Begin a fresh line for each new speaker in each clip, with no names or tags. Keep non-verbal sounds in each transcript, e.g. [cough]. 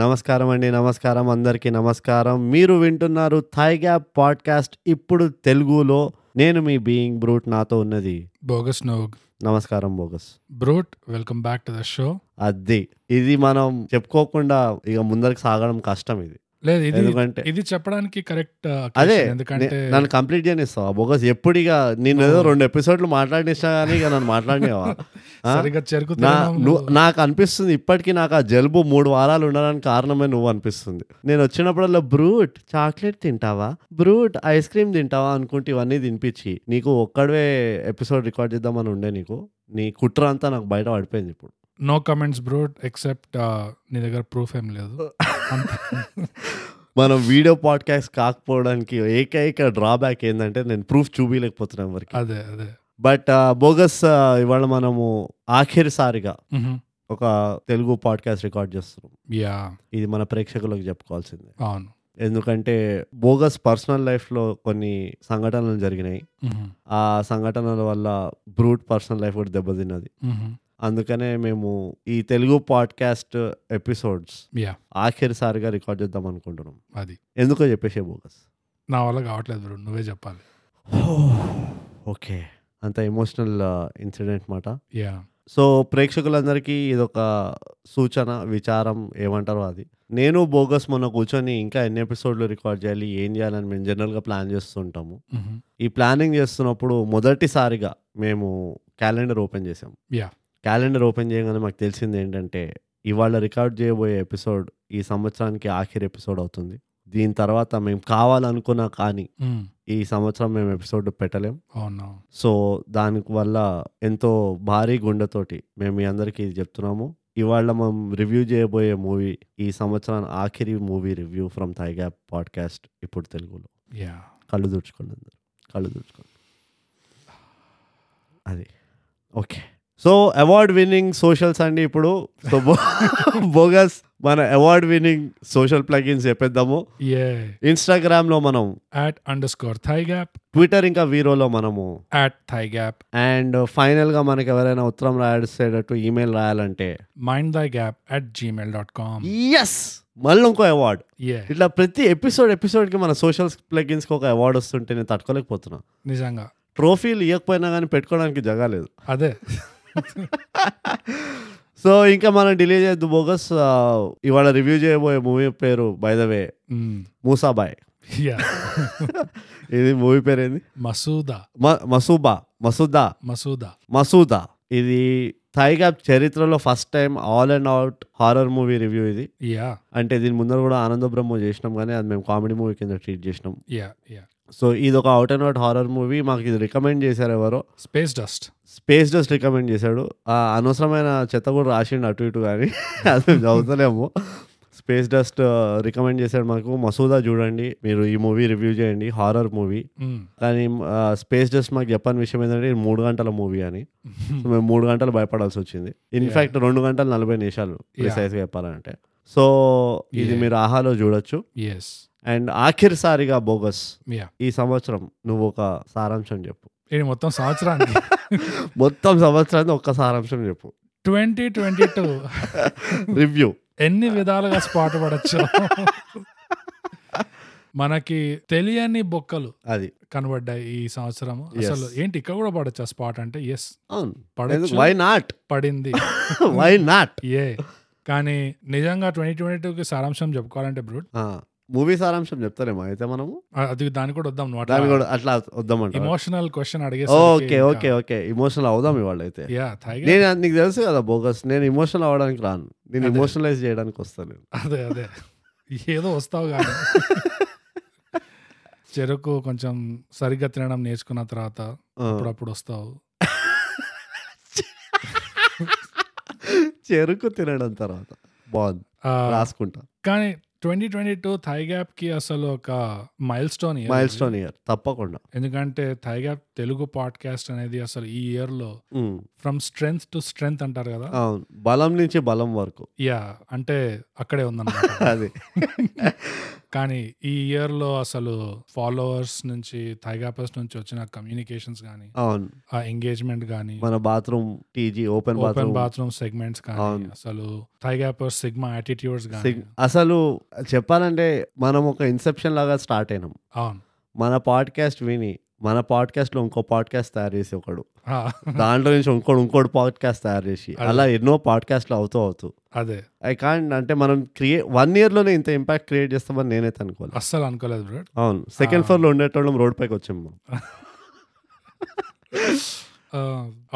నమస్కారం అండి నమస్కారం అందరికీ నమస్కారం మీరు వింటున్నారు థాయ్ గ్యాప్ పాడ్కాస్ట్ ఇప్పుడు తెలుగులో నేను మీ బీయింగ్ బ్రూట్ నాతో ఉన్నది
బోగస్ నోగ్
నమస్కారం Bogus
Brute welcome back to the show
అది ఇది మనం చెప్పుకోకుండా ఇక ముందరికి సాగడం కష్టం ఇది
లేదు ఇది
ఎందుకంటే
ఇది చెప్పడానికి కరెక్ట్ uh,
అదే
ఎందుకంటే
నే- నన్ను కంప్లీట్ చేయనిస్తావా బోగస్ ఎప్పుడు ఇక నేను ఏదో రెండు ఎపిసోడ్లు మాట్లాడినిస్తా కానీ ఇక నన్ను మాట్లాడినేవా ఆ?
[laughs] సరిగ్గా
నా
చెరుకుతున్నాము
ను- నాకు అనిపిస్తుంది ఇప్పటికీ నాకు ఆ జలుబు మూడు వారాలు ఉండడానికి కారణమే నువ్వు అనిపిస్తుంది నేను వచ్చినప్పుడల్లా బ్రూట్ చాక్లెట్ తింటావా బ్రూట్ ఐస్ క్రీమ్ తింటావా అనుకుంటే ఇవన్నీ తినిపించి నీకు ఒక్కడవే ఎపిసోడ్ రికార్డ్ చేద్దామని ఉండే నీకు నీ కుట్ర అంతా నాకు బయట పడిపోయింది ఇప్పుడు
నో కమెంట్స్ బ్రూట్ ఎక్సెప్ట్ నీ దగ్గర ప్రూఫ్ ఏం లేదు అంత-
మనం వీడియో పాడ్కాస్ట్ కాకపోవడానికి ఏకైక డ్రాబ్యాక్ ఏంటంటే నేను ప్రూఫ్ చూపించలేకపోతున్నాను వరకు
అదే అదే
బట్ బోగస్ ఇవాళ మనము ఆఖరిసారిగా
మ్హూ.
ఒక తెలుగు పాడ్కాస్ట్ రికార్డ్ చేస్తున్నాం
యా
ఇది మన ప్రేక్షకులకు చెప్పుకోవాల్సిందే
అవును
ఎందుకంటే బోగస్ పర్సనల్ లైఫ్లో కొన్ని సంఘటనలు జరిగినాయి
మ్హూ.
ఆ సంఘటనల వల్ల బ్రూట్ పర్సనల్ లైఫ్ కూడా దెబ్బతిన్నది
మ్హూ.
అందుకనే మేము ఈ తెలుగు పాడ్కాస్ట్ ఎపిసోడ్స్
యా
ఆఖరిసారిగా రికార్డ్ చేద్దాం అనుకుంటున్నాం
అది
ఎందుకో చెప్పేసే బోగస్
నా వల్ల కావట్లేదు బ్రూట్ నువ్వే చెప్పాలి
ఓకే అంత ఎమోషనల్ ఇన్సిడెంట్ మాట
యా
సో ప్రేక్షకులందరికీ ఇదొక సూచన విచారం ఏమంటారో అది నేను బోగస్ మొన్న కూర్చొని ఇంకా ఎన్ని ఎపిసోడ్లు రికార్డ్ చేయాలి ఏం చేయాలని మేము జనరల్గా ప్లాన్ చేస్తుంటాము
మ్హూ.
ఈ ప్లానింగ్ చేస్తున్నప్పుడు మొదటిసారిగా మేము క్యాలెండర్ ఓపెన్ చేసాం
Yeah.
క్యాలెండర్ ఓపెన్ చేయగానే మాకు తెలిసింది ఏంటంటే ఇవాళ రికార్డ్ చేయబోయే ఎపిసోడ్ ఈ సంవత్సరానికి ఆఖరి ఎపిసోడ్ అవుతుంది దీని తర్వాత మేము కావాలనుకున్నా కానీ
మ్.
ఈ సంవత్సరం మేము ఎపిసోడ్ పెట్టలేం
అవును
సో దానివల్ల ఎంతో భారీ గుండెతోటి మేము మీ అందరికీ ఇది చెప్తున్నాము ఇవాళ మనం రివ్యూ చేయబోయే మూవీ ఈ సంవత్సరం ఆఖరి movie review from thigh gap podcast ఇప్పుడు తెలుగులో
యా
కళ్ళు తుడుచుకోండి అందరు కళ్ళు తుడుచుకోండి అది okay so award winning socials అండి ఇప్పుడు సో [laughs] బోగస్ మన అవార్డ్ విన్నింగ్ సోషల్ ప్లగిన్స్ చెప్పేద్దాము
ఏ
ఇన్స్టాగ్రామ్లో మనం
at underscore thigh gap
Twitter ఇంకా వీరోలో మనము
యాట్ థై గ్యాప్
అండ్ ఫైనల్గా మనకి ఎవరైనా ఉత్తరం రాసేటట్టు ఈమెయిల్ రాయాలంటే
mind thigh gap at Gmail dot com
yes మళ్ళీ ఇంకో అవార్డ్
ఏ
ఇట్లా ప్రతి ఎపిసోడ్ ఎపిసోడ్కి మన సోషల్ ప్లగిన్స్కి ఒక అవార్డ్ వస్తుంటే నేను తట్టుకోలేకపోతున్నా
నిజంగా
ట్రోఫీలు ఇవ్వకపోయినా కానీ పెట్టుకోవడానికి జగా లేదు
అదే
సో ఇంకా మనం డిలే చేయొద్దు బోగస్ ఆ, ఇవాళ రివ్యూ చేయబోయే మూవీ పేరు బై ద వే
[laughs] మ్.
మూసాబాయ్
యా [laughs]
ఇది మూవీ పేరు ఏంది
మసూదా
మ- మసూబా మసూదా
మసూదా
మసూదా ఇది థైగా చరిత్రలో first time all and out horror movie review ఇది
యా
అంటే దీని ముందర కూడా ఆనంద బ్రహ్మ చేసినాం కానీ అది మేము కామెడీ మూవీ కింద ట్రీట్ చేసినాం
యా యా
సో ఇది ఒక out and out horror movie మాకు ఇది రికమెండ్ చేశారు ఎవరో
space dust
space dust recommend చేశాడు ఆ అనవసరమైన చెత్త కూడా రాసిండు అటు ఇటు కానీ [laughs] అది మేము చదువుతలేము స్పేస్ డస్ట్ రికమెండ్ చేశాడు మాకు మసూదా చూడండి మీరు ఈ మూవీ రివ్యూ చేయండి హారర్ మూవీ
Mm. [laughs]
కానీ స్పేస్ డస్ట్ మాకు చెప్పని విషయం ఏంటంటే ఇది మూడు గంటల మూవీ అని సో మేము మూడు గంటలు భయపడాల్సి వచ్చింది ఇన్ఫాక్ట్ రెండు గంటలు నలభై నిమిషాలు ప్రిసైజ్గా చెప్పాలంటే సో ఇది
Yeah.
మీరు ఆహాలో చూడొచ్చు
ఎస్
అండ్ ఆఖరిసారిగా బోగస్
యా
ఈ సంవత్సరం నువ్వు ఒక సారాంశం చెప్పు
ఇది మొత్తం సంవత్సరానికి
[laughs] మొత్తం సంవత్సరాన్ని ఒక్క సారాంశం చెప్పు
ట్వంటీ ట్వంటీ టూ
రివ్యూ
ఎన్ని విధాలుగా స్పాట్ పడచ్చు
[laughs]
మనకి తెలియని బొక్కలు
అది
కనబడ్డాయి ఈ సంవత్సరం
Yes.
అసలు ఏంటి ఇక్కడ కూడా పడచ్చు స్పాట్ అంటే ఎస్
అవును
పడచ్చు
వై [laughs] నాట్
పడింది
వై నాట్
ఏ కానీ నిజంగా ట్వంటీ ట్వంటీ టూకి సారాంశం చెప్పుకోవాలంటే బ్రూట్
మూవీ సారాంశం చెప్తారేమో అయితే మనము
అ- అది దానికి కూడా వద్దాం నువ్వు
దాన్ని
అట్లా
కూడా అట్లా వద్దామంట
ఇమోషనల్ క్వశ్చన్ అడిగే
ఓకే ఓకే ఓకే ఇమోషనల్ అవుదాం ఇవాళ అయితే
యా థైగా
నేను నీకు తెలుసు కదా బోగస్ నేను ఇమోషనల్ అవడానికి రాను నేను ఇమోషనలైజ్ చేయడానికి వస్తాను నేను
[laughs] అదే అదే ఏదో వస్తావు కానీ చెరకు కొంచెం సరిగ్గా తినడం నేర్చుకున్న తర్వాత
ఆ.
అప్పుడప్పుడు వస్తావు
[laughs] చెరుకు తినడం తర్వాత బాగుంది
ఆ,
రాసుకుంటా
కానీ twenty twenty two thigh gap కి అసలు ఒక milestone
milestone year తప్పకుండా
ఎందుకంటే థై గ్యాప్ తెలుగు పాడ్కాస్ట్ అనేది అసలు ఈ ఇయర్ లో
um,
from strength to strength అంటారు కదా
అవును బలం నుంచి బలం వరకు [laughs]
యా అంటే అక్కడే ఉందన్నమాట
అది
కానీ ఈ ఇయర్ లో అసలు ఫాలోవర్స్ నుంచి థైగాపస్ నుంచి వచ్చిన కమ్యూనికేషన్స్ కానీ
అవును
ఆ ఎంగేజ్మెంట్ కానీ
మన బాత్రూమ్ టీజీ open
open
bathroom
bathroom segments కానీ
అవును.
అసలు థైగాపస్ సిగ్మా యాటిట్యూడ్స్ కానీ
సిగ్- అసలు చెప్పాలంటే మనం ఒక ఇన్సెప్షన్ లాగా స్టార్ట్ అయినాం
అవును
మన పాడ్కాస్ట్ విని మన పాడ్కాస్ట్లో ఇంకో పాడ్కాస్ట్ తయారు చేసి ఒకడు
ఆ,
దాంట్లో నుంచి ఇంకోడు ఇంకోటి పాడ్కాస్ట్ తయారు చేసి
అదే.
అలా ఎన్నో పాడ్కాస్ట్లు అవుతూ అవుతూ
అదే
ఐ కాంట్ అంటే మనం క్రియేట్ వన్ ఇయర్లోనే ఇంత ఇంపాక్ట్ క్రియేట్ చేస్తామని నేనైతే అనుకోవాలి
అస్సలు అనుకోలేదు బ్రో
అవును సెకండ్ ఫ్లోర్లో ఉండేటోళ్ళం రోడ్ పైకి వచ్చాం మనం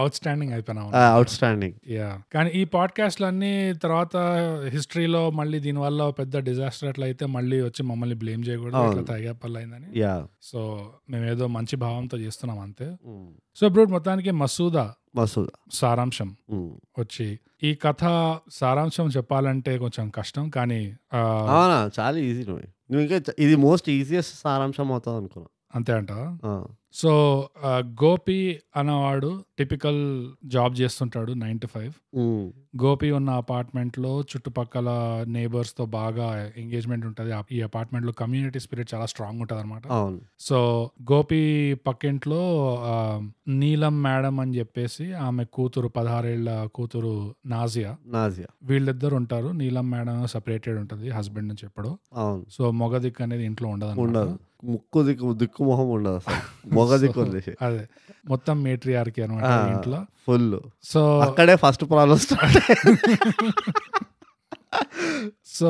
అవుట్ స్టాండింగ్ అయిపోయినా
అవుట్ స్టాండింగ్
యా కానీ ఈ పాడ్కాస్ట్లన్నీ తర్వాత హిస్టరీలో మళ్ళీ దీనివల్ల పెద్ద డిజాస్టర్ అట్లా అయితే మళ్ళీ వచ్చి మమ్మల్ని బ్లేమ్ చేయకూడదు
అవును.
ఇట్లా తగ్గపల్లి అయిందని
యా
సో మేమేదో మంచి భావంతో చేస్తున్నాం అంతే సో బ్రూట్ మొత్తానికి మసూదా
మసూద్
సారాంశం వచ్చి ఈ కథ సారాంశం చెప్పాలంటే కొంచెం కష్టం కానీ ఆ,
అవునా చాలా ఈజీ నువ్వు నువ్వు ఇంకా చ- ఇది మోస్ట్ ఈజియెస్ట్ సారాంశం అవుతుంది అనుకున్నా
అంతే అంటావా
ఆ,
సో ఆ, గోపి అనేవాడు టిపికల్ జాబ్ చేస్తుంటాడు nine to five
um,
Gopi ఉన్న అపార్ట్మెంట్ లో చుట్టుపక్కల neighbours తో బాగా ఎంగేజ్మెంట్ ఉంటుంది ఈ అపార్ట్మెంట్ లో కమ్యూనిటీ స్పిరిట్ చాలా స్ట్రాంగ్ ఉంటుంది అనమాట
అవును
సో గోపి పక్కింట్లో ఆ, నీలం మేడం అని చెప్పేసి ఆమె కూతురు పదహారేళ్ల కూతురు నాజియా
నాజియా
వీళ్ళిద్దరు ఉంటారు నీలం మేడం సపరేటెడ్ ఉంటుంది హస్బెండ్ నుంచి ఎప్పుడు
అవును
సో మొగ దిక్కు అనేది ఇంట్లో ఉండదు
ఉండదు ముక్కు దిక్కు దిక్కు మొహం ఉండదు అసలు మొగ దిక్కు వదిలేసి
అదే మొత్తం మేట్రియార్కి అనమాట
ఆ.
ఇంట్లో
ఫుల్
సో
అక్కడే first problem start
[laughs] so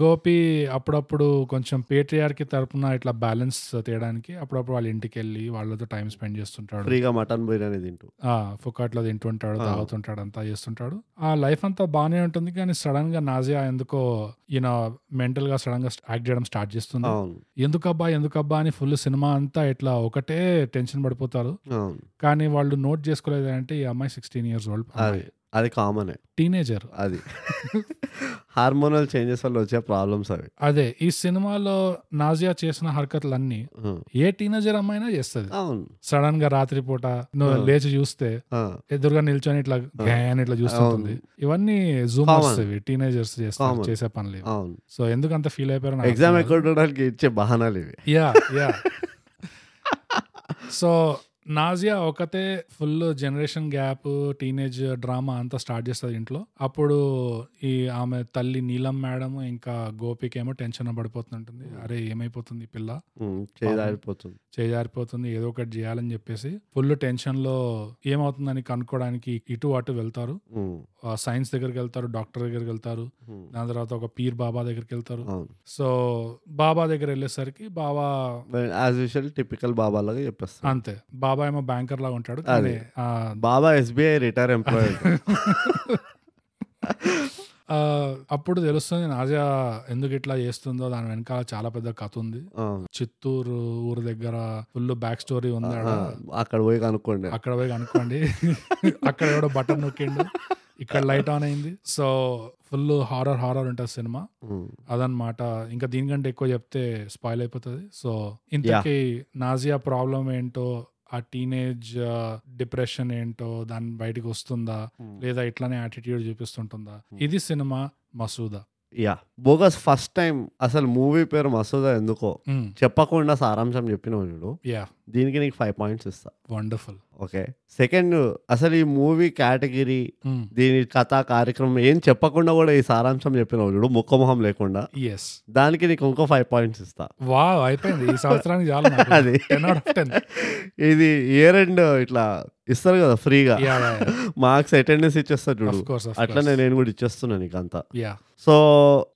Gopi అప్పుడప్పుడు కొంచెం పేట్రియార్కి తరపున ఇట్లా బ్యాలెన్స్ తేయడానికి అప్పుడప్పుడు వాళ్ళ ఇంటికి వెళ్ళి వాళ్ళతో టైం స్పెండ్ చేస్తుంటాడు
ఫ్రీగా మటన్ బిర్యానీ తింటూ
ఆ ఫుకాట్లో తింటుంటాడు
ఆ.
తాగుతుంటాడు అంతా చేస్తుంటాడు ఆ లైఫ్ అంతా బాగానే ఉంటుంది కానీ సడన్ గా నాజియా ఎందుకో ఈయన మెంటల్ గా సడన్ గా యాక్ట్ చేయడం స్టార్ట్ చేస్తుంది
అవును
ఎందుకబ్బా ఎందుకబ్బా అని ఫుల్ సినిమా అంతా ఇట్లా ఒకటే టెన్షన్ పడిపోతారు
అవును
కానీ వాళ్ళు నోట్ చేసుకోలేదు అంటే ఈ అమ్మాయి సిక్స్టీన్ ఇయర్స్ ఓల్డ్
అది అది కామనే
టీనేజర్
అది హార్మోనల్ చేంజెస్ వల్ల వచ్చే ప్రాబ్లమ్స్ అవి
అదే ఈ సినిమాలో నాజియా చేసిన హరకతులన్నీ
ఆ,
ఏ టీనేజర్ అమ్మాయినా చేస్తుంది
అవును
సడన్ గా రాత్రిపూట నువ్వు
ఆ.
లేచి చూస్తే
ఆ,
ఎదురుగా నిల్చొని ఇట్లా
ఆ.
గ్యాన్ ఇట్లా చూస్తుంటుంది ఇవన్నీ జూమ్
Common.
వస్తుంది టీనేజర్స్ చేస్తారు
Common.
చేసే పనులు ఇవి.
అవును
సో ఎందుకు అంత ఫీల్ అయిపోయారు
ఎగ్జామ్ ఎక్కడ ఉండడానికి ఇచ్చే బహానాలు ఇవి
యా యా సో నాజియా ఒకతే full generation gap teenage drama అంతా స్టార్ట్ చేస్తుంది ఇంట్లో అప్పుడు ఈ ఆమె తల్లి నీలం మేడం ఇంకా గోపికేమో టెన్షన్ పడిపోతుంటుంది అరే ఏమైపోతుంది ఈ పిల్ల
ఉమ్, చేదారిపోతుంది
చేజారిపోతుంది ఏదో ఒకటి చేయాలని చెప్పేసి ఫుల్ టెన్షన్ లో ఏమవుతుందని కనుక్కోవడానికి ఇటు అటు వెళ్తారు
ఉమ్,
ఆ సైన్స్ దగ్గరికి వెళ్తారు డాక్టర్ దగ్గరికి వెళ్తారు
ఉమ్,
దాని తర్వాత ఒక పీర్ బాబా దగ్గరికి వెళ్తారు
అవును
సో బాబా దగ్గర వెళ్ళేసరికి బాబా
యాజ్ యూజువల్ టిపికల్ బాబా లాగా చెప్పేస్తాను
అంతే బాబా ఏమో బ్యాంకర్ లాగా ఉంటాడు కానీ ఆ,
బాబా ఎస్బీఐ రిటైర్ ఎంప్లాయీ
Ah. ఆ, అప్పుడు తెలుస్తుంది నాజా ఎందుకు ఇట్లా చేస్తుందో దాని వెనకాల చాలా పెద్ద కథ ఉంది
[laughs] అవును.
చిత్తూరు ఊరు దగ్గర ఫుల్ బ్యాక్ స్టోరీ ఉంది ఆడ.
ఆ, అక్కడ పోయి కనుక్కోండి
అక్కడ పోయి అనుకోండి అక్కడ కూడా బటన్ నొక్కిండు [laughs] ఇక్కడ లైట్ ఆన్ అయింది సో ఫుల్ హారర్ హారర్ ఉంటుంది సినిమా
ఉమ్,
అదనమాట ఇంకా దీనికంటే ఎక్కువ చెప్తే స్పాయిల్ అయిపోతుంది సో ఇంతకీ నాజియా ప్రాబ్లం ఏంటో ఆ టీనేజ్ డిప్రెషన్ ఏంటో దాని బయటికి వస్తుందా
Hmm.
లేదా ఇట్లానే యాటిట్యూడ్ చూపిస్తుంటుందా ఇది సినిమా Masooda
yeah bogus first time అసలు మూవీ పేరు మసూదా ఎందుకో
Hmm.
చెప్పకుండా సారాంశం చెప్పినావు చూడు
యా
దీనికి నీకు ఫైవ్ పాయింట్స్ ఇస్తా
వండర్ఫుల్
ఓకే సెకండ్ అసలు ఈ మూవీ కేటగిరీ
Hmm.
దీని కథ కార్యక్రమం ఏం చెప్పకుండా కూడా ఈ సారాంశం చెప్పినావు చూడు ముఖమొహం లేకుండా
ఎస్
దానికి నీకు ఇంకో ఫైవ్ పాయింట్స్ ఇస్తా
వా అయిపోయింది ఈ సంవత్సరానికి చాలా
[laughs] అది.
టెన్ అవుట్ ఆఫ్ టెన్
ఇది ఇయర్ అండ్ ఇట్లా ఇస్తారు కదా ఫ్రీగా
యా
మార్క్స్ అటెండెన్స్ ఇచ్చేస్తారు చూడు
ఆఫ్ కోర్స్
అట్లనే నేను కూడా ఇచ్చేస్తున్నాను నీకు అంతా
యా
సో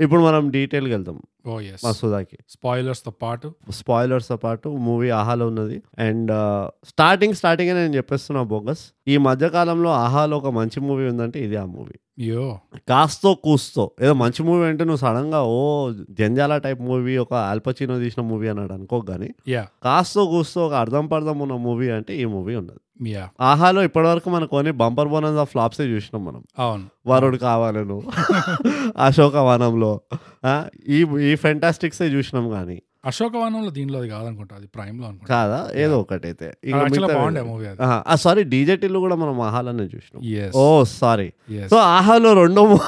ఇప్పుడు మనం డీటెయిల్కి వెళ్దాం
ఓ ఎస్
మసూదాకి
స్పాయిలర్స్ Oh, తో పాటు
స్పాయిలర్స్ తో పాటు మూవీ ఆహాలో ఉన్నది అండ్ స్టార్టింగ్ స్టార్టింగ్ నేను చెప్పేస్తున్నా బోగస్ ఈ మధ్య కాలంలో ఆహాలో ఒక మంచి మూవీ ఉందంటే ఇది ఆ మూవీ
యో
కాస్తో కూస్తో ఏదో మంచి మూవీ అంటే నువ్వు సడన్ గా ఓ జంజాల టైప్ మూవీ ఒక ఆల్పచినో తీసిన మూవీ అన్నాడు అనుకో కానీ
యా
కాస్తో కూస్తో ఒక అర్థం పర్థం ఉన్న మూవీ అంటే ఈ మూవీ ఉన్నది
యా
ఆహాలో ఇప్పటివరకు మనం కొన్ని బంపర్ బోనస్ ఆఫ్ ఫ్లాప్సే చూసినాం మనం
అవును
వరుడు కావాలను అశోక వనంలో ఆ, ఈ ఈ ఫెంటాస్టిక్సే చూసినాం కానీ
అశోకవనంలో దీనిలో అది కాదనుకుంటా అది ప్రైమ్ లో అనుకుంటా
కాదా ఏదో ఒకటైతే ఇక
యాక్చువల్లీ
మిగతా
బాగుండే మూవీ అది
సారీ డీజెటిల్లు కూడా మనం ఆహాలనే చూసినాం
yes
oh sorry
yes
so ఆహాలో రెండో మూ-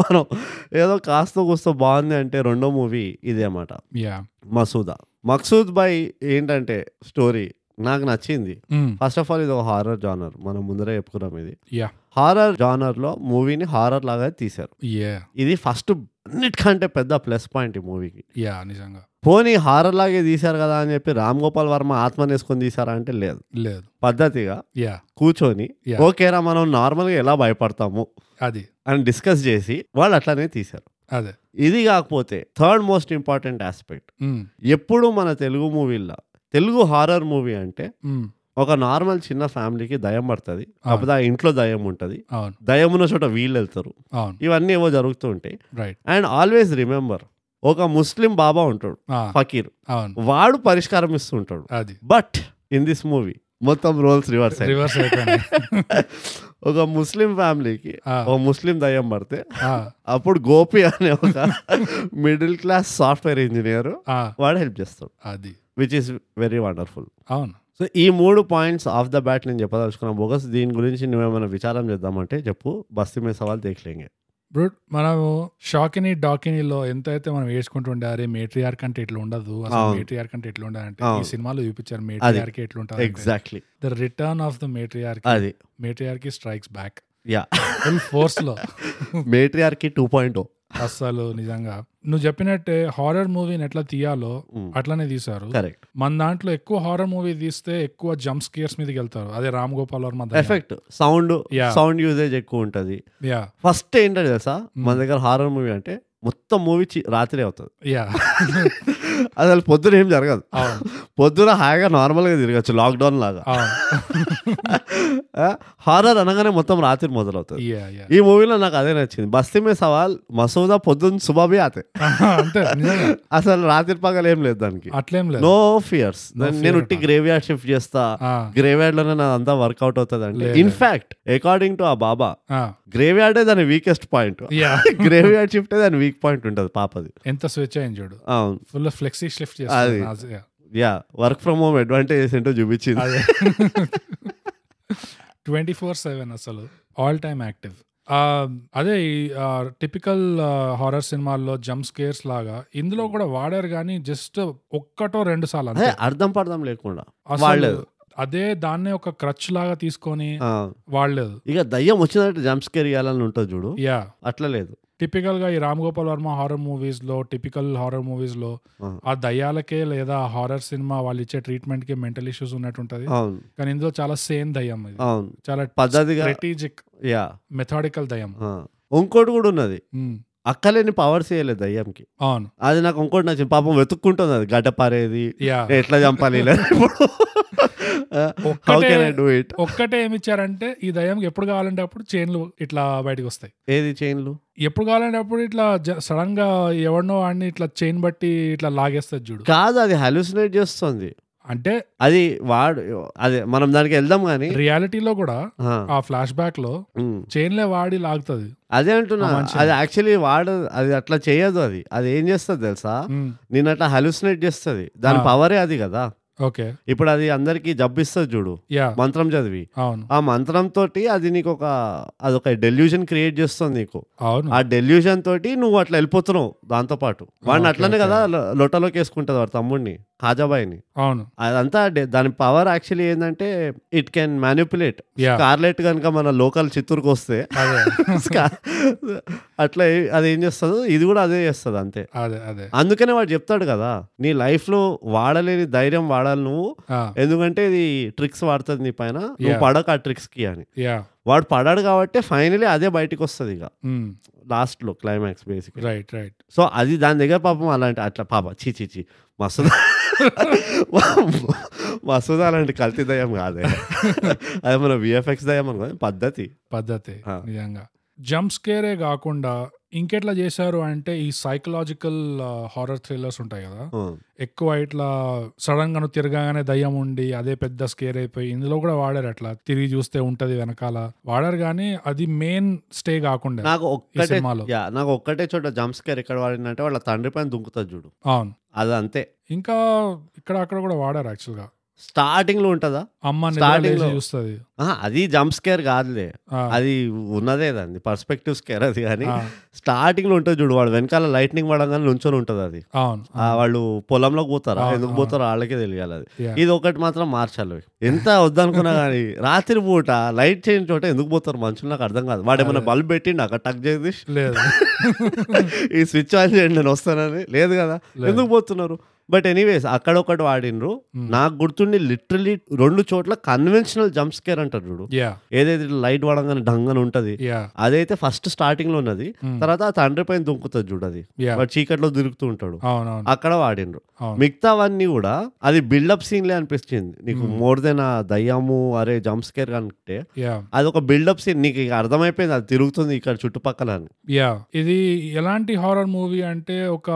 మనం ఏదో కాస్త కూస్తో బాగుంది అంటే రెండో మూవీ ఇదే అన్నమాట
యా
మసూదా మక్సూద్ బై ఏంటంటే స్టోరీ నాకు నచ్చింది
Hmm,
ఫస్ట్ ఆఫ్ ఆల్ ఇది ఒక హారర్ జానర్ మనం ముందరే చెప్పుకున్నాం ఇది
Yeah.
హారర్ జానర్ లో మూవీని హారర్ లాగా తీశారు
యా
ఇది ఫస్ట్ అన్నిటికంటే పెద్ద ప్లస్ పాయింట్ ఈ మూవీకి
యా నిజంగా
పోనీ హారర్ లాగే తీశారు కదా అని చెప్పి రామ్ గోపాల్ వర్మ ఆత్మని వేసుకొని తీసారా అంటే లేదు
లేదు
పద్ధతిగా
యా
కూర్చొని
Yeah.
ఓకేరా మనం నార్మల్గా ఎలా భయపడతాము
అది
అని డిస్కస్ చేసి వాళ్ళు అట్లానే తీశారు
అదే
ఇది కాకపోతే third most important aspect
um,
ఎప్పుడు మన తెలుగు మూవీల్లో తెలుగు హారర్ మూవీ అంటే
ఉమ్,
ఒక నార్మల్ చిన్న ఫ్యామిలీకి దయం పడుతుంది
అవును.
అప్పుడు ఆ ఇంట్లో దయం ఉంటుంది
అవును
దయం ఉన్న చోట వీళ్ళు వెళ్తారు
అవును
ఇవన్నీ ఏవో జరుగుతూ ఉంటాయి
రైట్
అండ్ ఆల్వేస్ రిమెంబర్ ఒక ముస్లిం బాబా ఉంటాడు
Ah.
ఫకీర్
అవును
వాడు పరిష్కారం ఇస్తుంటాడు
అది
బట్ ఇన్ దిస్ మూవీ మొత్తం రోల్స్ రివర్స్ అయ్యాయి
రివర్స్ అయిపోయింది
[laughs] ఒక ముస్లిం ఫ్యామిలీకి
ఆ,
ఒక ముస్లిం దయ్యం పడితే
ఆ,
అప్పుడు గోపి అనే ఒక మిడిల్ క్లాస్ సాఫ్ట్వేర్ ఇంజనీర్
ఆ,
వాడు హెల్ప్ చేస్తాడు
అది
విచ్ ఈస్ వెరీ వండర్ఫుల్
అవును
సో ఈ మూడు పాయింట్స్ ఆఫ్ ద బ్యాట్ నేను చెప్పదలుచుకున్నాను బోగస్ దీని గురించి నువ్వేమైనా విచారం చేద్దామంటే చెప్పు బస్తీ మీద సవాల్ దేఖలేంగే
బ్రూట్ మనము షాకిని డాకినీలో ఎంత అయితే మనం వేసుకుంటుండే అరే మేట్రియార్ కంటే ఇట్లా ఉండదు అసలు
అవును.
మేట్రియార్ కంటే ఇట్లా ఉండదు అంటే ఈ
అవును.
సినిమాలో చూపించారు మేట్రియార్ కి ఎట్లా ఉంటుంది
exactly
the return of the matriarch
అది
మేట్రియార్ కి strikes back
yeah
full force
[laughs]
లో
మేట్రియార్కి oh. టూ పాయింట్
అస్సలు నిజంగా నువ్వు చెప్పినట్టే హారర్ మూవీని ఎట్లా తీయాలో
Hmm.
అట్లానే తీశారు
కరెక్ట్
మన దాంట్లో ఎక్కువ హారర్ మూవీ తీస్తే ఎక్కువ జంప్ స్కేర్స్ మీదకి వెళ్తారు అదే రామ్ గోపాల్ వర్మ దయ్యం.
Effect sound
Yeah.
Sound usage ఎక్కువ ఉంటుంది
యా
ఫస్ట్ ఏంటంటే తెలుసా మన దగ్గర హారర్ మూవీ అంటే మొత్తం మూవీ రాత్రి అవుతుంది
యా
అసలు పొద్దున ఏం జరగదు
అవును
పొద్దున హాయిగా నార్మల్గా తిరగచ్చు లాక్డౌన్ లాగా
అవును
హారర్ అనగానే మొత్తం రాత్రి మొదలవుతుంది
యా యా
ఈ మూవీలో నాకు అదే నచ్చింది బస్తీ మే సవాల్ మసూదా పొద్దున్న సుబాబి ఆతే
[laughs] అంతే నిజంగా
అసలు రాత్రి పగలు ఏం లేదు దానికి
అట్లేం లేదు
నో ఫియర్స్ నేను
fear
ఉట్టి
at all.
Graveyard shift చేస్తా
ఆ,
గ్రేవ్ యార్డ్ లోనే నాదంతా వర్కౌట్ అవుతుంది అంటే
లేదు.
ఇన్ఫాక్ట్ అకార్డింగ్ టు ఆ బాబా
ఆ,
గ్రేవ్ యార్డే దాని weakest point [laughs]
yeah
graveyard షిఫ్టే దాని వీక్ పాయింట్ ఉంటుంది పాపది
ఎంత స్విచ్ అయింది చూడు
అవును
ఫుల్ ఫ్లెక్సీ షిఫ్ట్
అది. Yeah work from home advantages ఏంటో చూపించింది
అదే ట్వంటీ ఫోర్ సెవెన్ అసలు ఆల్ టైమ్ యాక్టివ్ అదే ఈ టిపికల్ హారర్ సినిమాల్లో జంప్ స్కేర్స్ లాగా ఇందులో కూడా వాడారు కానీ జస్ట్ ఒక్కటో రెండు సార్లు
అదే
అంతే
అర్థం పర్థం లేకుండా
అసలు
వాడలేదు.
అదే దాన్నే ఒక క్రచ్ లాగా తీసుకొని
ఆ,
వాడలేదు
ఇక దయ్యం వచ్చినట్టు జంప్ స్కేర్ ఇవ్వాలని ఉంటుంది చూడు
యా
అట్లా లేదు
టిపికల్ గా ఈ రామ్ గోపాల్ వర్మ హారర్ మూవీస్ లో టిపికల్ హారర్ మూవీస్ లో
ఆ.
ఆ దయ్యాలకే లేదా హారర్ సినిమా వాళ్ళు ఇచ్చే ట్రీట్మెంట్ కి మెంటల్ ఇష్యూస్ ఉన్నట్టుంటది
అవును
కానీ ఇందులో చాలా సేమ్ దయ్యం ఇది
అవును
చాలా
పద్ధతిగా
స్ట్రాటజిక్
యా
మెథాడికల్ దయ్యం
ఆ. ఇంకోటి కూడా ఉన్నది
ఉమ్,
అక్కలేని పవర్స్ ఇవ్వలేదు దయ్యంకి
అవును
అది నాకు ఇంకోటి నచ్చింది పాపం వెతుక్కుంటుంది అది గడ్డ పారేది
యా
ఎట్లా చంపాలి ఇలా ఇప్పుడు హౌ
ఒక్కటే-
కెన్ ఐ డూ ఇట్
ఒక్కటే ఏమి ఇచ్చారంటే ఈ దయ్యం ఎప్పుడు కావాలంటే అప్పుడు చైన్లు ఇట్లా బయటకు వస్తాయి
ఏది చైన్లు
ఎప్పుడు కావాలంటే అప్పుడు ఇట్లా సడన్ గా ఎవరినో వాడిని ఇట్లా చైన్ బట్టి ఇట్లా లాగేస్తుంది చూడు
కాదు అది హాలుసినేట్ చేస్తుంది
అంటే
అది వాడు అదే మనం దానికి వెళ్దాం కానీ
రియాలిటీలో కూడా
ఆ,
ఆ ఫ్లాష్ బ్యాక్ లో
ఉమ్.
చైన్లే వాడి లాగుతుంది
అదే అంటున్నా
ఆ మనిషిని.
అది యాక్చువల్లీ వాడు అది అట్లా చేయదు అది అది ఏం చేస్తుంది తెలుసా నేను అట్లా హాలుసినేట్ చేస్తుంది దాని
ఆ.
పవరే అది కదా
ఓకే
ఇప్పుడు అది అందరికి జబ్బిస్తుంది చూడు
యా
మంత్రం చదివి
అవును
ఆ మంత్రంతో అది నీకు ఒక అదొక డెల్యూజన్ క్రియేట్ చేస్తుంది నీకు
అవును
ఆ డెల్యూజన్ తోటి నువ్వు అట్లా వెళ్ళిపోతున్నావు దాంతో పాటు వాడిని
ఓకే,
అట్లనే
ఓకే.
కదా లో- లొట్టలోకి వేసుకుంటుంది వాడు తమ్ముడిని హాజాబాయిని
అవును
అదంతా డే- దాని పవర్ యాక్చువల్లీ ఏంటంటే it can manipulate
yeah
scarlet కనుక మన లోకల్ చిత్తూరుకు వస్తే [laughs]
అదే
స్కా- అట్లా ఏ- అది ఏం చేస్తుందో ఇది కూడా అదే చేస్తుంది అంతే
అదే అదే
అందుకనే వాడు చెప్తాడు కదా నీ లైఫ్ లో వాడలేని ధైర్యం వాడాలి నువ్వు
ఆ,
ఎందుకంటే ఇది ట్రిక్స్ వాడుతుంది నీ పైన నువ్వు
Yeah.
పడక ఆ ట్రిక్స్ కి అని
యా
వాడు పడాడు కాబట్టి ఫైనలీ అదే బయటకు వస్తుంది ఇక
ఉమ్,
లాస్ట్ లో climax basic
right right
so అది దాని దగ్గర పాపం అలాంటి అట్లా పాప చీ చీ చీ మసూద మసూద అలాంటి కల్తీ దయ్యం కాదే అది మన విఎఫ్ఎక్స్ దయ్యం అనుకో పద్ధతి
పద్ధతి
ఆ.
నిజంగా జంప్ స్కేరే కాకుండా ఇంకెట్లా చేశారు అంటే ఈ సైకలాజికల్ హారర్ థ్రిల్లర్స్ ఉంటాయి కదా ఎక్కువ ఇట్లా సడన్ గా నువ్వు తిరగగానే దయ్యం ఉండి అదే పెద్ద స్కేర్ అయిపోయి ఇందులో కూడా వాడారు అట్లా తిరిగి చూస్తే ఉంటది వెనకాల వాడారు కానీ అది మెయిన్ స్టే కాకుండా
నాకు ఒక్కటే
సినిమాలో.
యా నాకు ఒక్కటే చోట జంప్ స్కేర్ ఎక్కడ వాడిందంటే వాళ్ళ తండ్రి పైన దుంకుతుంది చూడు
అవును
అది అంతే
ఇంకా ఇక్కడ అక్కడ కూడా వాడారు యాక్చువల్ గా
స్టార్టింగ్ లో ఉంటదా
అమ్మ
Starting
నిద్రలేసి
లో.
చూస్తుంది
ఆహా, అది జంప్ స్కేర్ కాదులే అది ఉన్నదే దాన్ని పర్స్పెక్టివ్ స్కేర్ అది కానీ స్టార్టింగ్ లో ఉంటుంది చూడు వాడు వెనకాల లైట్నింగ్ పడంగానే నుంచొని ఉంటది అది
అవును
ఆ వాళ్ళు పొలంలోకి పోతారా
ఆ,
ఎందుకు
ఆ.
పోతారో వాళ్ళకే తెలియాలి అది
Yeah.
ఇది ఒకటి మాత్రం మార్చాలి ఎంత వద్దనుకున్నా కానీ రాత్రి పూట లైట్ చేయని చోట ఎందుకు పోతారు మనుషులు నాకు అర్థం కాదు వాడు ఏమైనా బల్బ్ పెట్టిండు అక్కడ టక్ చేసి [laughs]
లేదు
ఈ స్విచ్ ఆన్ చేయండి నేను వస్తానని లేదు కదా
లేదు.
ఎందుకు పోతున్నారు బట్ ఎనీవేస్ అక్కడ ఒకటి వాడినరు
Hmm.
నాకు గుర్తుండి లిటరలీ రెండు చోట్ల కన్వెన్షనల్ జంప్ స్కేర్ అంటారు చూడు
యా
ఏదైతే లైట్ వాడంగానే డంగన ఉంటది
యా
అదైతే ఫస్ట్ స్టార్టింగ్ లో ఉన్నది
Hmm.
తర్వాత ఆ తండ్రి పైన దుంకుతుంది చూడు అది
యా
వాడు చీకట్లో దిరుగుతూ ఉంటాడు
అవునవును
అక్కడ వాడినరు
అవును.
మిగతావన్నీ కూడా అది బిల్డప్ సీన్లే అనిపించింది నీకు మోర్ దెన్ ఆ దయ్యాము అరే జంప్ స్కేర్ కంటే
యా
అది ఒక బిల్డప్ సీన్ నీకు ఇక అర్థమైపోయింది అది తిరుగుతుంది ఇక్కడ చుట్టుపక్కల అని
యా ఇది ఎలాంటి హారర్ మూవీ అంటే ఒక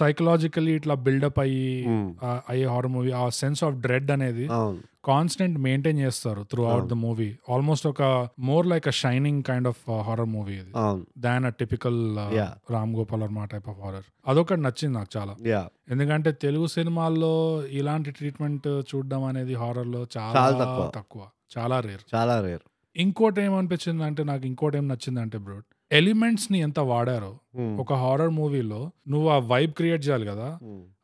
సైకలాజికలీ ఇట్లా బిల్డప్ అయ్యి
Hmm.
ఆ- అయ్యే హారర్ మూవీ ఆ సెన్స్ ఆఫ్ డ్రెడ్ అనేది
అవును
కాన్స్టెంట్ మెయింటైన్ చేస్తారు through out the movie almost ఒక more like a Shining kind of horror movie uh, ఇది
అవును
దాన్ a typical
Yeah.
Ram Gopal Varma type of horror అదొకటి నచ్చింది నాకు చాలా
యా
ఎందుకంటే తెలుగు సినిమాల్లో ఇలాంటి ట్రీట్మెంట్ చూడడం అనేది horror లో చాలా
చాలా తక్కువ.
తక్కువ చాలా రేర్
చాలా రేర్
ఇంకోటి ఏమనిపించింది అంటే నాకు ఇంకోటి ఏం నచ్చింది అంటే బ్రో ఎలిమెంట్స్ ని ఎంత వాడారో ఒక హారర్ మూవీలో నువ్వు ఆ వైబ్ క్రియేట్ చేయాలి కదా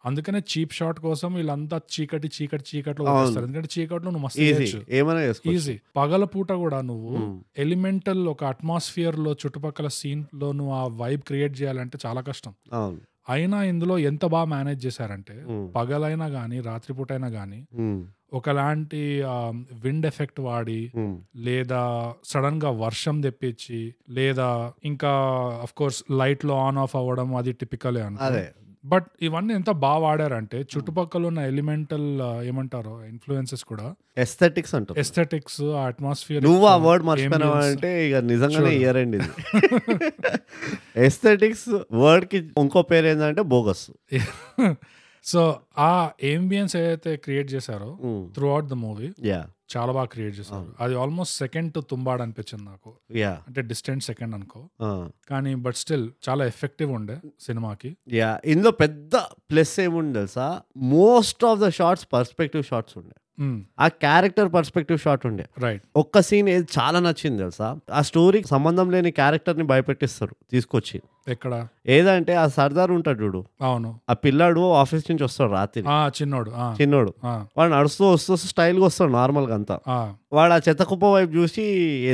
అందుకనే చీప్ షాట్ కోసం వీళ్ళంతా చీకటి చీకటి చీకట్లో
అవును.
వదిలేస్తారు ఎందుకంటే చీకట్లో నువ్వు మస్తు
ఈజీ
చేయొచ్చు
ఏమైనా చేసుకోవచ్చు
ఈజీ పగల పూట కూడా నువ్వు
Hmm.
ఎలిమెంటల్ ఒక అట్మాస్ఫియర్ లో చుట్టుపక్కల సీన్ లో నువ్వు ఆ వైబ్ క్రియేట్ చేయాలంటే చాలా కష్టం
అవును
అయినా ఇందులో ఎంత బాగా మేనేజ్ చేశారంటే
Hmm.
పగలైనా గానీ రాత్రిపూట అయినా గానీ
Hmm.
ఒకలాంటి విండ్ ఎఫెక్ట్ వాడి
Hmm.
లేదా సడన్ గా వర్షం తెప్పించి లేదా ఇంకా అఫ్ కోర్స్ లైట్ లో ఆన్ ఆఫ్ అవ్వడం అది టిపికలే అనుకో
అదే
బట్ ఇవన్నీ ఎంత బాగా వాడారంటే చుట్టుపక్కల ఉన్న ఎలిమెంటల్ ఏమంటారు ఇన్ఫ్లుయెన్సెస్ కూడా
ఎస్థెటిక్స్ అంటారు
ఎస్థెటిక్స్ ఆ అట్మాస్ఫియర్
నువ్వు ఆ వర్డ్ మర్చిపోయినావు అంటే ఇక నిజంగానే
Sure.
ఇయర్ అండి ఇది [laughs] ఎస్థెటిక్స్ వర్డ్ కి ఇంకో పేరు ఏంటంటే బోగస్
[laughs] సో ఆ ఏంబియన్స్ ఏదైతే క్రియేట్ చేశారో
Hmm.
Through out the movie
yeah
చాలా బాగా క్రియేట్ చేశారు అది ఆల్మోస్ట్ సెకండ్ టు తుంబాడ్ అనిపించింది నాకు
యా
అంటే డిస్టెంట్ సెకండ్ అనుకో
Ah,
కానీ బట్ స్టిల్ చాలా ఎఫెక్టివ్ ఉండే సినిమాకి
యా ఇందులో పెద్ద ప్లస్ ఏముంది తెలుసా most of the shots perspective shots ఉండే ఆ క్యారెక్టర్ పర్స్పెక్టివ్ షార్ట్ ఉండే
రైట్
ఒక్క సీన్ ఏది చాలా నచ్చింది తెలుసా ఆ స్టోరీకి సంబంధం లేని క్యారెక్టర్ ని భయపెట్టిస్తారు తీసుకొచ్చి
ఎక్కడ
ఏదంటే ఆ సర్దార్ ఉంటాడు చూడు
అవును
ఆ పిల్లాడు ఆఫీస్ నుంచి వస్తాడు రాత్రి
ఆ చిన్నోడు ఆ,
చిన్నోడు
ఆ,
వాడు నడుస్తూ వస్తూ వస్తూ style గా వస్తాడు normal గా అంతా
ఆ,
వాడు ఆ చెత్త కుప్ప వైపు చూసి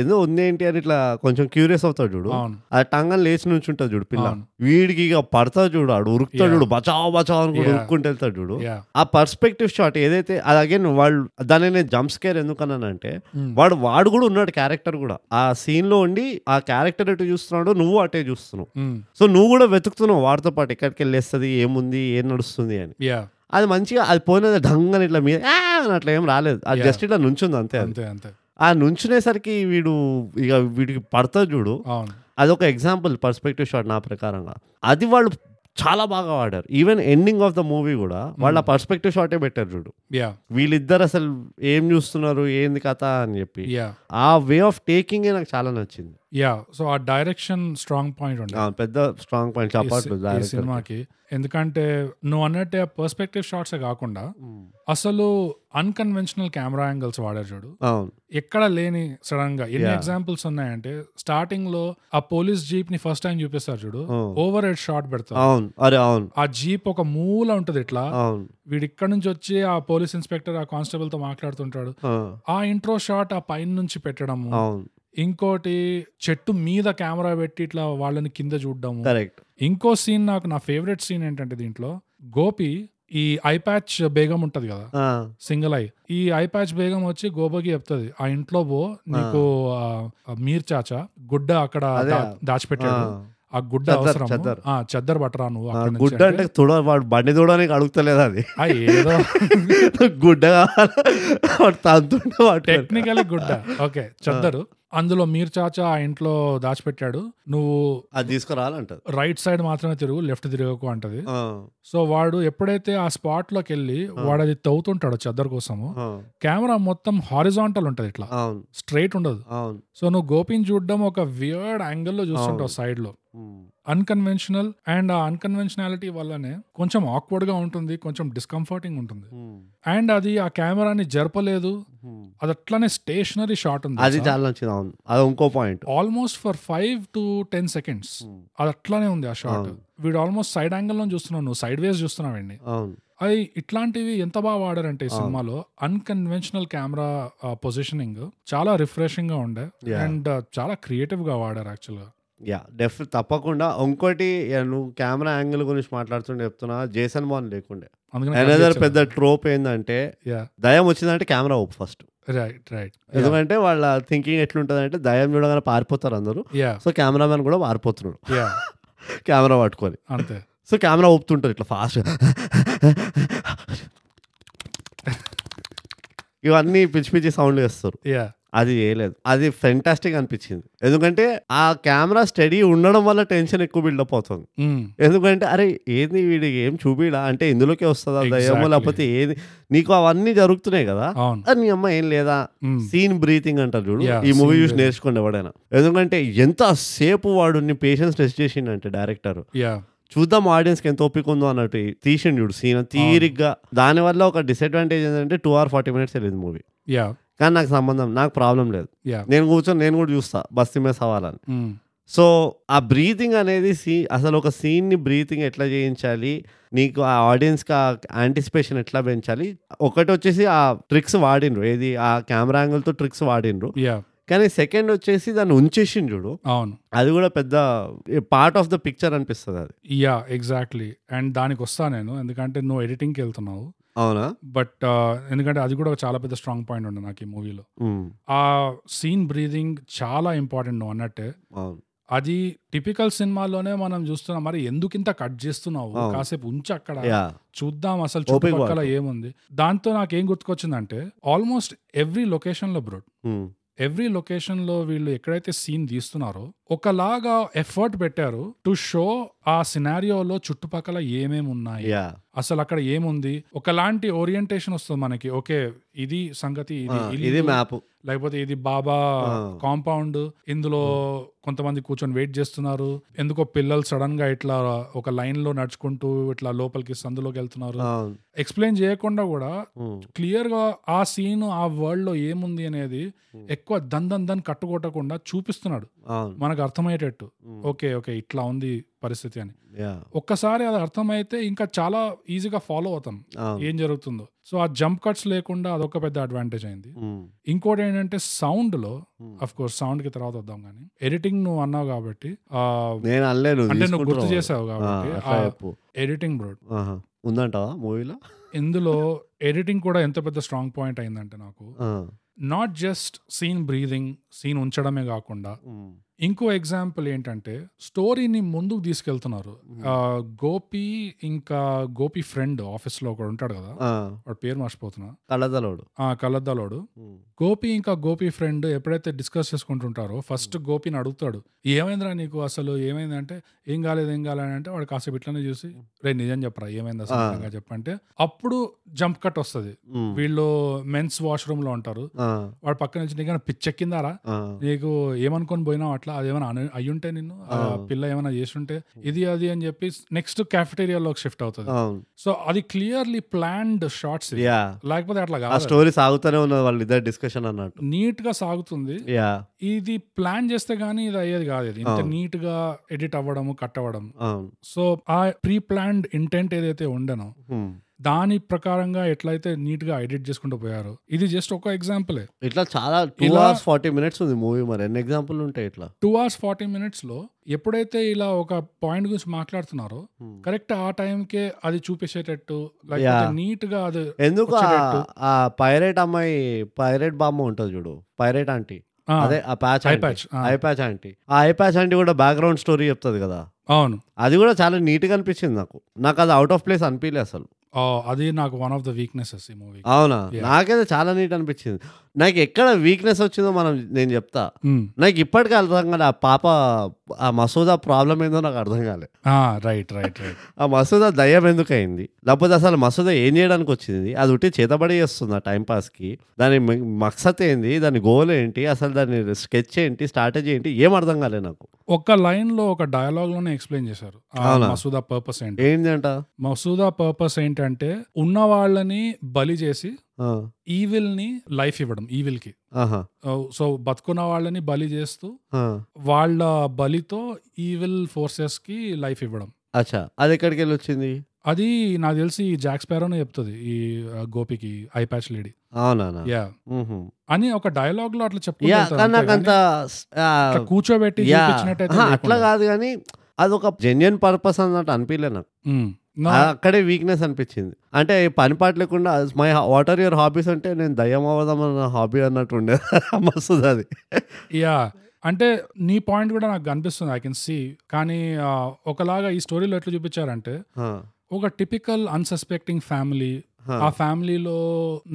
ఏదో ఉంది ఏంటి అని ఇట్లా కొంచెం క్యూరియస్ అవుతాడు చూడు
అవును
ఆ టంగన్ లేచి నుంచి ఉంటుంది చూడు పిల్ల
అవును.
వీడికి ఇక పడతాడు చూడు ఆడు ఉరుకుతాడు
Yeah.
చూడు బచావ్ బచావ్ అనుకుంటూ
Yeah.
ఉరుక్కుంటూ వెళ్తాడు చూడు
యా
ఆ పర్స్పెక్టివ్ షాట్ ఏదైతే అది అగైన్ వాళ్ళు దాన్ని నేను జంప్ స్కేర్ ఎందుకన్నానంటే
Hmm.
వాడు వాడు కూడా ఉన్నాడు క్యారెక్టర్ కూడా ఆ scene లో ఉండి ఆ క్యారెక్టర్ ఎటు చూస్తున్నాడు నువ్వు అటే చూస్తున్నావు సో నువ్వు కూడా వెతుకుతున్నావు వాడితో పాటు ఎక్కడికి వెళ్ళేస్తుంది ఏముంది ఏం నడుస్తుంది అని
యా
అది మంచిగా అది పోయినది ఢంగని ఇట్లా మీద "ఆ" అని అట్లా ఏం రాలేదు అది
Yeah.
జస్ట్ ఇట్లా నుంచుంది అంతే అది
అంతే అంతే
ఆ నుంచునేసరికి వీడు ఇక వీడికి పడతా చూడు
అవును
అదొక ఎగ్జాంపుల్ పర్స్పెక్టివ్ షాట్ నా ప్రకారంగా అది వాళ్ళు చాలా బాగా వాడారు even ending of the movie కూడా వాళ్ళ పర్స్పెక్టివ్ షాటే పెట్టారు చూడు
యా
వీళ్ళిద్దరు అసలు ఏం చూస్తున్నారు ఏంది కథ అని చెప్పి
యా
ఆ వే ఆఫ్ టేకింగ్ నాకు చాలా నచ్చింది
యా సో ఆ డైరెక్షన్ స్ట్రాంగ్ పాయింట్ ఉండే
ఆ, పెద్ద స్ట్రాంగ్ పాయింట్
ఈ సి- ఈ సినిమాకి ఎందుకంటే నువ్వు అన్నట్టే ఆ పర్స్పెక్టివ్ షాట్స్ కాకుండా అసలు అన్కన్వెన్షనల్ కెమెరా యాంగిల్స్ వాడారు చూడు
అవును
ఎక్కడ లేని సడన్ గా ఎన్ని
Yeah.
ఎగ్జాంపుల్స్ ఉన్నాయంటే స్టార్టింగ్ లో ఆ పోలీస్ జీప్ ని ఫస్ట్ టైం చూపిస్తారు చూడు
Oh.
ఓవర్ హెడ్ షాట్ పెడతారు
అవును అరే అవును
ఆ జీప్ ఒక మూల ఉంటది ఇట్లా
అవును
వీడు ఇక్కడ నుంచి వచ్చి ఆ పోలీస్ ఇన్స్పెక్టర్ ఆ కానిస్టేబుల్ తో మాట్లాడుతుంటాడు
ఆ,
ఆ ఇంట్రో షాట్ ఆ పైన నుంచి పెట్టడము
అవును
ఇంకోటి చెట్టు మీద కెమెరా పెట్టి ఇట్లా వాళ్ళని కింద చూడడము
కరెక్ట్
ఇంకో సీన్ నాకు నా ఫేవరెట్ సీన్ ఏంటంటే దీంట్లో గోపి ఈ ఐ ప్యాచ్ బేగం ఉంటది కదా సింగిల్ ఐ ఈ ఐ ప్యాచ్ బేగం వచ్చి గోపకి చెప్తుంది ఆ ఇంట్లో పో నీకు ఆ, ఆ మీర్ చాచా గుడ్డ అక్కడ
అదే.
దా- దాచిపెట్టాడు ఆ గుడ్డ
చెద్దర్,
అవసరం
చెద్దర్.
ఆ చెద్దర్ పట్టరా నువ్వు అక్కడ నుంచి
గుడ్డ అంటే తుడ వాడు బండి తుడడానికి అడుగుతలేదు అది
ఆ,
[laughs]
ఏదో
గుడ్డ కావాలి వాడు తంతుంటే వాడు
టెక్నికల్ గుడ్డ ఓకే చెద్దరు అందులో మీరు చాచా ఆ ఇంట్లో దాచిపెట్టాడు నువ్వు
అది తీసుకురాలంటది
రైట్ సైడ్ మాత్రమే తిరుగు లెఫ్ట్ తిరగకు అంటది
ఆ,
సో వాడు ఎప్పుడైతే ఆ స్పాట్ లోకి వెళ్ళి వాడు అది తవ్వుతుంటాడు చెద్దరు కోసము
ఆ,
కెమెరా మొత్తం హారిజాంటల్ ఉంటది ఇట్లా
అవును
స్ట్రైట్ ఉండదు
అవును
సో నువ్వు గోపిని చూడడం ఒక వియర్డ్ యాంగిల్ లో చూస్తుంటావు సైడ్ లో
ఉమ్,
అన్కన్వెన్షనల్ అండ్ ఆ అన్కన్వెన్షనాలిటీ వల్లనే కొంచెం ఆక్వర్డ్ గా ఉంటుంది కొంచెం డిస్కంఫర్టింగ్ ఉంటుంది
ఉమ్,
అండ్ అది ఆ కెమెరాని జరపలేదు
ఉమ్.
అది అట్లనే స్టేషనరీ షాట్
అది
ఉంది
చాలా నచ్చింది అవును అది ఇంకో point
almost for five to ten seconds
Hmm.
అది అట్లానే ఉంది ఆ షాట్
అవును.
వీడు ఆల్మోస్ట్ సైడ్ యాంగిల్ లో చూస్తున్నావు నువ్వు సైడ్ వేస్ చూస్తున్నావండి
అవును
అది ఇట్లాంటివి ఎంత బాగా వాడారంటే ఈ సినిమాలో అన్కన్వెన్షనల్ కెమెరా పొజిషనింగ్ చాలా రిఫ్రెషింగ్ గా ఉండే
Yeah.
అండ్ చాలా క్రియేటివ్ గా వాడారు యాక్చువల్ గా
యా డెఫ్ తప్పకుండా ఇంకోటి యా, నువ్వు కెమెరా యాంగిల్ గురించి మాట్లాడుతుంటే చెప్తున్నా జేసన్ బాన్ లేకుండే అనదర్
అందుకని
పెద్ద ట్రోప్ ఏంటంటే దయం వచ్చిందంటే కెమెరా ఓప్ ఫస్ట్
రైట్ రైట్
ఎందుకంటే వాళ్ళ థింకింగ్ ఎట్లుంటది అంటే దయం చూడగానే పారిపోతారు అందరూ
యా
సో కెమెరామెన్ కూడా పారిపోతున్నాడు
యా
కెమెరా పట్టుకొని
అంతే
సో కెమెరా ఊపుతుంటుంది ఇట్లా ఫాస్ట్ ఇవన్నీ పిచ్చి పిచ్చి సౌండ్ చేస్తారు
యా
అది చేయలేదు అది ఫెంటాస్టిక్ అనిపించింది ఎందుకంటే ఆ కెమెరా స్టడీ ఉండడం వల్ల టెన్షన్ ఎక్కువ బిల్డప్ అవుతుంది
Mm.
ఎందుకంటే అరే ఏంది వీడికి ఏం చూపిడా అంటే ఇందులోకే వస్తుందా దయ్యమో
Exactly.
లేకపోతే ఏది నీకు అవన్నీ జరుగుతున్నాయి కదా
అవును
అది నీ అమ్మ ఏం లేదా
Mm.
సీన్ బ్రీతింగ్ అంటారు చూడు
Yeah,
ఈ మూవీ
scene
చూసి
breathing.
నేర్చుకోండి ఎవడైనా ఎందుకంటే ఎంత సేపు వాడు నీ పేషెన్స్ టెస్ట్ చేసిండంటే డైరెక్టర్
యా
చూద్దాం ఆడియన్స్ కి ఎంత ఓపిక ఉందో అన్నట్టు ఈ తీసిండు చూడు సీన్ తీరిగ్గా దానివల్ల ఒక డిసడ్వాంటేజ్ ఏంటంటే టూ ఆర్ ఫార్టీ మినిట్స్ వెళ్ళింది మూవీ
యా
కానీ నాకు సంబంధం నాకు ప్రాబ్లం లేదు
యా
నేను కూర్చొని నేను కూడా చూస్తా బస్తీ మీద సవాలని
Mm.
సో ఆ బ్రీతింగ్ అనేది సీ అసలు ఒక సీన్ని బ్రీతింగ్ ఎట్లా చేయించాలి నీకు ఆ ఆడియన్స్కి ఆ యాంటిసిపేషన్ ఎట్లా పెంచాలి ఒకటి వచ్చేసి ఆ ట్రిక్స్ వాడిండ్రు ఏది ఆ కెమెరా యాంగిల్తో ట్రిక్స్ వాడిండ్రు
యా
కానీ సెకండ్ వచ్చేసి దాన్ని ఉంచేసిండు చూడు
అవును
అది కూడా పెద్ద పార్ట్ ఆఫ్ ద పిక్చర్ అనిపిస్తుంది అది
యా ఎగ్జాక్ట్లీ అండ్ దానికి వస్తా నేను ఎందుకంటే నువ్వు ఎడిటింగ్కి వెళ్తున్నావు
అవునా
బట్ ఎందుకంటే అది కూడా ఒక చాలా పెద్ద స్ట్రాంగ్ పాయింట్ ఉండే నాకు ఈ మూవీలో
ఉమ్,
ఆ సీన్ బ్రీదింగ్ చాలా ఇంపార్టెంట్ నువ్వు అన్నట్టే
అవును
అది టిపికల్ సినిమాలోనే మనం చూస్తున్నాం మరి ఎందుకింత కట్ చేస్తున్నావు
అవును.
కాసేపు ఉంచి అక్కడ
యా
చూద్దాం అసలు
ఓపిక
చుట్టుపక్కల
పట్టు.
ఏముంది దాంతో నాకు ఏం గుర్తుకొచ్చిందంటే ఆల్మోస్ట్ ఎవ్రీ లొకేషన్ లో బ్రో
ఉమ్,
ఎవ్రీ లొకేషన్ లో వీళ్ళు ఎక్కడైతే సీన్ తీస్తున్నారో ఒకలాగా ఎఫర్ట్ పెట్టారు టు షో ఆ సినారియోలో చుట్టుపక్కల ఏమేమి ఉన్నాయి
యా
అసలు అక్కడ ఏముంది ఒకలాంటి ఓరియంటేషన్ వస్తుంది మనకి ఓకే ఇది సంగతి
ఆ,
ఇది ఇల్లు,
Ah, ఇది మ్యాప్
లేకపోతే ఇది బాబా
ఆ.
కాంపౌండ్ ఇందులో కొంతమంది కూర్చొని వెయిట్ చేస్తున్నారు ఎందుకో పిల్లలు సడన్ గా ఇట్లా ఒక లైన్ లో నడుచుకుంటూ ఇట్లా లోపలికి సందులోకి వెళ్తున్నారు
అవును
ఎక్స్ప్లెయిన్ చేయకుండా కూడా
ఉమ్,
క్లియర్ గా ఆ సీన్ ఆ వరల్డ్ లో ఏముంది అనేది
Hmm.
ఎక్కువ దన్ దన్ దన్ కట్టుకోటకుండా చూపిస్తున్నాడు
అవును
మనకు అర్థమయ్యేటట్టు
ఉమ్,
ఓకే ఓకే ఇట్లా ఉంది పరిస్థితి అని
యా
ఒక్కసారి అది అర్థమైతే ఇంకా చాలా ఈజీగా ఫాలో అవుతాం
అవును
ఏం జరుగుతుందో సో ఆ జంప్ కట్స్ లేకుండా అదొక పెద్ద అడ్వాంటేజ్ అయింది
ఉమ్,
ఇంకోటి ఏంటంటే సౌండ్ లో
Hmm.
అఫ్ కోర్స్ సౌండ్ కి తర్వాత వద్దాం కానీ ఎడిటింగ్ నువ్వు అన్నావు కాబట్టి ఆ,
నేను అనలేదు
అంటే నువ్వు గుర్తు
తీసుకుంటున్నావు. Ah,
చేసావు
ఆ,
కాబట్టి
అట్లా చెప్పు
ఎడిటింగ్ బ్రో
ఆహా. ఉందంటావా మూవీలో
ఇందులో ఎడిటింగ్ కూడా ఎంత పెద్ద స్ట్రాంగ్ పాయింట్ అయిందంటే నాకు
Ah,
not just scene breathing scene ఉంచడమే కాకుండా
hmm.
ఇంకో ఎగ్జాంపుల్ ఏంటంటే స్టోరీని ముందుకు తీసుకెళ్తున్నారు ఆ, గోపి ఇంకా గోపి ఫ్రెండ్ ఆఫీస్ లో ఒకడు ఉంటాడు కదా
Ah,
వాడు పేరు మర్చిపోతున్నా
కళ్ళదలోడు
ఆ కలద్దలోడు
Hmm.
గోపి ఇంకా గోపి ఫ్రెండ్ ఎప్పుడైతే డిస్కస్ చేసుకుంటుంటారో ఫస్ట్ గోపిని అడుగుతాడు ఏమైందిరా నీకు అసలు ఏమైంది అంటే ఏం కాలేదు ఏం కాలేదు అని అంటే వాడు కాసేపు ఇట్లానే చూసి రే నిజం చెప్పరా ఏమైంది అసలు
ఆ.
నిజంగా చెప్పంటే అప్పుడు జంప్ కట్ వస్తుంది
Hmm.
వీళ్ళు మెన్స్ వాష్రూమ్ లో ఉంటారు
Ah,
వాడు పక్కన నుంచి నీకైనా పిచ్చెక్కిందారా నీకు ఏమనుకొని పోయినావు అట్లా అది ఏమైనా అను- అయ్యుంటే నిన్ను ఆ
ఆ.
పిల్ల ఏమైనా చేసుంటే ఇది అది అని చెప్పి నెక్స్ట్ క్యాఫిటేరియాలోకి షిఫ్ట్ అవుతుంది
అవును
సో అది క్లియర్లీ ప్లాన్డ్ షార్ట్స్
యా
లేకపోతే అట్లా
ఆ
కాదు
స్టోరీ సాగుతూనే ఉన్నది వాళ్ళ ఇద్దరు డిస్కషన్ అన్నట్టు
నీట్ గా సాగుతుంది
యా
ఇది ప్లాన్ చేస్తే గానీ ఇది అయ్యేది కాదు ఇది ఇంత
అవును.
నీట్ గా ఎడిట్ అవ్వడము కట్ అవ్వడం
అవును
సో ఆ ప్రీ ప్లాన్డ్ ఇంటెంట్ ఏదైతే ఉండనో
ఉమ్.
దాని ప్రకారంగా ఎట్లయితే నీట్ గా ఎడిట్ చేసుకుంటూ పోయారు ఇది జస్ట్ ఒక ఎగ్జాంపులే
ఇట్లా చాలా టూ
ఇలా-
అవర్స్ ఫార్టీ మినిట్స్ ఉంది మూవీ మరి ఎన్ని ఎగ్జాంపుల్ ఉంటాయి ఇట్లా
టూ అవర్స్ ఫార్టీ మినిట్స్ లో ఎప్పుడైతే ఇలా ఒక పాయింట్ గురించి మాట్లాడుతున్నారో
Hmm.
కరెక్ట్ ఆ టైంకే అది చూపించేటట్టు
Yeah.
లేకపోతే నీట్ గా అది
ఎందుకు ఆ-
వచ్చేటట్టు.
ఆ పైరేట్ అమ్మాయి పైరేట్ బామ్మ ఉంటుంది చూడు పైరేట్ ఆంటీ
ఆ,
అదే ఆ ప్యాచ్
eye
ఆంటీ
patch, ఆ,
ఐ ప్యాచ్ ఆంటీ ఆ ఐ ప్యాచ్ ఆంటీ కూడా బ్యాక్గ్రౌండ్ స్టోరీ చెప్తుంది కదా
అవును
అది కూడా చాలా నీట్గా అనిపించింది నాకు నాకు అది అవుట్ ఆఫ్ ప్లేస్ అనిపించలే అసలు
ఆ, అది నాకు వన్ ఆఫ్ ద వీక్నెసెస్ ఈ మూవీ
అవునా
Yeah.
నాకైతే చాలా నీట్ అనిపించింది నాకు ఎక్కడ వీక్నెస్ వచ్చిందో మనం నేను చెప్తా నాకు ఇప్పటికీ అర్థం కాలే ఆ పాప ఆ మసూదా ప్రాబ్లం ఏందో నాకు అర్థం కాలే
రైట్ రైట్ రైట్
ఆ మసూదా దయ్యం ఎందుకు అయింది లేకపోతే అసలు మసూదా ఏం చేయడానికి వచ్చింది అది ఉట్టి చేతబడి చేస్తుంది ఆ టైం పాస్కి దాని మ- మక్సత్ ఏంది దాని గోల్ ఏంటి అసలు దాని స్కెచ్ ఏంటి స్ట్రాటజీ ఏంటి ఏం అర్థం కాలే నాకు
ఒక లైన్ లో ఒక డైలాగ్ లోనే ఎక్స్ప్లెయిన్ చేశారు ఆ
అవునా?
మసూదా పర్పస్ ఏంటి
ఏంది అంట
మసూదా పర్పస్ ఏంటంటే ఉన్న వాళ్ళని బలి చేసి
ఆ,
ఈవిల్ ని లైఫ్ ఇవ్వడం ఈవిల్ కి
ఆహా,
సో బతుకున్న వాళ్ళని బలి చేస్తూ
ఆ.
వాళ్ళ బలితో ఈవిల్ ఫోర్సెస్ కి లైఫ్ ఇవ్వడం
అచ్చా అది ఎక్కడికి వెళ్ళి వచ్చింది
అది నాకు తెలిసి ఈ జాక్స్ పారోనే చెప్తుంది ఈ ఆ, గోపికి ఐ ప్యాచ్ లేడీ
అవునా
యా
మ్మ్హ్.
అని ఒక డైలాగ్ లో అట్లా చెప్పుకుంటూ
యా
వెళ్తారు
కానీ నాకు అంత
అంతేగాని
ఆ,
అట్లా కూర్చోబెట్టి
యా.
చూపించినట్టయితే
ఆహా, అట్లా
లేకుండా.
కాదు కానీ అదొక జెన్యున్ పర్పస్ అన్నట్టు అనిపించలే నాకు
ఉమ్. నా-
ఆ- అక్కడే వీక్నెస్ అనిపించింది అంటే పని పాట లేకుండా my what are your hobbies అంటే నేను దయ్యం అవ్వదాం అన్న హాబీ అన్నట్టు ఉండే [laughs] మస్తుంది అది
యా అంటే నీ పాయింట్ కూడా నాకు అనిపిస్తుంది ఐ కెన్ సీ కానీ ఆ, ఒకలాగా ఈ స్టోరీలో ఎట్లా చూపించారంటే
ఆ,
ఒక టిపికల్ అన్సస్పెక్టింగ్ ఫ్యామిలీ
ఆ,
ఆ ఫ్యామిలీలో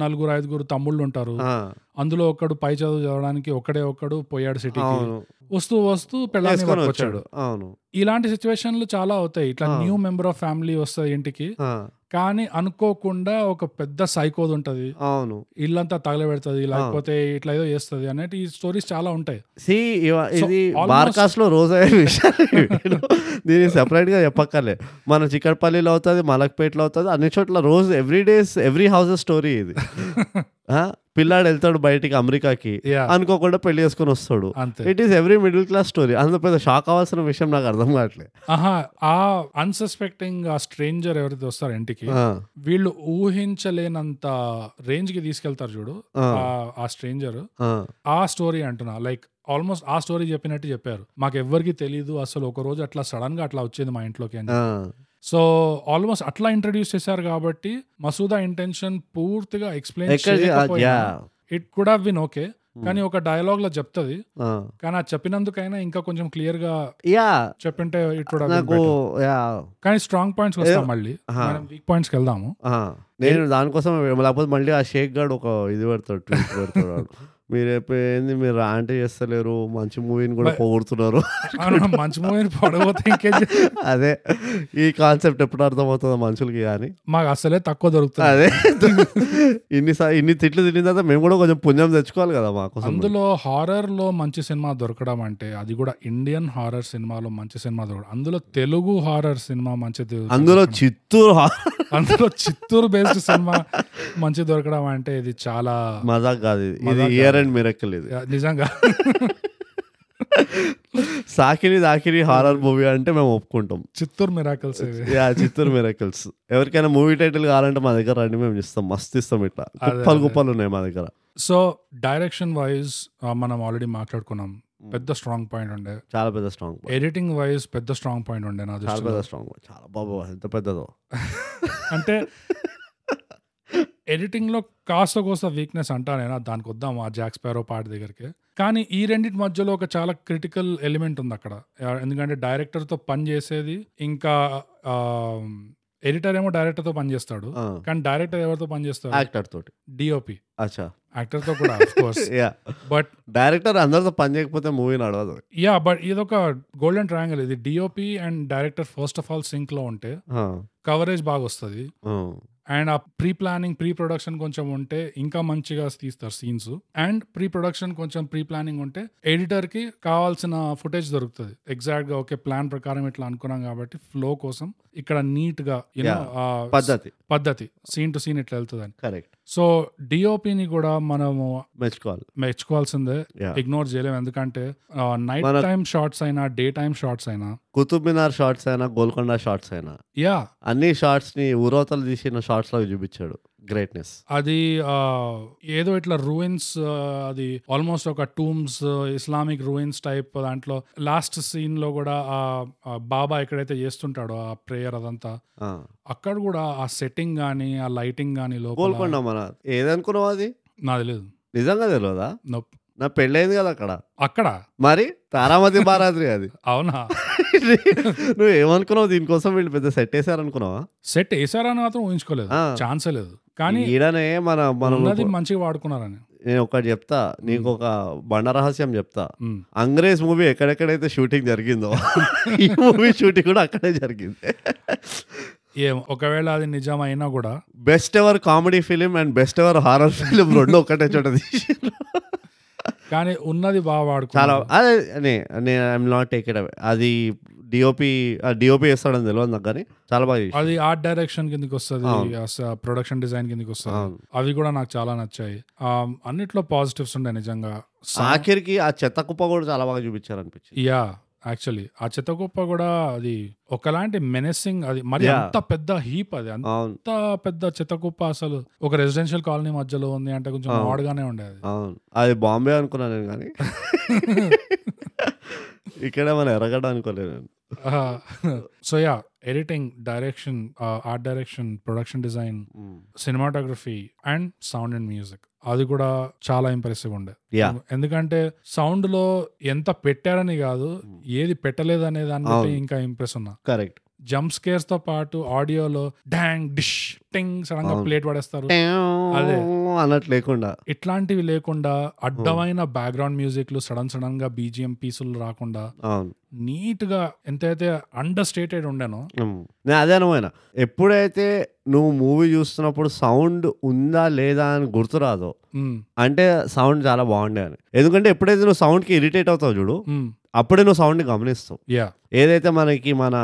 నలుగురు ఐదుగురు తమ్ముళ్ళు ఉంటారు
ఆ,
అందులో ఒక్కడు పై చదువు చదవడానికి ఒక్కడే ఒక్కడు పోయాడు సిటీకి
అవును
వస్తూ వస్తూ పెళ్ళాన్ని
చేసుకొని
వచ్చాడు
వచ్చాడు అవును
ఇలాంటి సిచ్యువేషన్లు చాలా అవుతాయి ఇట్లా
ఆ.
న్యూ మెంబర్ ఆఫ్ ఫ్యామిలీ వస్తుంది ఇంటికి
ఆ,
కానీ అనుకోకుండా ఒక పెద్ద సైకోది ఉంటది
అవును
ఇల్లంతా తగలబెడుతుంది లేకపోతే ఇట్లా ఏదో చేస్తుంది అనేది ఈ స్టోరీస్ చాలా ఉంటాయి
సి ఇది
almost-
బార్కాస్ట్ లో రోజు అయ్యే విషయాలు ఇవి. దీనికి సెపరేట్ గా చెప్పక్కర్లే మన చిక్కడపల్లిలో అవుతుంది మలక్పేటలో అవుతుంది అన్ని చోట్ల రోజు every days every house story ఇది [laughs] ఆ, పిల్లాడు వెళ్తాడు బయటికి అమెరికాకి
Yeah.
అనుకోకుండా పెళ్లి చేసుకొని వస్తాడు
అంతే
it is every middle class story అందులో పెద్ద షాక్ అవ్వాల్సిన విషయం నాకు అర్థం కావట్లేదు
ఆహా ఆ అన్సస్పెక్టింగ్ ఆ స్ట్రేంజర్ ఎవరైతే వస్తారో ఇంటికి వీళ్ళు ఊహించలేనంత రేంజ్ కి తీసుకెళ్తారు చూడు ఆ- ఆ స్ట్రేంజర్ ఆ స్టోరీ అంటున్నా లైక్ ఆల్మోస్ట్ ఆ స్టోరీ చెప్పినట్టు చెప్పారు మాకు ఎవ్వరికి తెలియదు అసలు ఒక రోజు అట్లా సడన్ గా అట్లా వచ్చింది మా ఇంట్లోకి అని సో ఆల్మోస్ట్ అట్లా ఇంట్రడ్యూస్ చేశారు కాబట్టి మసూదా ఇంటెన్షన్ పూర్తిగా ఎక్స్ప్లెయిన్
ఎక్కడ yeah Hmm.
It could have been okay కానీ ఒక డైలాగ్ లో చెప్తది కానీ అది చెప్పినందుకైనా ఇంకా కొంచెం క్లియర్ గా
యా
చెప్పింటే ఇట్ కుడ్
నాకు యా
కానీ స్ట్రాంగ్ పాయింట్స్ వస్తాం మళ్ళీ
ఆ.
మనం వీక్ పాయింట్స్ కి వెళ్దాము
నేను దానికోసం లేకపోతే మళ్ళీ ఆ షేక్ గాడు ఒక ఇది పెడతాడు ట్వీట్ పెడతాడు వాడు. మీరు ఏంది మీరు ఆంటీ చేస్తలేరు మంచి మూవీని కూడా పోగొడుతున్నారు
అవును, మంచి మూవీ పడబోతే ఇంకేం చే-
అదే ఈ కాన్సెప్ట్ ఎప్పుడు అర్థమవుతుందో మనుషులకి కానీ
మాకు అసలే తక్కువ దొరుకుతుంది
అదే ఇన్నిసార్లు ఇన్ని తిట్లు తిన్న తర్వాత మేము కూడా కొంచెం పుణ్యం తెచ్చుకోవాలి కదా మా కోసం
అందులో హారర్ లో మంచి సినిమా దొరకడం అంటే అది కూడా ఇండియన్ హారర్ సినిమాలో మంచి సినిమా దొరకడం అందులో తెలుగు హారర్ సినిమా మంచి దొరకడం-
అందులో చిత్తూరు హా-
అందులో చిత్తూరు బేస్డ్ సినిమా మంచి దొరకడం అంటే ఇది చాలా
మజాక్ కాదు ఇది ఇది
మజాక్
ఇయర్ అండ్ మిరక్కల్ ఇది
నిజంగా
సాకిరి దాకిరి హారర్ మూవీ అంటే మేము ఒప్పుకుంటాం
చిత్తూరు మిరాకల్స్ ఇవి
యా చిత్తూరు మిరకల్స్ ఎవరికైనా మూవీ టైటిల్ కావాలంటే మా దగ్గర రండి మేము ఇస్తాం మస్తు ఇస్తాం ఇట్లా కుప్పలు కుప్పలు ఉన్నాయి మా దగ్గర
సో డైరెక్షన్ వైజ్ మనం ఆల్రెడీ మాట్లాడుకున్నాం పెద్ద స్ట్రాంగ్ పాయింట్ ఉండే
చాలా పెద్ద స్ట్రాంగ్
ఎడిటింగ్ వైజ్ పెద్ద స్ట్రాంగ్ పాయింట్ ఉండే నా
చాలా
దృష్టిలో
పెద్ద స్ట్రాంగ్ చాలా బాబు ఎంత పెద్దదో
అంటే ఎడిటింగ్ లో కాస్త కోస్త వీక్నెస్ అంటా నేను దానికి వద్దాం ఆ జాక్స్ పారో పార్ట్ దగ్గరికి కానీ ఈ రెండింటి మధ్యలో ఒక చాలా క్రిటికల్ ఎలిమెంట్ ఉంది అక్కడ ఆ, ఎందుకంటే డైరెక్టర్ తో పని చేసేది ఇంకా ఎడిటర్ ఏమో డైరెక్టర్ తో పని చేస్తాడు కానీ డైరెక్టర్ ఎవరితో పని చేస్తాడు
యాక్టర్ తోటి
డిఓపి
అచ్చా
యాక్టర్ తో కూడా of
[laughs]
course
yeah
but
director అందరితో పని చేయకపోతే మూవీ నడవదు
యా బట్ ఇదొక గోల్డెన్ ట్రయాంగిల్ ఇది DOP and director first of all sync లో ఉంటే
ఆ,
కవరేజ్ బాగా వస్తుంది
ఆ,
and uh pre planning pre production కొంచెం ఉంటే ఇంకా మంచిగా తీస్తారు సీన్స్ అండ్ ప్రీ ప్రొడక్షన్ కొంచెం ప్రీ ప్లానింగ్ ఉంటే ఎడిటర్ కి కావాల్సిన ఫుటేజ్ దొరుకుతుంది ఎగ్జాక్ట్ గా ఓకే ప్లాన్ ప్రకారం ఇట్లా అనుకున్నాం కాబట్టి ఫ్లో కోసం ఇక్కడ నీట్ గా you know,
Yeah.
ఆ
పద్ధతి
పద్ధతి సీన్ టు సీన్ ఇట్లా వెళ్తుంది అని
కరెక్ట్
సో డిఓపిని కూడా మనము
మెచ్చుకోవాలి
మెచ్చుకోవాల్సిందే
యా
ఇగ్నోర్ చేయలేము ఎందుకంటే నైట్
మన-
టైం షార్ట్స్ అయినా డే టైం షార్ట్స్ అయినా
కుతుబ్ మినార్ షార్ట్స్ అయినా గోల్కొండ షార్ట్స్ అయినా
యా
అన్ని షార్ట్స్ ని ఊరవతలు తీసిన షార్ట్స్ లో చూపించాడు గ్రేట్నెస్
అది ఆ, ఏదో ఇట్లా రూయిన్స్ అది ఆల్మోస్ట్ ఒక టూమ్స్ ఇస్లామిక్ రూయిన్స్ టైప్ దాంట్లో లాస్ట్ సీన్ లో కూడా ఆ ఆ బాబా ఎక్కడైతే చేస్తుంటాడో ఆ ప్రేయర్ అదంతా అక్కడ కూడా ఆ సెట్టింగ్ గానీ ఆ లైటింగ్ గానీ లోపల
గోల్కొండ మన ఏదనుకున్నావు అది
నాకు తెలియదు
నిజంగా తెలియదా
Nope.
నా పెళ్ళైంది కదా అక్కడ
అక్కడ
మరి తారామతి బారాద్రి అది
అవునా
నువ్వు ఏమనుకున్నావు దీనికోసం వీళ్ళు పెద్ద సెట్ వేసారనుకున్నావా
సెట్ వేసారని మాత్రం ఊహించుకోలేదు
ఆ.
ఛాన్సే లేదు కానీ
ఈడనే మన మనం
ఉన్నది మంచిగా వాడుకున్నారని
నేను ఒకటి చెప్తా నీకు ఒక బండ రహస్యం చెప్తా అంగ్రేజ్ మూవీ ఎక్కడెక్కడైతే షూటింగ్ జరిగిందో ఈ మూవీ షూటింగ్ కూడా అక్కడే జరిగింది
ఏ ఒకవేళ అది నిజం అయినా కూడా
best ever comedy film and best ever horror film రెండు ఒకటే చోట తీసిండ్రు
కానీ ఉన్నది బాగా
చాలా
వాడుకున్నారు
అదే నే- నేను ఐఎమ్ నాట్ టేక్ ఇట్ అది డిఓపి డిఓపి వేస్తాడని తెలియదు నాకు కానీ చాలా బాగా చేసిండు.
అది ఆర్ట్ డైరెక్షన్ కిందకి వస్తుంది ప్రొడక్షన్ డిజైన్ కిందకి వస్తుంది
అవును.
అవి కూడా నాకు చాలా నచ్చాయి ఆ, అన్నిట్లో పాజిటివ్స్ ఉన్నాయి నిజంగా
ఆఖరికి ఆ చెత్త కుప్ప కూడా చాలా బాగా చూపించారు అనిపించింది
యా యాక్చువల్లీ ఆ చెత్త కుప్ప కూడా అది ఒకలాంటి మెనెసింగ్ అది మరి
Yeah.
అంత పెద్ద హీప్ అది అంత
అవును
పెద్ద చెత్త కుప్ప అసలు ఒక రెసిడెన్షియల్ కాలనీ మధ్యలో ఉంది అంటే కొంచెం
అవును.
odd గానే
[laughs]
ఉండేది [laughs]
అవును అది బాంబే అనుకున్నాను నేను కానీ ఇక్కడ మనం ఎరగడం అనుకోలేదు నేను.
So yeah editing direction art direction production design
hmm.
Cinematography and sound and music అది కూడా చాలా ఇంప్రెసివ్ ఉండే
యా
ఎందుకంటే సౌండ్ లో ఎంత పెట్టారని కాదు ఏది పెట్టలేదనే దాన్ని బట్టి
Hmm. అవును.
ఇంకా ఇంప్రెస్ ఉన్నా
కరెక్ట్
జంప్ స్కేర్స్ తో పాటు ఆడియోలో డాంగ్ డిష్ టింగ్ సడన్ గా
అవును.
ప్లేట్ పడేస్తారు అదే.
అన్నట్టు లేకుండా
ఇట్లాంటివి లేకుండా అడ్డమైన
Hmm.
బ్యాక్గ్రౌండ్ మ్యూజిక్లు సడన్ సడన్ గా బీజిఎం పీసులు రాకుండా
అవును
నీట్ గా ఎంతైతే అండర్ స్టేటెడ్ ఉండేనో
మ్మ్. Hmm. నేను అదే అనుమైన ఎప్పుడైతే నువ్వు మూవీ చూస్తున్నప్పుడు సౌండ్ ఉందా లేదా అని గుర్తురాదో
ఉమ్,
అంటే సౌండ్ చాలా బాగుండే అని ఎందుకంటే ఎప్పుడైతే నువ్వు సౌండ్కి ఇరిటేట్ అవుతావు చూడు
ఉమ్,
అప్పుడే నువ్వు సౌండ్ని గమనిస్తావు
యా
ఏదైతే మనకి మన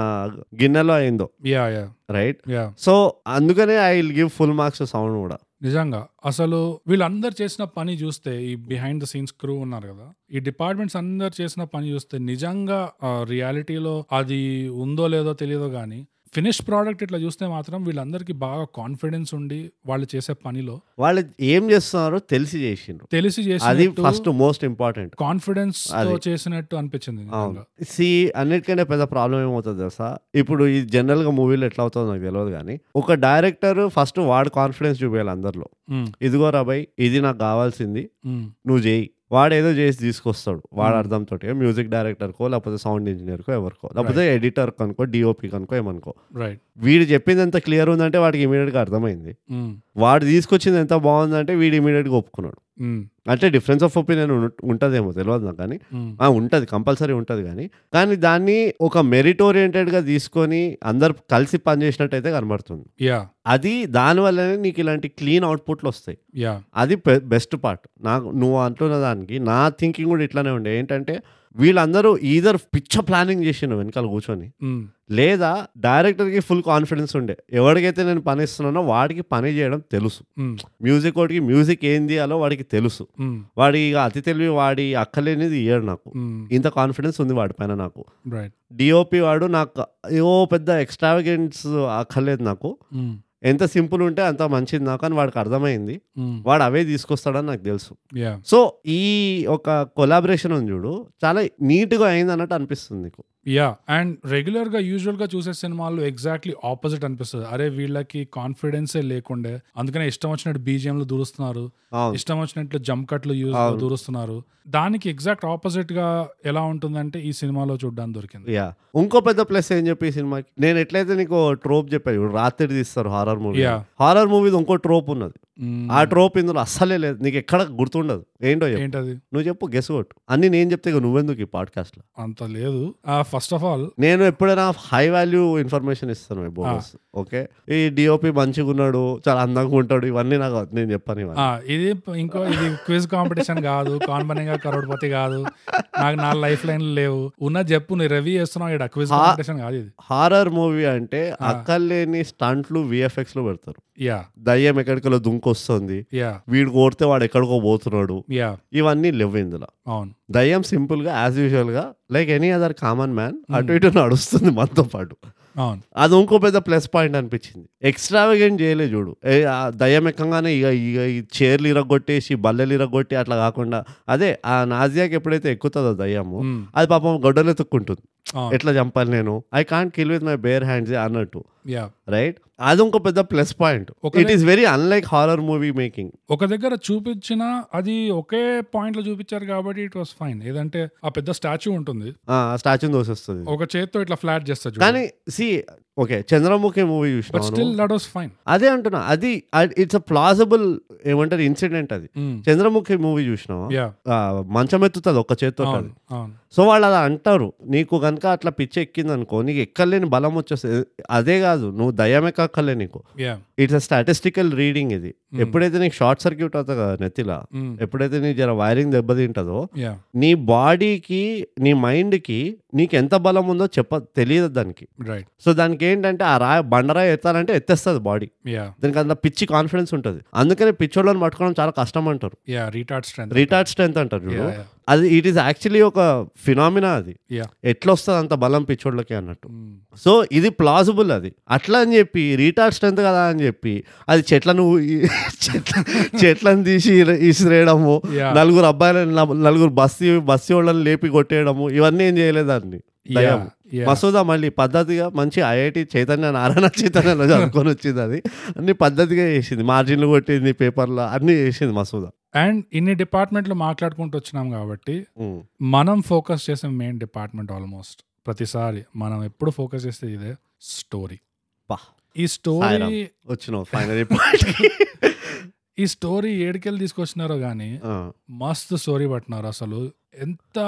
గిన్నెలో అయిందో
yeah yeah
right
yeah
so అందుకనే I will give full marks sound కూడా
నిజంగా అసలు వీళ్ళందరు చేసిన పని చూస్తే ఈ బిహైండ్ ద సీన్స్ క్రూ ఉన్నారు కదా ఈ డిపార్ట్మెంట్స్ అందరు చేసిన పని చూస్తే నిజంగా ఆ, రియాలిటీలో అది ఉందో లేదో తెలియదో కానీ ఫినిష్ ప్రోడక్ట్ ఇట్లా చూస్తే మాత్రం వీళ్ళందరికీ బాగా కాన్ఫిడెన్స్ ఉండి వాళ్ళు చేసే పనిలో
వాళ్ళు ఏం చేస్తున్నారో తెలిసి చేసిండ్రు
తెలిసి
అది
చేసిన
ఫస్ట్ మోస్ట్ ఇంపార్టెంట్
కాన్ఫిడెన్స్ తో
అది.
చేసినట్టు అనిపించింది
అవును
నిజంగా.
సి అన్నిటికంటే పెద్ద ప్రాబ్లం ఏమవుతుంది తెలుసా ఇప్పుడు ఈ జనరల్ గా మూవీలో ఎట్లా అవుతుందో నాకు తెలియదు కానీ ఒక డైరెక్టర్ ఫస్ట్ వాడు కాన్ఫిడెన్స్ చూపించాలి అందరిలో
ఉమ్,
ఇదిగో రాబాయ్ ఇది నాకు కావాల్సింది
ఉమ్,
నువ్వు చేయి వాడు ఏదో చేసి తీసుకొస్తాడు వాడు
Hmm.
అర్థంతో మ్యూజిక్ డైరెక్టర్కో లేకపోతే సౌండ్ ఇంజనీర్కో ఎవరికో లేకపోతే ఎడిటర్ కనుకో డిఓపి కనుకో ఏమనుకో
రైట్
వీడు చెప్పింది ఎంత క్లియర్ ఉందంటే వాడికి ఇమీడియట్గా అర్థమైంది
ఉమ్,
వాడు తీసుకొచ్చింది ఎంత బాగుందంటే వీడు ఇమీడియట్గా ఒప్పుకున్నాడు
ఉమ్,
అంటే డిఫరెన్స్ ఆఫ్ ఒపీనియన్ ఉంటుందేమో తెలియదు నాకు కానీ
ఉమ్,
ఆ, ఉంటది కంపల్సరీ ఉంటది కానీ కానీ దాన్ని ఒక మెరిట్ ఓరియంటెడ్గా తీసుకొని అందరు కలిసి పనిచేసినట్టయితే కనబడుతుంది
యా
అది దానివల్లనే నీకు ఇలాంటి క్లీన్ అవుట్పుట్లు వస్తాయి
యా
అది బెస్ట్ పార్ట్ నాకు నువ్వు అంటున్న దానికి నా థింకింగ్ కూడా ఇట్లానే ఉండే ఏంటంటే వీళ్ళందరూ ఈధర్ పిచ్చ ప్లానింగ్ చేసిన వెనకాల కూర్చొని
ఉమ్,
లేదా డైరెక్టర్కి ఫుల్ కాన్ఫిడెన్స్ ఉండే ఎవరికైతే నేను పని ఇస్తున్నానో వాడికి పని చేయడం తెలుసు
ఉమ్,
మ్యూజిక్ వాడికి మ్యూజిక్ ఏం తీయాలో వాడికి తెలుసు
ఉమ్,
వాడి ఇక అతి తెలివి వాడి అక్కలేనిది ఇయ్యడు నాకు
ఉమ్,
ఇంత కాన్ఫిడెన్స్ ఉంది వాడిపైన నాకు
రైట్
డిఓపి వాడు నాకు ఏవో పెద్ద ఎక్స్ట్రావగెన్స్ అక్కర్లేదు నాకు
ఉమ్,
ఎంత సింపుల్ ఉంటే అంత మంచిది నాకు అని వాడికి అర్థమైంది
ఉమ్,
వాడు అవే తీసుకొస్తాడని నాకు తెలుసు
యా
సో ఈ ఒక కొలాబరేషన్ ఉంది చూడు చాలా నీట్గా అయింది అన్నట్టు అనిపిస్తుంది నీకు
యా అండ్ రెగ్యులర్ గా యూజువల్ గా చూసే సినిమాలు ఎగ్జాక్ట్లీ ఆపోజిట్ అనిపిస్తుంది అరే వీళ్ళకి కాన్ఫిడెన్సే లేకుండే అందుకనే ఇష్టం వచ్చినట్టు బీజిఎంలు దూరుస్తున్నారు
అవును
ఇష్టం వచ్చినట్లు జంప్ కట్లు యూజ్
అవును.
దూరుస్తున్నారు దానికి ఎగ్జాక్ట్ ఆపోజిట్ గా ఎలా ఉంటుందంటే ఈ సినిమాలో చూడడానికి దొరికింది
యా ఇంకో పెద్ద ప్లస్ ఏం చెప్పి ఈ సినిమాకి నేను ఎట్లయితే నీకు ట్రోప్ చెప్పాను చూడు రాత్రి తీస్తారు హారర్ మూవీ
Yeah.
హారర్ మూవీది ఇంకో ట్రోప్ ఉన్నది
మ్మ్.
ఆ ట్రోప్ ఇందులో అస్సలే లేదు నీకు ఎక్కడ గుర్తుండదు ఏంటో చెప్పు
ఏంటది
నువ్వు చెప్పు గెస్ కొట్టు అన్ని నేను చెప్తే ఇక నువ్వెందుకు ఈ పాడ్కాస్ట్ లో
అంత లేదు ఫస్ట్ ఆఫ్ ఆల్
నేను ఎప్పుడైనా హై వాల్యూ ఇన్ఫర్మేషన్ ఇస్తాను బోనస్ ఓకే ఈ డిఓపి మంచిగా ఉన్నాడు చాలా అందంగా ఉంటాడు ఇవన్నీ నాకు నేను చెప్పాను ఇవన్నీ
ఇది ఇంకో ఇది క్విజ్ కాంపిటీషన్ కాదు కాన్ బనేగా కరోడ్పతి కాదు నాకు నా లైఫ్ లైన్ లేవు ఉన్న చెప్పు నువ్వు రివ్యూ చేస్తున్నావు ఇక్కడ క్విజ్ కాంపిటీషన్ కాదు ఇది
హారర్ మూవీ అంటే అక్కర్లేని స్టంట్లు విఎఫ్ఎక్స్ లో పెడతారు
యా
దయ్యం ఎక్కడికో దుంకొస్తుంది
యా
వీడు కోడితే వాడు ఎక్కడికో పోతున్నాడు
యా
ఇవన్నీ లేవు ఇందులో
అవును
దయ్యం సింపుల్ గా యాజ్ యూజువల్ గా like any other common man అటు ఇటు నడుస్తుంది మనతో పాటు
అవును
అది ఇంకో పెద్ద ప్లస్ పాయింట్ అనిపించింది ఎక్స్ట్రావగెంట్ చేయలే చూడు ఏ, ఆ దయ్యం ఎక్కగానే ఇక ఇక ఈ చీరలు ఇరగొట్టేసి బల్లెలు ఇరగొట్టి అట్లా కాకుండా అదే ఆ నాజియాకి ఎప్పుడైతే ఎక్కుతుందో దయ్యము
మ్మ్.
అది పాపం గొడ్డలు ఎత్తుక్కుంటుంది
అవును.
ఎట్లా చంపాలి నేను I can't kill with my bare hands అన్నట్టు
యా
రైట్ అది ఇంకో పెద్ద ప్లస్ పాయింట్
ఒక
it is very unlike horror movie making
ఒక దగ్గర చూపించిన అది ఒకే పాయింట్ లో చూపించారు కాబట్టి ఇట్ వాస్ ఫైన్ ఏదంటే ఆ పెద్ద స్టాచ్యూ ఉంటుంది
స్టాచ్యూని దోసేస్తుంది
ఒక చేత్తో ఇట్లా ఫ్లాట్ చేస్తా
కానీ see okay Chandramukhi movie
but still
చూసిన
దట్ వాస్ ఫైన్
అదే అంటున్నా అది ఇట్స్ అ ప్లాజబుల్ ఏమంటారు ఇన్సిడెంట్ అది చంద్రముఖి మూవీ చూసినావా
యా
ఆ, మంచం ఎత్తుతుంది ఒక్క చేత్తో
అవును అవును
సో వాళ్ళు అలా అంటారు నీకు కనుక అట్లా పిచ్చి ఎక్కింది అనుకో నీకు ఎక్కలేని బలం వచ్చేస్తుంది అదే కాదు నువ్వు దయ్యం ఎక్కక్కలే నీకు
yeah
it's a statistical reading ఇది ఎప్పుడైతే నీకు షార్ట్ సర్క్యూట్ అవుతుంది కదా నెత్తిలా ఎప్పుడైతే నీ జర వైరింగ్ దెబ్బతింటుందో
యా
నీ బాడీకి నీ మైండ్కి నీకు ఎంత బలం ఉందో చెప్ప తెలియదు దానికి
రైట్
సో దానికి ఏంటంటే ఆ రాయి బండరాయి ఎత్తాలంటే ఎత్తేస్తుంది బాడీ
యా
దానికి అంత పిచ్చి కాన్ఫిడెన్స్ ఉంటుంది అందుకనే పిచ్చోళ్ళని పట్టుకోవడం చాలా కష్టం అంటారు
yeah retard strength
retired strength అంటారు చూడు
Yeah, yeah.
అది ఇట్ ఈస్ యాక్చువల్లీ ఒక ఫినామినా అది [laughs]
యా
ఎట్లా వస్తుంది అంత బలం పిచ్చోళ్ళకి అన్నట్టు సో ఇది ప్లాజిబుల్ అది అట్లా అని చెప్పి రీటార్డ్ స్ట్రెంత్ కదా అని చెప్పి అది చెట్లను ఊ- చెట్ల చెట్లను తీసి ఇర- ఇసిరేయడము
Yeah.
నలుగురు అబ్బాయిలను నలు- నలుగురు బస్సి బస్సి వాళ్ళని లేపి కొట్టేయడము ఇవన్నీ ఏం చేయలేదు దాన్ని దయ్యం. మసూదా మళ్ళీ పద్ధతిగా మంచి ఐఐటి చైతన్య నారాయణ చైతన్యలో చదువుకొని వచ్చింది అది అన్ని పద్ధతిగా చేసింది మార్జిన్లు కొట్టింది పేపర్లో అన్ని చేసింది మసూదా
అండ్ ఇన్ని డిపార్ట్మెంట్లు మాట్లాడుకుంటూ వచ్చినాం కాబట్టి
ఉమ్.
మనం ఫోకస్ చేసే మెయిన్ డిపార్ట్మెంట్ ఆల్మోస్ట్ ప్రతిసారి మనం ఎప్పుడు ఫోకస్ చేస్తే ఇదే స్టోరీ
పా.
ఈ
సాయిరామ్.
స్టోరీ
వచ్చినావు ఫైనల్ పాయింట్
ఈ స్టోరీ ఏడికెళ్ళి తీసుకొచ్చినారో కానీ మస్తు స్టోరీ పట్టినారు అసలు ఎంత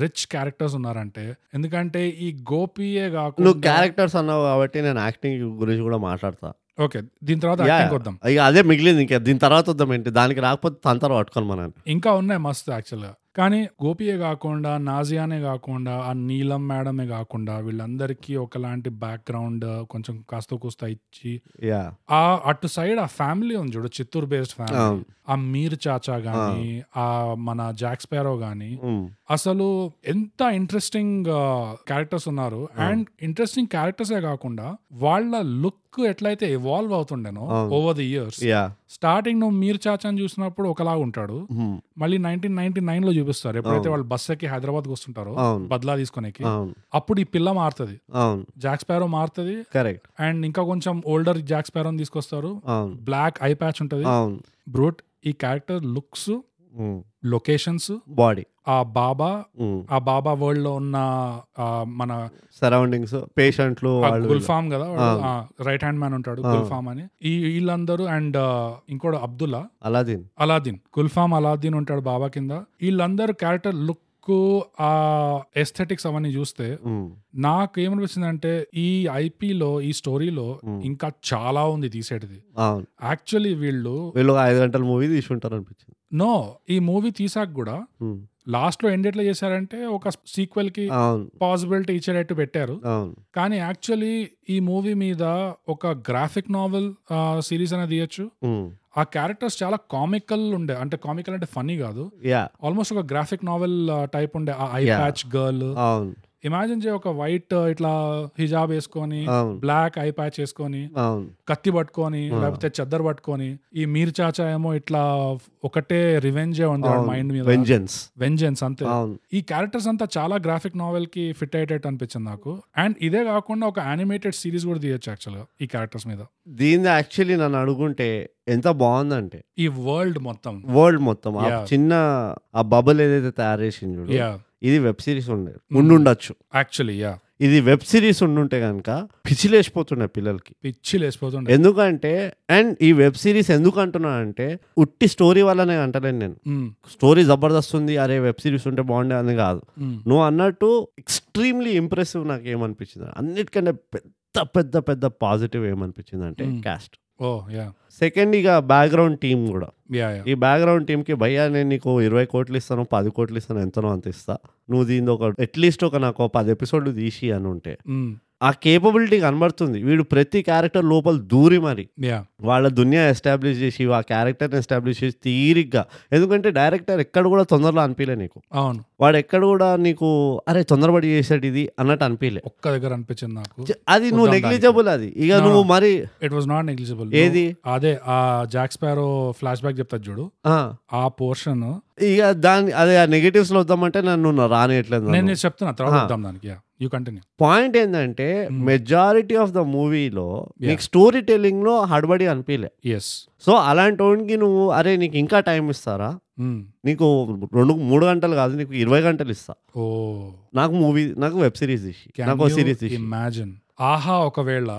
రిచ్ క్యారెక్టర్స్ ఉన్నారంటే ఎందుకంటే ఈ గోపియే
నువ్వు
కాకుండా
క్యారెక్టర్స్ అన్నావు కాబట్టి నేను యాక్టింగ్ గురించి కూడా మాట్లాడతా
ఓకే దీని తర్వాత
Yeah.
acting వద్దాం
ఇక అదే మిగిలింది ఇంకా దీని తర్వాత వద్దాం ఏంటి దానికి రాకపోతే తంతర పట్టుకొని మనం
ఇంకా ఉన్నాయి మస్తు యాక్చువల్గా కానీ గోపియే కాకుండా నాజియానే కాకుండా ఆ నీలం మేడమే కాకుండా వీళ్ళందరికీ ఒకలాంటి బ్యాక్గ్రౌండ్ కొంచెం కాస్త కూస్త ఇచ్చి
యా
ఆ అటు సైడ్ ఆ ఫ్యామిలీ ఉంది చూడు చిత్తూరు బేస్డ్ ఫ్యామిలీ ఆ మీర్ చాచా గానీ ఆ మన జాక్ స్పారో గానీ అసలు ఎంత ఇంట్రెస్టింగ్ క్యారెక్టర్స్ ఉన్నారు అండ్ ఇంట్రెస్టింగ్ క్యారెక్టర్స్ కాకుండా వాళ్ళ లుక్ ఎట్లయితే ఇవాల్వ్ అవుతుండేనో
అవును.
Over the years
yeah
starting నువ్వు మీరు చాచాని చూసినప్పుడు ఒకలాగా ఉంటాడు మళ్ళీ నైన్టీన్ నైన్టీ నైన్ లో చూపిస్తారు ఎప్పుడైతే వాళ్ళు బస్ ఎక్కి హైదరాబాద్ కు వస్తుంటారో
అవును.
బద్లా తీసుకునేకి
అవును
అప్పుడు ఈ పిల్ల మారుతుంది
అవును
జాక్ స్పారో మారుతుంది
కరెక్ట్
అండ్ ఇంకా కొంచెం ఓల్డర్ జాక్ స్పారోని తీసుకొస్తారు
అవును
బ్లాక్ ఐ ప్యాచ్ ఉంటది
అవును
బ్రూట్ ఈ క్యారెక్టర్ లుక్స్ లొకేషన్స్
బాడీ
ఆ బాబా ఆ బాబా వరల్డ్ లో ఉన్న ఆ, మన
సరౌండింగ్స్ పేషెంట్లు
ఆ
వాళ్ళు
గుల్ఫామ్ కదా రైట్ హ్యాండ్ మ్యాన్ ఉంటాడు గుల్ఫామ్ అని ఈ వీళ్ళందరూ అండ్ ఇంకోటి Abdullah
Aladdin
Aladdin Gulfam Aladdin ఉంటాడు బాబా కింద వీళ్ళందరూ క్యారెక్టర్ లుక్ ఆ ఎస్థెటిక్స్ అవన్నీ చూస్తే నాకేమనిపిస్తుంది అంటే ఈ IP లో ఈ స్టోరీలో ఇంకా చాలా ఉంది తీసేటిది
అవును
యాక్చువల్లీ వీళ్ళు
వీళ్ళు ఒక ఐదు గంటల మూవీ తీసి ఉంటారు అనిపించింది
నో ఈ మూవీ తీసాక కూడా
Mm.
లాస్ట్ లో ఎండ్ ఎట్లా చేశారంటే ఒక సీక్వెల్ కి
అవును
పాసిబిలిటీ ఇచ్చేటట్టు పెట్టారు
అవును
కానీ యాక్చువల్లీ ఈ మూవీ మీద ఒక గ్రాఫిక్ నావెల్ సిరీస్ అనేది తీయచ్చు
Mm.
ఆ క్యారెక్టర్స్ చాలా కామికల్ ఉండే అంటే కామికల్ అంటే ఫనీ కాదు
యా
ఆల్మోస్ట్ ఒక గ్రాఫిక్ నావెల్ టైప్ ఉండే ఆ ఐ
Yeah.
ప్యాచ్ గర్ల్
అవును
ఇమాజిన్ చే ఒక వైట్ ఇట్లా హిజాబ్ వేసుకొని
అవును
బ్లాక్ ఐ ప్యాచ్ వేసుకొని
అవును
కత్తి పట్టుకొని లేకపోతే చెద్దర్ పట్టుకొని ఈ మీర్ చాచా ఏమో ఇట్లా ఒకటే రివెంజ్ ఉంది మైండ్ మీద
వెంజన్స్
వెంజెన్స్ అంతే
అవును
ఈ క్యారెక్టర్స్ అంతా చాలా గ్రాఫిక్ నావెల్ కి ఫిట్ అయ్యేటట్టు అనిపించింది నాకు అండ్ ఇదే కాకుండా ఒక యానిమేటెడ్ సిరీస్ కూడా తీయొచ్చు యాక్చువల్ గా ఈ క్యారెక్టర్స్ మీద
దీన్ని యాక్చువల్లీ నన్ను అడుగుంటే ఎంత బాగుందంటే
ఈ వరల్డ్ మొత్తం
వరల్డ్ మొత్తం ఆ
Yeah.
చిన్న ఆ బబుల్ ఏదైతే తయారు చేసింది చూడు
యా
ఇది వెబ్ సిరీస్ ఉండే ఉండుండొచ్చు
యాక్చువల్లీ యా
ఇది వెబ్ సిరీస్ ఉండుంటే కనుక పిచ్చిలేసిపోతుండే పిల్లలకి
పిచ్చి లేచిపోతుండే
ఎందుకంటే అండ్ ఈ వెబ్ సిరీస్ ఎందుకు అంటున్నా అంటే ఉట్టి స్టోరీ వల్లనే అంటలేను నేను
ఉమ్,
స్టోరీ జబర్దస్త్ ఉంది అరే వెబ్ సిరీస్ ఉంటే బాగుండే అని కాదు
ఉమ్,
నువ్వు అన్నట్టు ఎక్స్ట్రీమ్లీ ఇంప్రెసివ్ నాకు ఏమనిపించింది అన్నిటికంటే పెద్ద పెద్ద పెద్ద పాజిటివ్ ఏమనిపించింది అంటే
Mm.
క్యాస్ట్
ఓ యా
సెకండ్ ఇక బ్యాక్గ్రౌండ్ టీమ్ కూడా
యా యా
ఈ బ్యాక్గ్రౌండ్ టీంకి భయ్యా నేను నీకు ఇరవై కోట్లు ఇస్తాను పది కోట్లు ఇస్తాను ఎంతనో అంత ఇస్తా నువ్వు దీని ఒక అట్లీస్ట్ ఒక నాకు ఒక పది ఎపిసోడ్లు తీసి అని ఉంటే
ఉమ్,
ఆ కేపబిలిటీ కనబడుతుంది వీడు ప్రతి క్యారెక్టర్ లోపల దూరి మరి
యా
వాళ్ళ దునియా ఎస్టాబ్లిష్ చేసి ఆ క్యారెక్టర్ని ఎస్టాబ్లిష్ చేసి తీరిగ్గా ఎందుకంటే డైరెక్టర్ ఎక్కడ కూడా తొందరలో అనిపించలే నీకు
అవును
వాడు ఎక్కడ కూడా నీకు అరే తొందరపడి చేసాడు ఇది అన్నట్టు అనిపించలే
ఒక్క దగ్గర అనిపించింది నాకు
చ- అది నువ్వు నెగ్లిజబుల్ అది ఇక
No,
నువ్వు
no.
మరి
ఇట్ వాస్ నాట్ నెగ్లిజిబుల్
ఏది?
అదే ఆ జాక్ స్పారో ఫ్లాష్ బ్యాక్ చెప్తా చూడు
ఆ,
ఆ పోర్షన్
ఇక దాని అదే ఆ నెగటివ్స్ లో వద్దామంటే నన్ను రానియట్లేదు
నేను
నన్ను. Ah.
చెప్తున్నా తర్వాత వద్దాం దానికి యా యూ కంటిన్యూ
పాయింట్ ఏంటంటే
Hmm.
మెజారిటీ ఆఫ్ ద మూవీలో
Yeah.
నీకు స్టోరీ టెల్లింగ్ లో హడబడి అనిపించలే
ఎస్
సో అలాంటి వాడికి నువ్వు అరే నీకు ఇంకా టైం ఇస్తారా
Mm.
నీకు రెండు మూడు గంటలు కాదు నీకు ఇరవై గంటలు ఇస్తా
ఓ
నాకు మూవీ నాకు వెబ్ సిరీస్ ఇచ్చి నాకు సిరీస్ ఇచ్చి
ఇమాజిన్ ఆహా ఒకవేళ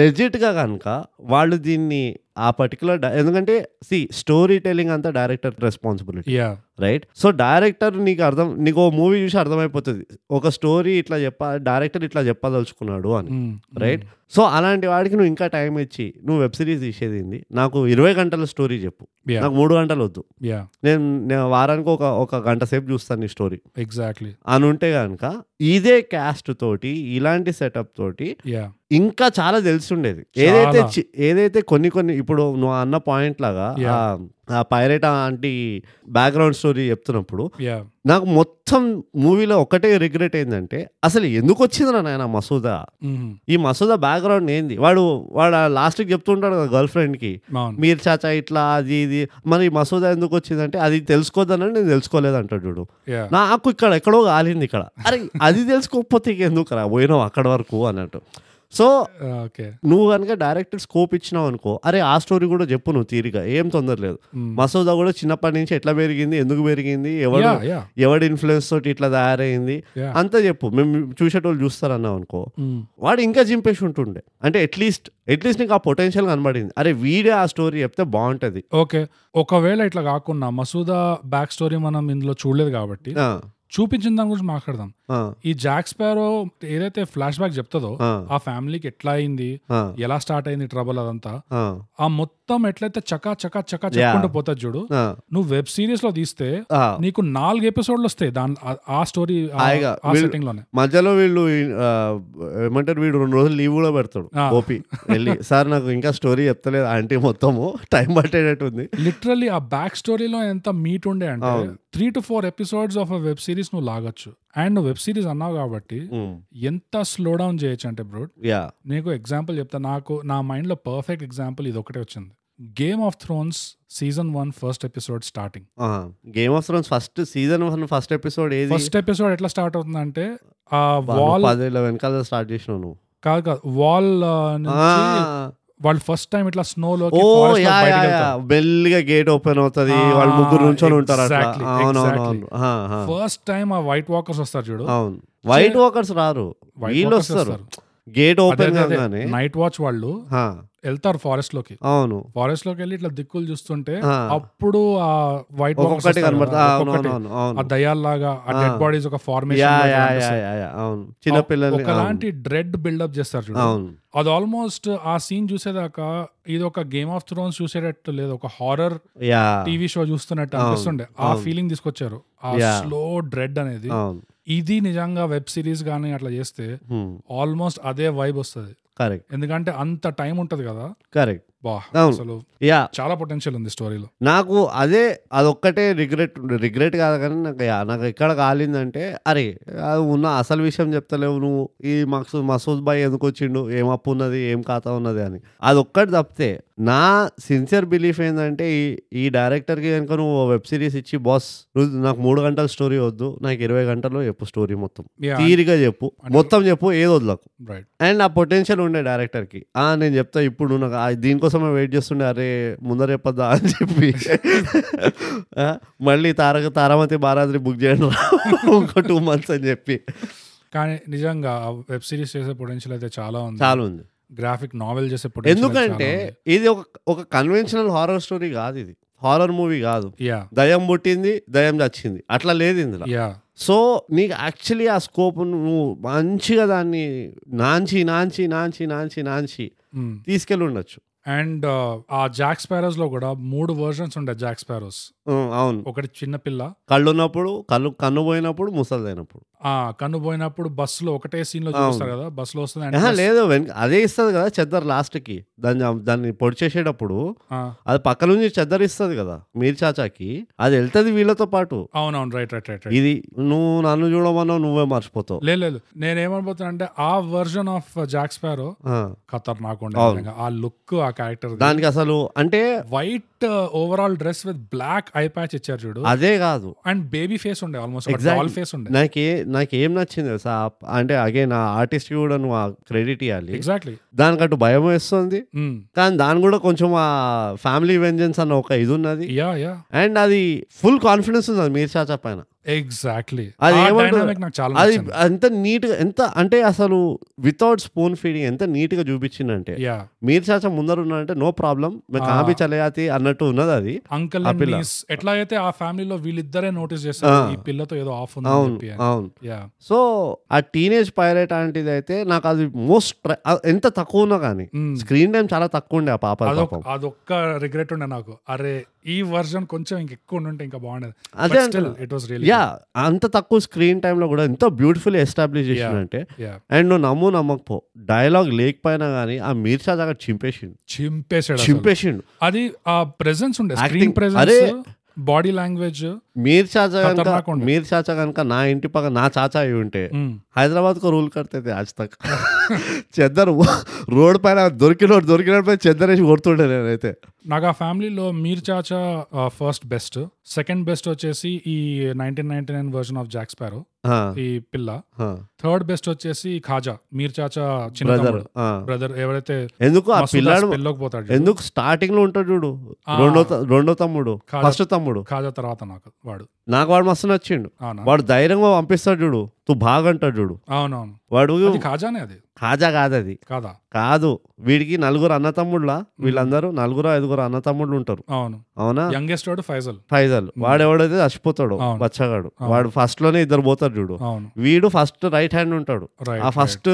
లెజిట్ గా కనుక వాళ్ళు దీన్ని ఆ పర్టికులర్ ఎందుకంటే సి స్టోరీ టెల్లింగ్ అంతా director responsibility
yeah
right so director నీకు అర్థం నీకు మూవీ చూసి అర్థమైపోతుంది ఒక స్టోరీ ఇట్లా చెప్పాలి డైరెక్టర్ ఇట్లా చెప్పదలుచుకున్నాడు అని
Mm.
రైట్ సో అలాంటి వాడికి నువ్వు ఇంకా టైం ఇచ్చి నువ్వు వెబ్ సిరీస్ తీసేది ఏంది? నాకు ఇరవై గంటల స్టోరీ చెప్పు
Yeah.
నాకు మూడు గంటలు వద్దు
యా
నేను నేను వారానికి ఒక ఒక గంట సేపు చూస్తాను నీ స్టోరీ
ఎగ్జాక్ట్లీ
అని ఉంటే కనుక ఇదే క్యాస్ట్ తోటి ఇలాంటి సెటప్ తోటి
యా
ఇంకా చాలా తెలిసి ఉండేది ఏదైతే
చాలా.
చి- ఏదైతే కొన్ని కొన్ని ఇప్పుడు నువ్వు అన్న పాయింట్ లాగా
Yeah.
ఆ- ఆ పైరేట్ ఆంటీ బ్యాక్గ్రౌండ్ స్టోరీ చెప్తున్నప్పుడు
యా
నాకు మొత్తం మూవీలో ఒకటే రిగ్రెట్ ఏంటంటే అసలు ఎందుకు వచ్చిందిరా నాయన మసూదా
Mm-hmm.
ఈ మసూదా బ్యాక్గ్రౌండ్ ఏంది వాడు వాడు లాస్ట్కి చెప్తుంటాడు కదా గర్ల్ ఫ్రెండ్కి
అవును
మీరు చాచా ఇట్లా అది ఇది మరి ఈ మసూదా ఎందుకు వచ్చిందంటే అది తెలుసుకోవద్దని నేను తెలుసుకోలేదు అంటాడు చూడు
యా
నాకు ఇక్కడ ఎక్కడో కాలింది ఇక్కడ అరే అది తెలుసుకోకపోతే ఎందుకు రా పోయినావు అక్కడ వరకు అన్నట్టు సో
ఓకే
నువ్వు కనుక డైరెక్టర్ స్కోప్ ఇచ్చినావు అనుకో అరే ఆ స్టోరీ కూడా చెప్పు నువ్వు తీరిగా ఏం తొందర లేదు మసూదా కూడా చిన్నప్పటి నుంచి ఎట్లా పెరిగింది ఎందుకు పెరిగింది ఎవరు
యా యా
ఎవడి ఇన్ఫ్లుయెన్స్ తోటి ఇట్లా తయారైంది
Yeah.
అంతా చెప్పు మేము చూసేటోళ్ళు చూస్తారన్నావు అనుకో
Mm.
వాడు ఇంకా జింపేసి ఉంటుండే అంటే అట్లీస్ట్ అట్లీస్ట్ నీకు ఆ పొటెన్షియల్ కనబడింది అరే వీడే ఆ స్టోరీ చెప్తే బాగుంటది
ఓకే ఒకవేళ ఇట్లా కాకుండా మసూదా బ్యాక్ స్టోరీ మనం ఇందులో చూడలేదు కాబట్టి
ఆ,
చూపించిన దాని గురించి మాట్లాడదాం
ఆ,
ఈ జాక్ స్పారో ఏదైతే ఫ్లాష్ బ్యాక్ చెప్తుందో
ఆ,
ఆ ఫ్యామిలీకి ఎట్లా అయింది
ఆ,
ఎలా స్టార్ట్ అయింది ట్రబుల్ అదంతా
ఆ,
ఆ మొత్తం ఎట్లయితే చకా చకా చకా చెప్పుకుంటూ పోతుంది చూడు
ఆ,
నువ్వు వెబ్ సిరీస్ లో తీస్తే
ఆ.
నీకు నాలుగు ఎపిసోడ్లు వస్తాయి దాని ఆ- ఆ స్టోరీ
హాయిగా.
ఆ
వీళ్ళు-
సెట్టింగ్ లోనే
మధ్యలో వీళ్ళు ఆ, ఏమంటారు వీడు రెండు రోజులు లీవ్ కూడా పెడతాడు
ఆ.
ఓపి వెళ్ళి సార్ నాకు ఇంకా స్టోరీ చెప్తలేదు ఆంటీ మొత్తము టైం పట్టేటట్టు ఉంది
లిటరల్లీ ఆ బ్యాక్ స్టోరీలో ఎంత మీట్ ఉండే అంటే
అవును.
Three to four episodes of web series నువ్వు లాగొచ్చు అండ్ నువ్వు వెబ్ సిరీస్ అన్నావు కాబట్టి
ఉమ్,
ఎంత స్లో డౌన్ చేయొచ్చు అంటే బ్రో
యా
నీకు ఎగ్జాంపుల్ చెప్తా నాకు నా మైండ్ లో పర్ఫెక్ట్ ఎగ్జాంపుల్ ఇది ఒకటే వచ్చింది Game of Thrones season one first episode starting
Game of Thrones first season one first episode ఏది
ఫస్ట్ ఎపిసోడ్ ఎట్లా స్టార్ట్ అవుతుందంటే ఆ
వాళ్ళు
వాల్
పదేళ్ళ వెనకాల స్టార్ట్ చేసినావు నువ్వు
కాదు కాదు వాల్
ఆ,
వాళ్ళు ఫస్ట్ టైం ఇట్లా స్నో లో
ఓ యా యా యా మెల్లిగా గేట్ ఓపెన్ అవుతది
ఆ,
వాళ్ళు ముగ్గురు నుంచొని ఉంటారు అట్లా
exactly,
అవునవునవును ఆ, ఆ.
ఫస్ట్ టైం ఆ వైట్ వాకర్స్ వస్తారు చూడు
అవును వైట్ వాకర్స్ రారు
White
వీళ్ళు
walkers
వస్తారు గేట్ ఓపెన్ కాగానే
నైట్ వాచ్ వాళ్ళు
ఆ,
వెళ్తారు ఫారెస్ట్ లోకి
అవును
ఫారెస్ట్ లోకి వెళ్ళి ఇట్లా దిక్కులు చూస్తుంటే
ఆ.
అప్పుడు ఆ వైట్
ఒక్కొక్కటి కనబడుతుంది అవును అవును
ఆ
అవును
దయాల్లాగా ఆ
ఆ.
డెడ్ బాడీస్ ఒక
yeah yeah
formation
yeah yeah yeah అవును చిన్న పిల్లల్ని అవును,
ఒకలాంటి డ్రెడ్ బిల్డప్ చేస్తారు చూడు
అవును
అది ఆల్మోస్ట్ ఆ సీన్ చూసేదాకా ఇది ఒక గేమ్ ఆఫ్ థ్రోన్స్ చూసేటట్టు లేదు ఒక హారర్
యా
టీవీ షో చూస్తున్నట్టు
అవును,
అనిపిస్తుండే ఆ
అవును.
ఫీలింగ్ తీసుకొచ్చారు ఆ
Yeah.
స్లో డ్రెడ్ అనేది
అవును
ఇది నిజంగా వెబ్ సిరీస్ గానీ అట్లా చేస్తే ఆల్మోస్ట్ అదే వైబ్ వస్తుంది
కరెక్ట్
ఎందుకంటే అంత టైం ఉంటది కదా
కరెక్ట్
బా
అవును.
అసలు
యా
చాలా పొటెన్షియల్ ఉంది స్టోరీలో
నాకు అదే అదొక్కటే రిగ్రెట్ రిగ్రెట్ కాదు కానీ నాకు యా, నాకు ఎక్కడ కాలిందంటే అరే అది ఉన్న అసలు విషయం చెప్తలేవు నువ్వు ఈ మక్సూద్ మసూద్ భాయ్ ఎందుకు వచ్చిండు ఏం అప్పు ఉన్నది ఏం ఖాతా ఉన్నది అని అదొక్కటి తప్పితే నా సిన్సియర్ బిలీఫ్ ఏంటంటే ఈ ఈ డైరెక్టర్కి కనుక నువ్వు వెబ్ సిరీస్ ఇచ్చి బాస్ నువ్వు నాకు మూడు గంటల స్టోరీ వద్దు నాకు ఇరవై గంటల్లో చెప్పు స్టోరీ మొత్తం
Yeah.
తీరిగా చెప్పు మొత్తం చెప్పు ఏది వదలకు
రైట్
అండ్ ఆ పొటెన్షియల్ ఉండే డైరెక్టర్కి ఆ నేను చెప్తా ఇప్పుడు నాకు ఆ దీనికోసమే వెయిట్ చేస్తుండే అరే ముందర చెప్పొద్దా అని చెప్పి ఆ, మళ్ళీ తారక తారామతి బారాద్రి బుక్ చేయండి రా. ఇంకో టూ మంత్స్ అని చెప్పి
కానీ నిజంగా వెబ్ సిరీస్ చేసే పొటెన్షియల్ అయితే చాలా ఉంది
చాలా ఉంది
గ్రాఫిక్ నావెల్ చేసే పొటెన్షియల్
ఎందుకంటే ఇది ఒక ఒక కన్వెన్షనల్ హారర్ స్టోరీ కాదు ఇది హారర్ మూవీ కాదు
యా
దయం పుట్టింది దయం చచ్చింది అట్లా లేదు ఇందులో
యా
సో నీకు యాక్చువల్లీ ఆ స్కోప్ నువ్వు మంచిగా దాన్ని నాంచి నాంచి నాంచి నాంచి నాంచి తీసుకెళ్ళి ఉండొచ్చు
అండ్ Hmm. uh, ఆ జాక్ స్పారోస్ లో కూడా మూడు వర్షన్స్ ఉండే జాక్ స్పారోస్
ఉమ్, అవును
ఒకటి చిన్న పిల్ల
కళ్ళు ఉన్నప్పుడు కళ్ళు కన్ను పోయినప్పుడు ముసలిదైనప్పుడు
ఆ కన్ను పోయినప్పుడు బస్సు లో ఒకటే సీన్ లో చూపిస్తారు కదా బస్సు లో వస్తుంది
ఆహా,
and
లేదు వెనక అదే ఇస్తుంది కదా చెద్దర్ లాస్ట్కి దాన్ని దాన్ని పొడి చేసేటప్పుడు
ఆ,
అది పక్క నుంచి చెద్దర్ ఇస్తుంది కదా మీరు చాచాకి అది వెళ్తుంది వీళ్ళతో పాటు
అవునవును రైట్ రైట్ రైట్
ఇది నువ్వు నన్ను చూడమన్నావు నువ్వే మర్చిపోతావు
లేదు లేదు నేనేమనుకుంటున్నా అంటే ఆ వర్జన్ ఆఫ్ జాక్ స్పారో
ఆ,
ఖతర్నాక్ ఉండే
అవును.
విధంగా. ఆ లుక్ ఆ క్యారెక్టర్
దానికి అసలు అంటే
uh, white overall dress with black eye patch ఇచ్చారు చూడు
అదే కాదు
అండ్ బేబీ ఫేస్ ఉండే ఆల్మోస్ట్
Exactly.
డాల్ ఫేస్ ఉండే
నాకే నాకేం నచ్చింది తెలుసా ఆ- అంటే అగైన్ ఆ ఆర్టిస్ట్ కూడా నువ్వు ఆ క్రెడిట్ ఇవ్వాలి
ఎగ్జాక్ట్లీ
దానికట్టు భయం వేస్తుంది
Hmm.
కానీ దాని కూడా కొంచెం ఆ ఫ్యామిలీ వెంజెన్స్ అన్న ఒక ఇది ఉన్నది
యా యా
అండ్ అది ఫుల్ కాన్ఫిడెన్స్ ఉంది మీర్ చాచా పైన
ఎగ్జాక్ట్లీ
అది ఏమంటారు?
నాకు చాలా
అది
నచ్చింది.
ఎంత నీట్ గా ఎంత అంటే అసలు వితౌట్ స్పూన్ ఫీడింగ్ ఎంత నీట్ గా చూపించిందంటే
యా
మీరు చాచా ముందర ఉన్నారంటే నో ప్రాబ్లం మేము
ఆ.
కాపీ చలయాతి అన్నట్టు ఉన్నది అది
అంకల్
ఆ పిల్ల.
ఎట్లా అయితే ఆ ఫ్యామిలీలో వీళ్ళిద్దరే నోటీస్ చేస్తారు
ఆ.
ఈ పిల్లతో ఏదో ఆఫ్ ఉంది అని
అవును
చెప్పి
అవును
యా
సో ఆ టీనేజ్ పైలట్ అలాంటిది అయితే నాకు అది మోస్ట్ ఎంత తక్కువ ఉన్నా కానీ స్క్రీన్ టైం చాలా తక్కువ ఉండే ఆ పాప
Hmm. అదొక
పాపం
అదొక్క రిగ్రెట్ ఉండే నాకు అరే ఈ వర్జన్ కొంచెం ఇంకెక్కువ ఉంటే ఇంకా బాగుండేది
అదే
ఇట్ వాస్ రియల్
యా అంత తక్కువ స్క్రీన్ టైంలో కూడా ఎంత బ్యూటిఫుల్ ఎస్టాబ్లిష్ చేసిందంటే
యా
అండ్ నువ్వు నమ్ము నమ్మకపో డైలాగ్ లేకపోయినా కానీ ఆ మీర్షా దగ్గర చింపేసిండు
చింపేసాడు అసలు.
చింపేసిండు
అది ఆ ప్రెసెన్స్ ఉండే స్క్రీన్
Acting- అరే.
Presence body language
Mir Chacha
ఖతర్నాక్
కనుక
ఉండే.
మీర్ చాచా కనుక నా ఇంటి పక్క నా చాచా అయి ఉంటే
hmm.
హైదరాబాద్ కు రూల్ కడితే తే ఆజ్ తక్ చెద్దరు రోడ్ పైన దొరికినోడు దొరికినోడు పైన చెద్దరు వేసి కొడుతుండే నేనైతే
నాకు ఆ ఫ్యామిలీలో Mir Chacha first best second best వచ్చేసి ఈ nineteen ninety nine version of Jack Sparrow
ఆ,
ఈ పిల్ల
ఆ,
థర్డ్ బెస్ట్ వచ్చేసి ఖాజా మీర్ చాచా
brother,
చిన్న
ఆ.
బ్రదర్ ఎవరైతే
ఎందుకు ఆ
మసూద్
పిల్లాడు
అస్ పిల్లోకి పోతాడు చూడు.
ఎందుకు స్టార్టింగ్ లో ఉంటాడు చూడు
ఆ.
రెండో త- రెండో తమ్ముడు
కాదు.
ఫస్ట్ తమ్ముడు
ఖాజా తర్వాత నాకు వాడు
నాకు వాడు మస్తు నచ్చిండు
అవునా
వాడు ధైర్యంగా పంపిస్తాడు చూడు నువ్వు బాగంటాడు చూడు
అవునవును
వాడు
అది ఖాజానే అది
హాజా కాదు అది
కాదా
కాదు వీడికి నలుగురు అన్న తమ్ముళ్ళ వీళ్ళందరూ నలుగురు ఐదుగురు అన్న తమ్ముళ్ళు ఉంటారు
అవును
అవునా
యంగెస్ట్ వాడు ఫైజల్
ఫైజల్ వాడు ఎవడైతే చచ్చిపోతాడు
అవును.
బచ్చగాడు
అవును.
వాడు ఫస్ట్ లోనే ఇద్దరు పోతారు చూడు
అవును
వీడు ఫస్ట్ రైట్ హ్యాండ్ ఉంటాడు
రైట్
ఆ ఫస్ట్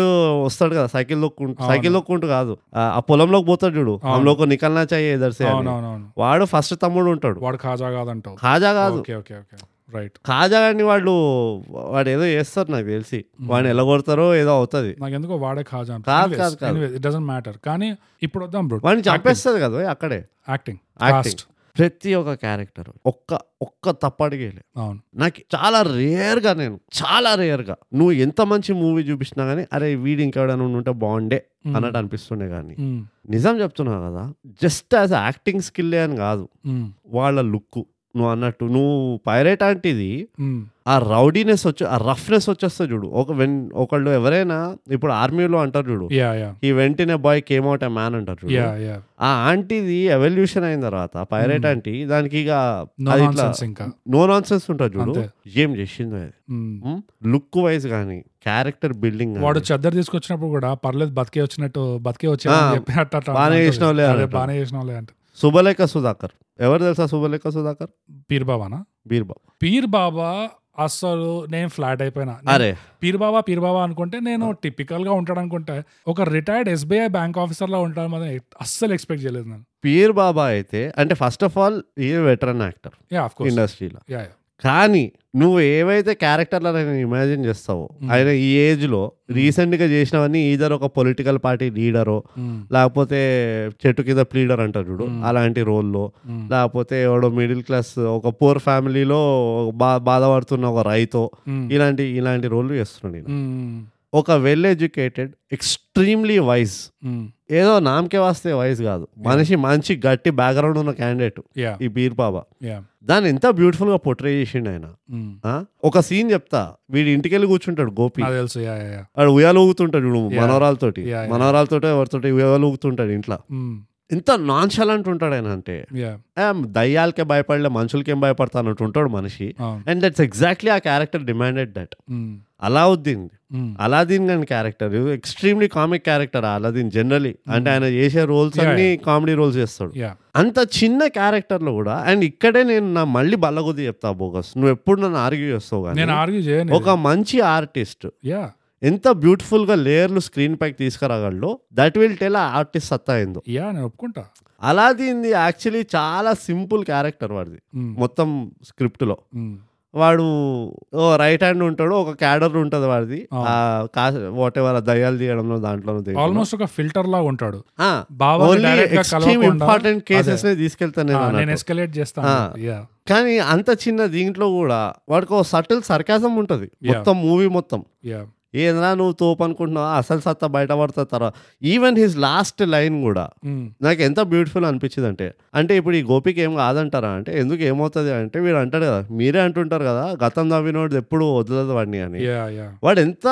వస్తాడు కదా సైకిల్ లోక్కుంటు
అవును.
సైకిల్ లోక్కుంటు కాదు ఆ ఆ పొలంలోకి పోతాడు చూడు
అవును.
ఆమెలోకి నికల్నా చాయే ఎదర్సే అని.
అవునవును
వాడు ఫస్ట్ తమ్ముడు ఉంటాడు
వాడు ఖాజా కాదంటావు
ఖాజా కాదు
okay okay okay right
Khaja గారిని వాళ్ళు వాడు ఏదో చేస్తారు నాకు తెలిసి వాడిని ఎలా కొడతారో ఏదో అవుతుంది
నాకు ఎందుకో వాడే ఖాజా అంటే.
కాదు,
Anyways,
కాదు, కాదు.
anyways, it doesn't మ్యాటర్ కానీ ఇప్పుడు వద్దాం బ్రో
వాడిని చంపేస్తుంది కదా ఓయ్ అక్కడే
యాక్టింగ్
Acting.
యాక్టింగ్
ప్రతి ఒక్క క్యారెక్టర్ ఒక్క ఒక్క తప్పడిగేలే
అవును
నాకు చాలా రేర్గా నేను చాలా రేర్గా నువ్వు ఎంత మంచి మూవీ చూపించినా కానీ అరే వీడు ఇంకెవడైనా ఉంటే బాగుండే
Mm.
అన్నట్టు అనిపిస్తుండే కానీ
Mm,
నిజం చెప్తున్నా కదా జస్ట్ యాజ్ యాక్టింగ్ స్కిల్లే అని కాదు
mm,
వాళ్ళ లుక్ నువ్వు అన్నట్టు నువ్వు పైరేట్ అంటిది
mm,
ఆ రౌడీనెస్ వచ్చి ఆ రఫ్నెస్ వచ్చేస్తుంది చూడు ఒక వెన్ ఒకళ్ళు ఎవరైనా ఇప్పుడు ఆర్మీలో అంటారు చూడు
yeah, yeah,
ఈ వెంటనే boy came out a man అంటారు చూడు
yeah, yeah.
ఆ ఆంటీది ఎవల్యూషన్ అయిన తర్వాత పైరేట్ ఆంటీ దానికి ఇక
No
అది ఇట్లా
nonsense ఇంకా.
నో నాన్సెన్స్ ఉంటుంది చూడు
అంతే.
ఏం చేసిందో అది
Mm.
లుక్ వైజ్ కానీ క్యారెక్టర్ బిల్డింగ్
వాడు చెద్దరు తీసుకొచ్చినప్పుడు కూడా పర్లేదు బతికే వచ్చినట్టు బతికే వచ్చాడు
Ah, బానే చేసినావులే అన్నట్టు.
బాగానే చేసినావులే అంటే
సుబలేఖ సుధాకర్ ఎవరు తెలుసా సుబలేఖ సుధాకర్
పీర్ బాబానా
బీర్బా
పీర్ బాబా అస్సలు నేను ఫ్లాట్ అయిపోయినా
అరే
పీర్ బాబా పీర్ బాబా అనుకుంటే నేను టిపికల్ గా ఉంటాడు అనుకుంటే ఒక రిటైర్డ్ ఎస్బీఐ బ్యాంక్ ఆఫీసర్ లా ఉంటాను మాత్రం ఎక్- అస్సలు ఎక్స్పెక్ట్ చేయలేదు నేను
పీర్ బాబా అయితే అంటే ఫస్ట్ ఆఫ్ ఆల్ ఈ veteran actor
yeah of course
ఇండస్ట్రీలో
యా
కానీ నువ్వు ఏవైతే క్యారెక్టర్లు నేను ఇమాజిన్ చేస్తావో ఆయన ఈ ఏజ్ లో రీసెంట్ గా చేసినవన్నీ ఈధర్ ఒక పొలిటికల్ పార్టీ లీడరో లేకపోతే చెట్టు కింద ప్లీడర్ అంటారు చూడు అలాంటి రోల్లో లేకపోతే ఎవడో మిడిల్ క్లాస్ ఒక పూర్ ఫ్యామిలీలో బా బాధపడుతున్న ఒక రైతో ఇలాంటి ఇలాంటి రోళ్ళు చేస్తున్నాడు ఈయన. ఒక వెల్ ఎడ్యుకేటెడ్ ఎక్స్ట్రీమ్లీ వైజ్ ఏదో నామకే వాస్తే వైజ్ కాదు మనిషి మంచి గట్టి బ్యాక్గ్రౌండ్ ఉన్న క్యాండిడేట్
యా
ఈ బీర్ బాబా
యా
దాన్ని ఎంత బ్యూటిఫుల్ గా పొట్రే చేసిండు ఆయన ఆ? ఒక సీన్ చెప్తా వీడి ఇంటికెళ్ళి కూర్చుంటాడు గోపి
నాకు తెలుసు యా యా
వాడు ఉయ్యాలు ఊగుతుంటాడు చూడు మనవరాలతోటి
Yeah, yeah.
మనవరాలతోటి ఎవరితోటి ఉయ్యాలు ఊగుతుంటాడు ఇంట్లో
యా
ఎంత నాన్షాలంట్ ఉంటాడు ఆయన అంటే
యా
"ఏం, దయ్యాలకే భయపడలే మనుషులకేం భయపడతా అన్నట్టు ఉంటాడు మనిషి
అవును
అండ్ దట్స్ ఎగ్జాక్ట్లీ ఆ character demanded that
Ah. Mm,
Alauddin
mm.
[laughs] Aladdin కానీ character extremely comic character Aladdin generally అంటే ఆయన చేసే రోల్స్
Yeah,
అన్ని కామెడీ రోల్స్ చేస్తాడు
యా
అంత చిన్న క్యారెక్టర్ లో కూడా అండ్ ఇక్కడే నేను నా మళ్ళీ బల్లగొద్ది చెప్తా బోగస్ నువ్వు ఎప్పుడు నన్ను ఆర్గ్యూ చేస్తావు కానీ
నేను ఆర్గ్యూ చేయను
ఒక మంచి ఆర్టిస్ట్
యా
ఎంత బ్యూటిఫుల్ గా లేయర్లు స్క్రీన్ పైకి తీసుకురాగలడో దట్ విల్ టెల్ ఆ ఆర్టిస్ట్ సత్తా ఏందో
యా నేను ఒప్పుకుంటా
అలాదీన్ది యాక్చువల్లీ చాలా సింపుల్ క్యారెక్టర్ వాడిది
Mm,
మొత్తం స్క్రిప్ట్ లో
mm,
వాడు ఓ రైట్ హ్యాండ్ ఉంటాడు ఒక క్యాడర్ ఉంటుంది వాడిది
అవును.
వాట్ ఎవర్ దయ్యాలు తీయడంలో దాంట్లో
ఆల్మోస్ట్ ఒక ఫిల్టర్ లా ఉంటాడు బాబా
ఓన్లీ
డైరెక్ట్ గా
ఎక్స్ట్రీమ్
కలవకుండా
ఇంపార్టెంట్ కేసెస్ నే తీసుకెళ్తాను
ఆ,
నేను
నేను
అన్నట్టు.
ఎస్కలేట్ చేస్తాను
Ah.
యా
కానీ అంత చిన్న దీంట్లో కూడా వాడికి ఒక సటిల్ సర్కాసం ఉంటుంది మొత్తం మూవీ మొత్తం
యా
ఏదైనా నువ్వు తోపు అనుకుంటున్నావా అసలు సత్తా బయటపడతా తర్వాత ఈవెన్ హిస్ లాస్ట్ లైన్ కూడా
ఉమ్,
నాకు ఎంత బ్యూటిఫుల్ అనిపించింది అంటే అంటే ఇప్పుడు ఈ గోపికి ఏం కాదంటారా అంటే ఎందుకు ఏమవుతుంది అంటే వీడు అంటాడు కదా మీరే అంటుంటారు కదా గతం నవ్వినోడు ఎప్పుడు వదలదు వాడిని అని
yeah, yeah,
వాడు ఎంత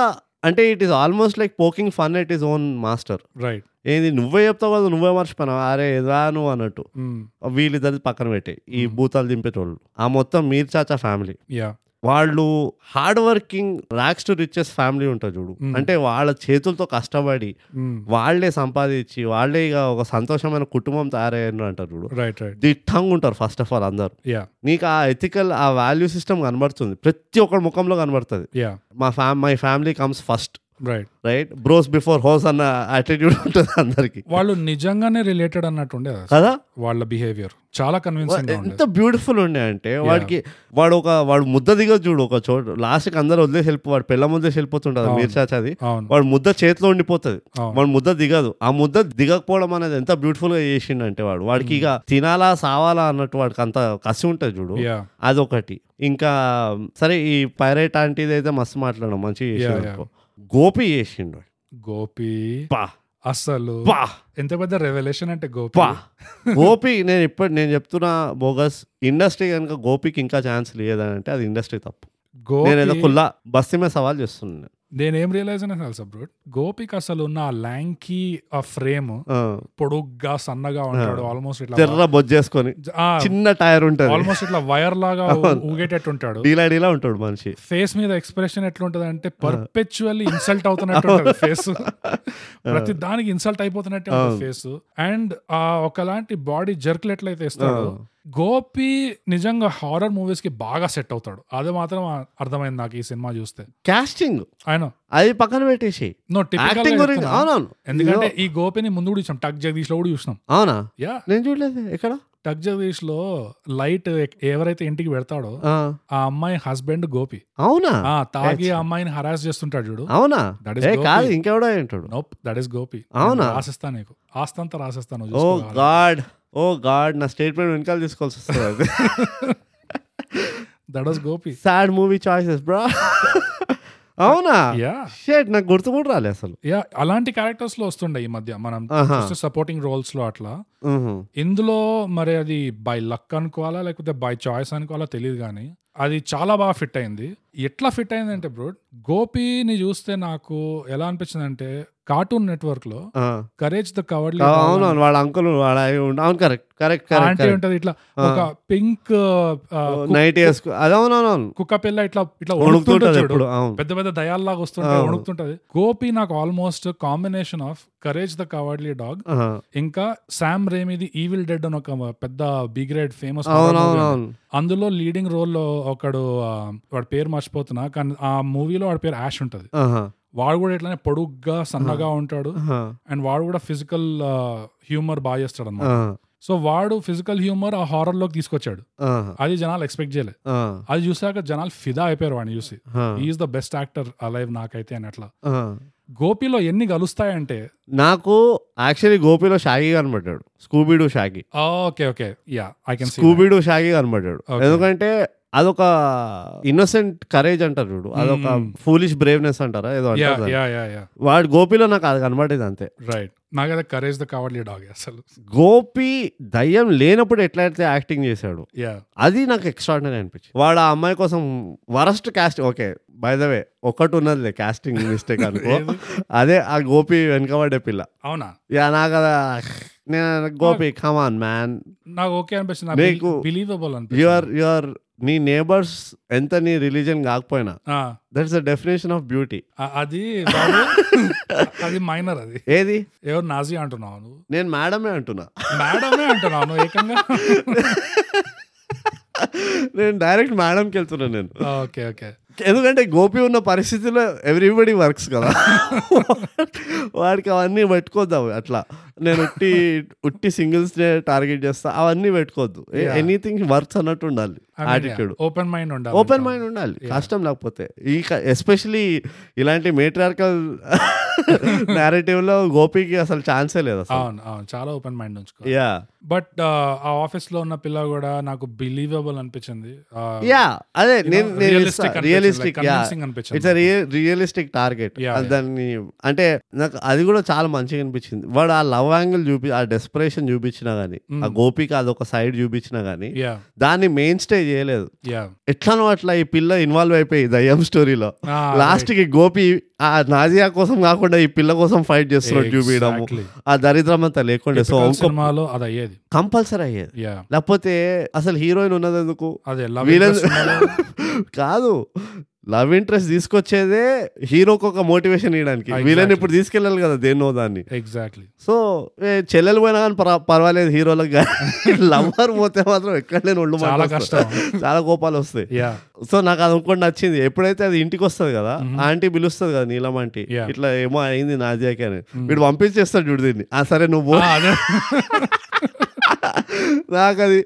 అంటే it is almost like poking fun at his own master
right.
ఏంది నువ్వే చెప్తావు కదా నువ్వే మర్చిపోయినావు అరే ఏదా నువ్వు అన్నట్టు
Mm,
వీళ్ళిద్దరిది పక్కన పెట్టి ఈ భూతాలు దింపేటోళ్ళు ఆ మొత్తం మీర్ చాచా ఫ్యామిలీ
yeah,
వాళ్ళు hard working rags to riches family ఉంటుంది చూడు
Mm.
అంటే వాళ్ళ చేతులతో కష్టపడి
mm,
వాళ్ళే సంపాదించి వాళ్ళే ఇక ఒక సంతోషమైన కుటుంబం తయారయ్యారు అంటారు చూడు
right, right.
దిట్టంగా ఉంటారు ఫస్ట్ ఆఫ్ ఆల్ అందరు
Yeah,
నీకు ఆ ఎథికల్ ఆ వాల్యూ సిస్టమ్ కనబడుతుంది ప్రతి ఒక్కరి ముఖంలో కనబడుతుంది
yeah,
మా fam my family comes first
right.
Right bros before hoes అన్న యాటిట్యూడ్ ఉంటుంది అందరికి
వాళ్ళు నిజంగానే రిలేటెడ్ అన్నట్టు ఉండేది అసలు.
కదా
వాళ్ళ బిహేవియర్ చాలా కన్విన్సింగ్ గా
ఎంత
ఉండేది
బ్యూటిఫుల్ ఉండే అంటే వాడికి వాడు ఒక వాడు ముద్ద దిగదు చూడు ఒక చోట లాస్ట్కి అందరూ వదిలేసి వెళ్ళిపో వాడు పిల్ల వదిలేసి వెళ్ళిపోతుంటుంది
అవును.
మీరు చాచది
అవును
వాడు ముద్ద చేతిలో ఉండిపోతుంది
అవును.
వాడు ముద్ద దిగదు ఆ ముద్ద దిగకపోవడం అనేది ఎంత బ్యూటిఫుల్ గా చేసిండంటే వాడు
Hmm.
వాడికి ఇక తినాలా సావాలా అన్నట్టు వాడికి అంత కసి ఉంటుంది చూడు
యా
అదొకటి ఇంకా సరే ఈ పైరైట్ ఆంటీది అయితే మస్తు మాట్లాడడం మంచి
Yeah, yeah.
గోపి చేసిండు వాడు.
గోపి
పా
అసలు
పా
ఎంత పెద్ద రెవల్యూషన్ అంటే గోపి
పా [laughs] గోపి నేను ఇప్పుడు నేను చెప్తున్నా బోగస్ ఇండస్ట్రీ కనుక గోపికి ఇంకా ఛాన్స్ లేదని అంటే అది ఇండస్ట్రీ తప్పు నేను ఏదో
గోపి
కుల్లా బస్తీ మీద సవాల్ చేస్తున్నాను నేను.
నేనేం రియలైజ్ అయినా తెలుసా బ్రో గోపికి అసలు ఉన్న ఆ ల్యాంకీ ఆ ఫ్రేమ్
ఆ,
పొడుగ్గా సన్నగా ఉంటాడు ఆల్మోస్ట్ ఇట్లా
తెర్ర బొజ్జేసుకొని చిన్న టైర్ ఉంటుంది
ఆల్మోస్ట్ ఇట్లా వైర్ లాగా ఊగేటట్టు ఉంటాడు
డీలా డీలా ఉంటాడు మనిషి
ఫేస్ మీద ఎక్స్ప్రెషన్ ఎట్లుంటది అంటే పర్పెచువల్లీ ఇన్సల్ట్ అవుతున్నట్టు ఉంటుంది
[laughs]
ఫేస్ ప్రతి దానికి ఇన్సల్ట్ అయిపోతున్నట్టే ఉంటుంది ఫేస్ అండ్ ఆ ఒకలాంటి బాడీ జర్క్లు ఎట్లయితే ఇస్తాడు గోపి నిజంగా హారర్ మూవీస్ కి బాగా సెట్ అవుతాడు అది మాత్రం ఆ- అర్థమైంది నాకు ఈ సినిమా చూస్తే
కాస్టింగ్
ఆయన
అది పక్కన పెట్టేసి
నో
యాక్టింగ్ గురించి
టిపికల్
అవునవును
ఎందుకంటే ఈ గోపిని ముందు కూడా చూసాం టక్ జగదీష్ లో కూడా చూసినాం
అవునా
యా
నేను చూడలేదు ఎక్కడ
టక్ జగదీష్ లో లైట్ ఎక్- ఎవరైతే ఇంటికి పెడతాడో
ఆ,
ఆ అమ్మాయి హస్బెండ్ గోపి
అవునా
ఆ తాగి ఆ అమ్మాయిని హరాస్ చేస్తుంటాడు చూడు
అవునా
That is
ఏ
Gopi.
కాదు ఇంకెవడో ఏంటాడు
నోప్ దట్ ఈస్ గోపి
అవునా?
నేను రాసిస్తా నీకు ఆస్తంతా రాసిస్తాను
ఓ
చూసుకో కావాలి.
గాడ్ ఓ గాడ్ నా స్టేట్మెంట్ వెనకాల తీసుకోవాల్సి వస్తుంది అది
that is Gopi
sad movie choices bro [laughs] అవునా
యా
షేట్ నాకు గుర్తు కూడా రాలే అసలు
యా అలాంటి క్యారెక్టర్స్ లో వస్తుండే ఈ మధ్య మనం
ఆహా.
సపోర్టింగ్ రోల్స్ లో అట్లా
మ్హూ.
ఇందులో మరి అది బై లక్ అనుకోవాలా లేకపోతే బై చాయిస్ అనుకోవాలా తెలియదు కానీ అది చాలా బాగా ఫిట్ అయింది ఎట్లా ఫిట్ అయింది అంటే బ్రో గోపిని చూస్తే నాకు ఎలా అనిపించింది అంటే కార్టూన్ నెట్వర్క్ లో
ఆ.
కరేజ్ ద కవర్లీ
అవును అవునవును వాళ్ళ అంకుల్ వాళ్ళ అయి ఉండ- అవును కరెక్ట్ కరెక్ట్ కరెక్ట్
ఆంటీ ఉంటది ఇట్లా ఒక పింక్
నైట్ వేసుకో అది అవునవునవును
కుక్క పిల్ల ఇట్లా ఇట్లా
ఉడుకుతుంటది
వణుకుతుంటది
ఎప్పుడు
చూడు
అవును
పెద్ద పెద్ద దయాల్లాగా వస్తుంటది
ఆ.
వణుకుతుంటది గోపి నాకు almost combination of courage the కవర్లీ dog
ఆహా.
ఇంకా శామ్ రేమిది ఈవిల్ డెడ్ అని ఒక పెద్ద బి గ్రేడ్ ఫేమస్
అవునవునవును
అందులో లీడింగ్ రోల్ లో ఒకడు ఆ, వాడి పేరు మర్చిపోతున్నా కానీ ఆ మూవీలో వాడి పేరు యాష్ ఉంటది
ఆహా.
వాడు కూడా ఇట్లానే పొడుగ్గా సన్నగా ఉంటాడు
ఆహా.
అండ్ వాడు కూడా ఫిజికల్ హ్యూమర్ బాగా చేస్తాడు అనమాట
ఆహా.
సో వాడు ఫిజికల్ హ్యూమర్ ఆ హారర్ లోకి తీసుకొచ్చాడు
ఆహా.
అది జనాలు ఎక్స్పెక్ట్ చేయలేదు
ఆహా.
అది చూసాక జనాలు ఫిదా అయిపోయారు వాడిని చూసి
ఆహా.
Is the best actor alive నాకైతే అని అట్లా
ఆహా.
గోపిలో ఎన్ని కలుస్తాయంటే
నాకు యాక్చువల్లీ గోపిలో షాగి కనబడ్డాడు Scooby Doo Shaggy
okay okay yeah I can see
Scooby Doo Shaggy కనబడ్డాడు
Okay.
ఎందుకంటే అదొక ఇన్నోసెంట్ కరేజ్ అంటారు చూడు అదొక
Hmm.
ఫూలిష్ బ్రేవ్నెస్ అంటారా ఏదో
యా
అంటారు దాన్ని.
యా యా యా
వాడు గోపిలో నాకు అది కనబడేది అంతే
రైట్ నాకైతే కరేజ్ ద కావట్లే డాగ్ అసలు
గోపి దయ్యం లేనప్పుడు ఎట్లయితే యాక్టింగ్ చేశాడు
యా
అది నాకు ఎక్స్ట్రాడినరీ అనిపించింది వాడు ఆ అమ్మాయి కోసం worst cast okay by the way ఒకటి ఉన్నదిలే కాస్టింగ్ మిస్టేక్ అనుకో
[laughs] ఏది?
అదే ఆ గోపి వెనకబడే పిల్ల
అవునా
యా నాకు అది, ఆ, నేను గోపి
Hmm.
కమాన్ మ్యాన్
నాకు ఓకే అనిపిస్తుంది నాకు
నీకు-
బిలీవబుల్
యువర్ యువర్ నీ నేబర్స్ ఎంత నీ రిలీజన్ కాకపోయినా that's the definition of beauty
అది బాబు, అది మైనర్ అది
ఏది
ఎవరు నాజీ అంటున్నావు నువ్వు
నేను మేడమే అంటున్నా
మేడమే అంటున్నావు నువ్వు ఏకంగా
నేను డైరెక్ట్ మేడంకి వెళ్తున్నా నేను
ఓకే ఓకే
ఎందుకంటే గోపి ఉన్న పరిస్థితిలో ఎవ్రీబడి వర్క్స్ కదా వాడికి అవన్నీ పెట్టుకోద్దాం అట్లా నేను ఉట్టి ఉట్టి సింగిల్స్ టార్గెట్ చేస్తా అవన్నీ పెట్టుకోవద్దు
Yeah.
ఎనీథింగ్ వర్క్స్ అన్నట్టు ఉండాలి Attitude.
ఓపెన్ మైండ్ ఉండాలి
ఓపెన్ మైండ్ ఉండాలి
Yeah.
కష్టం లేకపోతే ఈ ఎస్పెషలీ ఇలాంటి [laughs] మేట్రార్కల్ నేరేటివ్ లో గోపికి అసలు ఛాన్సే లేదు అసలు
అవును అవును చాలా ఓపెన్ మైండ్ ఉంచుకో
యా
బట్ ఆ ఆఫీస్ లో ఉన్న పిల్ల కూడా నాకు బిలీవబుల్ అనిపించింది
యా అదే నేను
రియలిస్టిక్
రియలిస్టిక్ యా ఇట్స్
అనిపించింది
రియలిస్టిక్ టార్గెట్
Yeah, yeah.
దాన్ని అంటే నాకు అది కూడా చాలా మంచిగా అనిపించింది వాడు ఆ లవ్ యాంగిల్ చూపి ఆ డెస్పరేషన్ చూపించినా గానీ
Mm.
ఆ గోపిక అదొక సైడ్ చూపించినా గానీ
యా
దాన్ని మెయిన్ స్టే చేయలేదు [laughs]
యా
ఎట్లానో అట్లా ఈ పిల్ల ఇన్వాల్వ్ అయిపోయి దయ్యం స్టోరీలో
Ah,
లాస్ట్ కి గోపి ఆ నాజియా కోసం కాకుండా ఈ పిల్ల కోసం ఫైట్ చేస్తున్నాడు చూపించడము ఆ దరిద్రం అంతా లేకుండా సో
సినిమాలో అది అయ్యేది
కంపల్సరీ అయ్యేది
యా
లేకపోతే అసలు హీరోయిన్ ఉన్నది ఎందుకు
అదే లవ్
వీళ్ళని-
[laughs]
[laughs] కాదు లవ్ ఇంట్రెస్ట్ తీసుకొచ్చేదే హీరోకి ఒక మోటివేషన్ ఇవ్వడానికి
Ah, Exactly.
వీళ్ళని ఇప్పుడు తీసుకెళ్ళాలి కదా దేన్నో దాన్ని
ఎగ్జాక్ట్లీ
సో ఏ, చెల్లెలు పోయినా కానీ పర- పర్వాలేదు హీరోలకు కానీ [laughs] లవ్వర్ పోతే మాత్రం ఎక్కడ నేను ఒళ్ళు
చాలా
మంటలు
కష్టం
వస్తాయి. చాలా కోపాలు వస్తాయి
యా
సో నాకు అది ఇంకోటి నచ్చింది ఎప్పుడైతే అది ఇంటికి వస్తుంది కదా ఆ ఆంటీ పిలుస్తుంది కదా నీలం ఆంటీ
Yeah.
ఇట్లా ఏమో అయింది నాజియాకి అని వీడు పంపించేస్తాడు చూడు దీన్ని ఆ సరే నువ్వు పో.
అదే
[laughs] నాకు అది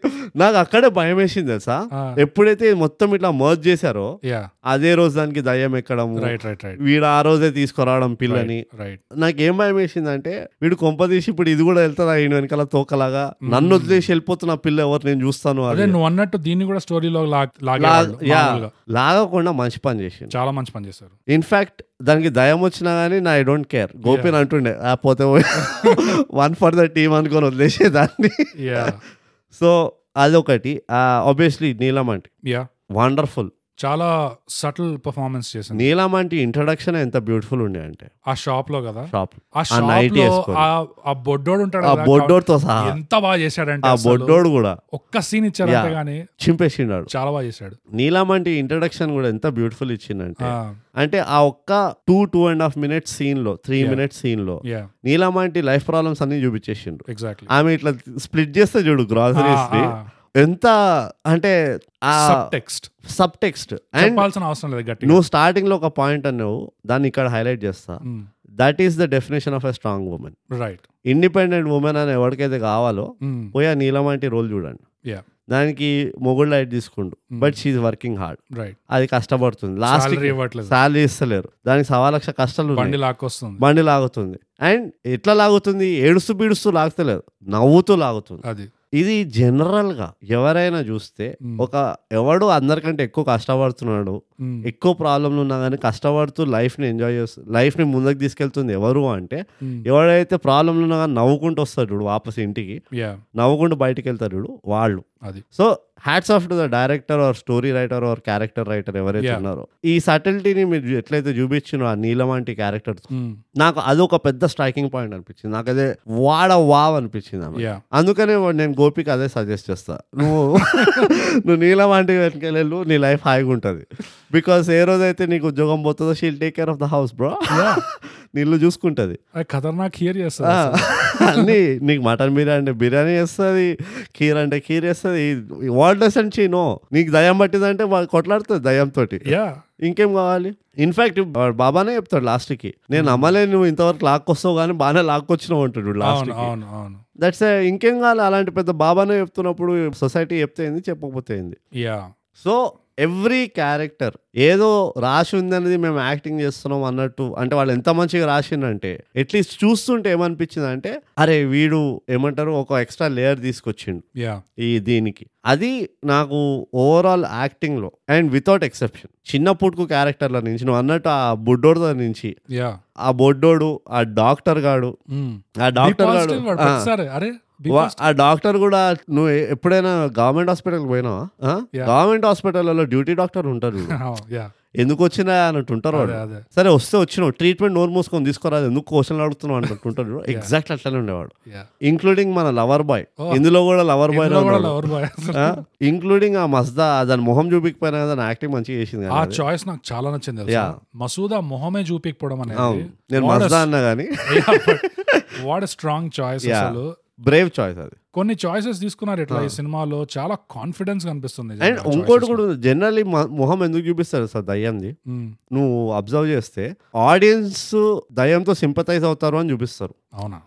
నాకు అక్కడే భయం వేసింది తెలుసా
ఆ.
ఎప్పుడైతే ఇది మొత్తం ఇట్లా మర్జ్ చేశారో
యా
అదే రోజు దానికి దయ్యం ఎక్కడం
రైట్ రైట్ రైట్
వీడు ఆ రోజే తీసుకురావడం పిల్లని
రైట్
నాకేం భయం వేసిందంటే వీడు కొంపదీసి ఇప్పుడు ఇది కూడా వెళ్తుందా ఈయన వెనకాల తోకలాగా నన్ను వదిలేసి వెళ్ళిపోతున్న పిల్ల ఎవరు నేను చూస్తాను
అదే
అని
నువ్వు అన్నట్టు దీన్ని కూడా స్టోరీలో
లా-
లాగేవాళ్ళు
యా,
మామూలుగా.
లాగకుండా మంచి పని చేసింది
చాలా మంచి పని చేశారు
ఇన్ఫాక్ట్ దానికి దయం వచ్చినా కానీ నా ఐ డోంట్ కేర్ గోపిన్ అంటుండే "ఆ, పోతే [laughs] వన్ ఫర్ ద టీమ్ అనుకొని వదిలేసే దాన్ని
యా
సో అదొకటి ఆబ్వియస్లీ నీలమంటి
యా
వండర్ఫుల్
చాలా సటిల్ పర్ఫార్మెన్స్ చేసింది
నీలమంటి ఇంట్రడక్షన్ ఎంత బ్యూటిఫుల్ ఉండే అంటే
ఆ షాప్ లో కదా
షాప్
ఆ
night
షాప్ లో
వేసుకొని.
ఆ- ఆ బొడ్డోడు ఉంటాడు
ఆ
కదా,
బొడ్డోడుతో సహా
ఎంత బాగా చేశాడంటే
ఆ
అసలు.
బొడ్డోడు కూడా
ఒక్క సీన్ ఇచ్చారు
Yeah.
అంతేగాని
చింపేసిండాడు
చాలా బాగా చేశాడు
నీలామంటి ఇంట్రడక్షన్ కూడా ఎంత బ్యూటిఫుల్ ఇచ్చిందంటే అంటే ఆ ఒక్క two two and half minutes scene లో త్రీ
Yeah.
మినిట్స్ సీన్ లో
యా
నీలామంటి లైఫ్ ప్రాబ్లమ్స్ అన్ని చూపించేసిండు
ఎగ్జాక్ట్లీ
ఆమె ఇట్లా స్ప్లిట్ చేస్తే చూడు గ్రాసరీస్ ని ఎంత అంటే ఆ
టెక్స్ట్
సబ్ టెక్స్ట్ అండ్
చెప్పాల్సిన అవసరం లేదు గట్టిగా
నువ్వు స్టార్టింగ్ లో ఒక పాయింట్ అన్నావు దాన్ని ఇక్కడ హైలైట్ చేస్తా
Mm,
that is the definition of a strong women
right
independent women అని ఎవరికైతే కావాలో
Mm,
పోయి ఆ నీలమంటి రోల్ చూడండి
యా
దానికి మొగుళ్ళు లైట్ తీసుకుండు
Hmm. mm,
but she's working hard
right
అది కష్టపడుతుంది లాస్ట్
సాలరీ ఇవ్వట్లేదు
శాలరీ ఇస్తలేరు దానికి సవా లక్ష కష్టాలు ఉన్నాయి.
బండి లాక్కొస్తుంది
బండి లాగుతుంది అండ్ ఎట్లా లాగుతుంది ఏడుస్తూ పీడుస్తూ లాగుతలేదు నవ్వుతూ లాగుతుంది
అది
ఇది జనరల్ గా ఎవరైనా చూస్తే
Mm.
ఒక ఎవడు అందరికంటే ఎక్కువ కష్టపడుతున్నాడు
Mm.
ఎక్కువ ప్రాబ్లంలు ఉన్నా కానీ కష్టపడుతూ లైఫ్ ని ఎంజాయ్ చేస్తూ లైఫ్ ని ముందుకు తీసుకెళ్తుంది ఎవరు అంటే
Mm.
ఎవడైతే ప్రాబ్లంలు ఉన్నా కానీ నవ్వుకుంటూ వస్తాడు చూడు వాపస్ ఇంటికి
యా
నవ్వుకుంటూ బయటికి వెళ్తారు చూడు వాళ్ళు
అది
so hats off to the director or story writer or character writer ఎవరైతే
Yeah.
ఉన్నారో ఈ సటిల్టీని మీరు ఎట్లయితే చూపించినో ఆ నీలం వంటి క్యారెక్టర్
Mm.
నాకు అదొక పెద్ద స్ట్రైకింగ్ పాయింట్ అనిపించింది నాకు అదే వాడ వావ్ అనిపించింది ఆమె
యా
అందుకనే వా- నేను గోపికి అదే సజెస్ట్ చేస్తా నువ్వు [laughs] నువ్వు నీలం వంటి వెనకెళ్ళు నీ లైఫ్ హాయిగా ఉంటుంది బికాస్ ఏ రోజైతే నీకు ఉద్యోగం పోతుందో she'll take care of the house bro [laughs] నీళ్ళు చూసుకుంటుంది
అది ఖతర్నాక్ హియర్
ఆ,
చేస్తారు
అన్నీ నీకు మటన్ బిర్యానీ అంటే బిర్యానీ వేస్తుంది కీర్ అంటే కీర్ వేస్తుంది వాట్ డస్ అండ్ చీనో నీకు దయం పట్టిందంటే వాళ్ళు కొట్లాడుతుంది దయంతో
యా
ఇంకేం కావాలి ఇన్ఫాక్ట్ బాబానే చెప్తాడు లాస్ట్ కి నేను నమ్మలే నువ్వు ఇంతవరకు లాక్కొస్తావు కానీ బాగానే లాక్కొచ్చినావు అంటాడు లాస్ట్
అవును అవును అవును
దట్స్ ఇంకేం కావాలి అలాంటి పెద్ద బాబానే చెప్తున్నప్పుడు సొసైటీ చెప్తే ఏంది చెప్పకపోతే ఏంది
యా
సో ఎవ్రీ క్యారెక్టర్ ఏదో రాసి ఉందనేది మేము యాక్టింగ్ చేస్తున్నాం అన్నట్టు అంటే వాళ్ళు ఎంత మంచిగా రాసిందంటే అట్లీస్ట్ చూస్తుంటే ఏమనిపించింది అంటే అరే వీడు ఏమంటారు ఒక ఎక్స్ట్రా లేయర్ తీసుకొచ్చిండు
యా
ఈ దీనికి అది నాకు ఓవరాల్ యాక్టింగ్ లో అండ్ వితౌట్ ఎక్సెప్షన్ చిన్న పుట్టుకు క్యారెక్టర్ల నుంచి నువ్వు అన్నట్టు ఆ బుడ్డోడు నుంచి
యా
ఆ బొడ్డోడు ఆ డాక్టర్ గాడు
Mm.
ఆ డాక్టర్ గాడు ఆ,
సరే అరే be
వా- ఆ డాక్టర్ కూడా నువ్వు ఎ- ఎప్పుడైనా గవర్నమెంట్ హాస్పిటల్ పోయినావా ఆ?
Yeah.
గవర్నమెంట్ హాస్పిటల్లో డ్యూటీ డాక్టర్
[laughs]
ఉంటారు
positive. అవును, yeah.
ఎందుకు వచ్చినా అన్నట్టు ఉంటారు వాళ్ళు
అదే అదే
సరే వస్తే వచ్చినావు ట్రీట్మెంట్ నోరు మూసుకొని తీసుకోరాదు ఎందుకు క్వశ్చన్లు అడుగుతున్నావు అన్నట్టు
[laughs]
ఉంటారు ఎగ్జాక్ట్ అట్లనే ఉండేవాడు
Yeah.
ఇంక్లూడింగ్ మన లవర్ బాయ్
Oh.
ఇందులో కూడా లవర్ బాయ్
ఇందులో కూడా lover boy అసలు.
ఇంక్లూడింగ్ ఆ మస్దా దాని మొహం చూపించకపోయినా దాని యాక్టింగ్ మంచిగా చేసింది
ఆ
కానీ అది.
చాయిస్ నాకు చాలా నచ్చింది తెలుసా?
Yeah.
మసూదా మొహమే చూపించకపోవడం
అవును
[laughs] అనేది
నేను
What
మస్దా
a-
అన్నా కానీ
వాట్ స్ట్రాంగ్ చాయిస్
Yeah.
అసలు
బ్రేవ్ చాయిస్ అది
కొన్ని చాయిసెస్ తీసుకున్నారు ఇట్లా ఈ సినిమాలో చాలా కాన్ఫిడెన్స్ కనిపిస్తుంది
అండ్
నిజంగా
ఇంకోటి
choices Mm,
కూడా
లో.
జనరల్లీ మొహం ఎందుకు చూపిస్తారు సార్ దయ్యంది
మ్మ్.
నువ్వు అబ్జర్వ్ చేస్తే ఆడియన్స్ దయ్యంతో సింపతైజ్ అవుతారు అని చూపిస్తారు
అవునా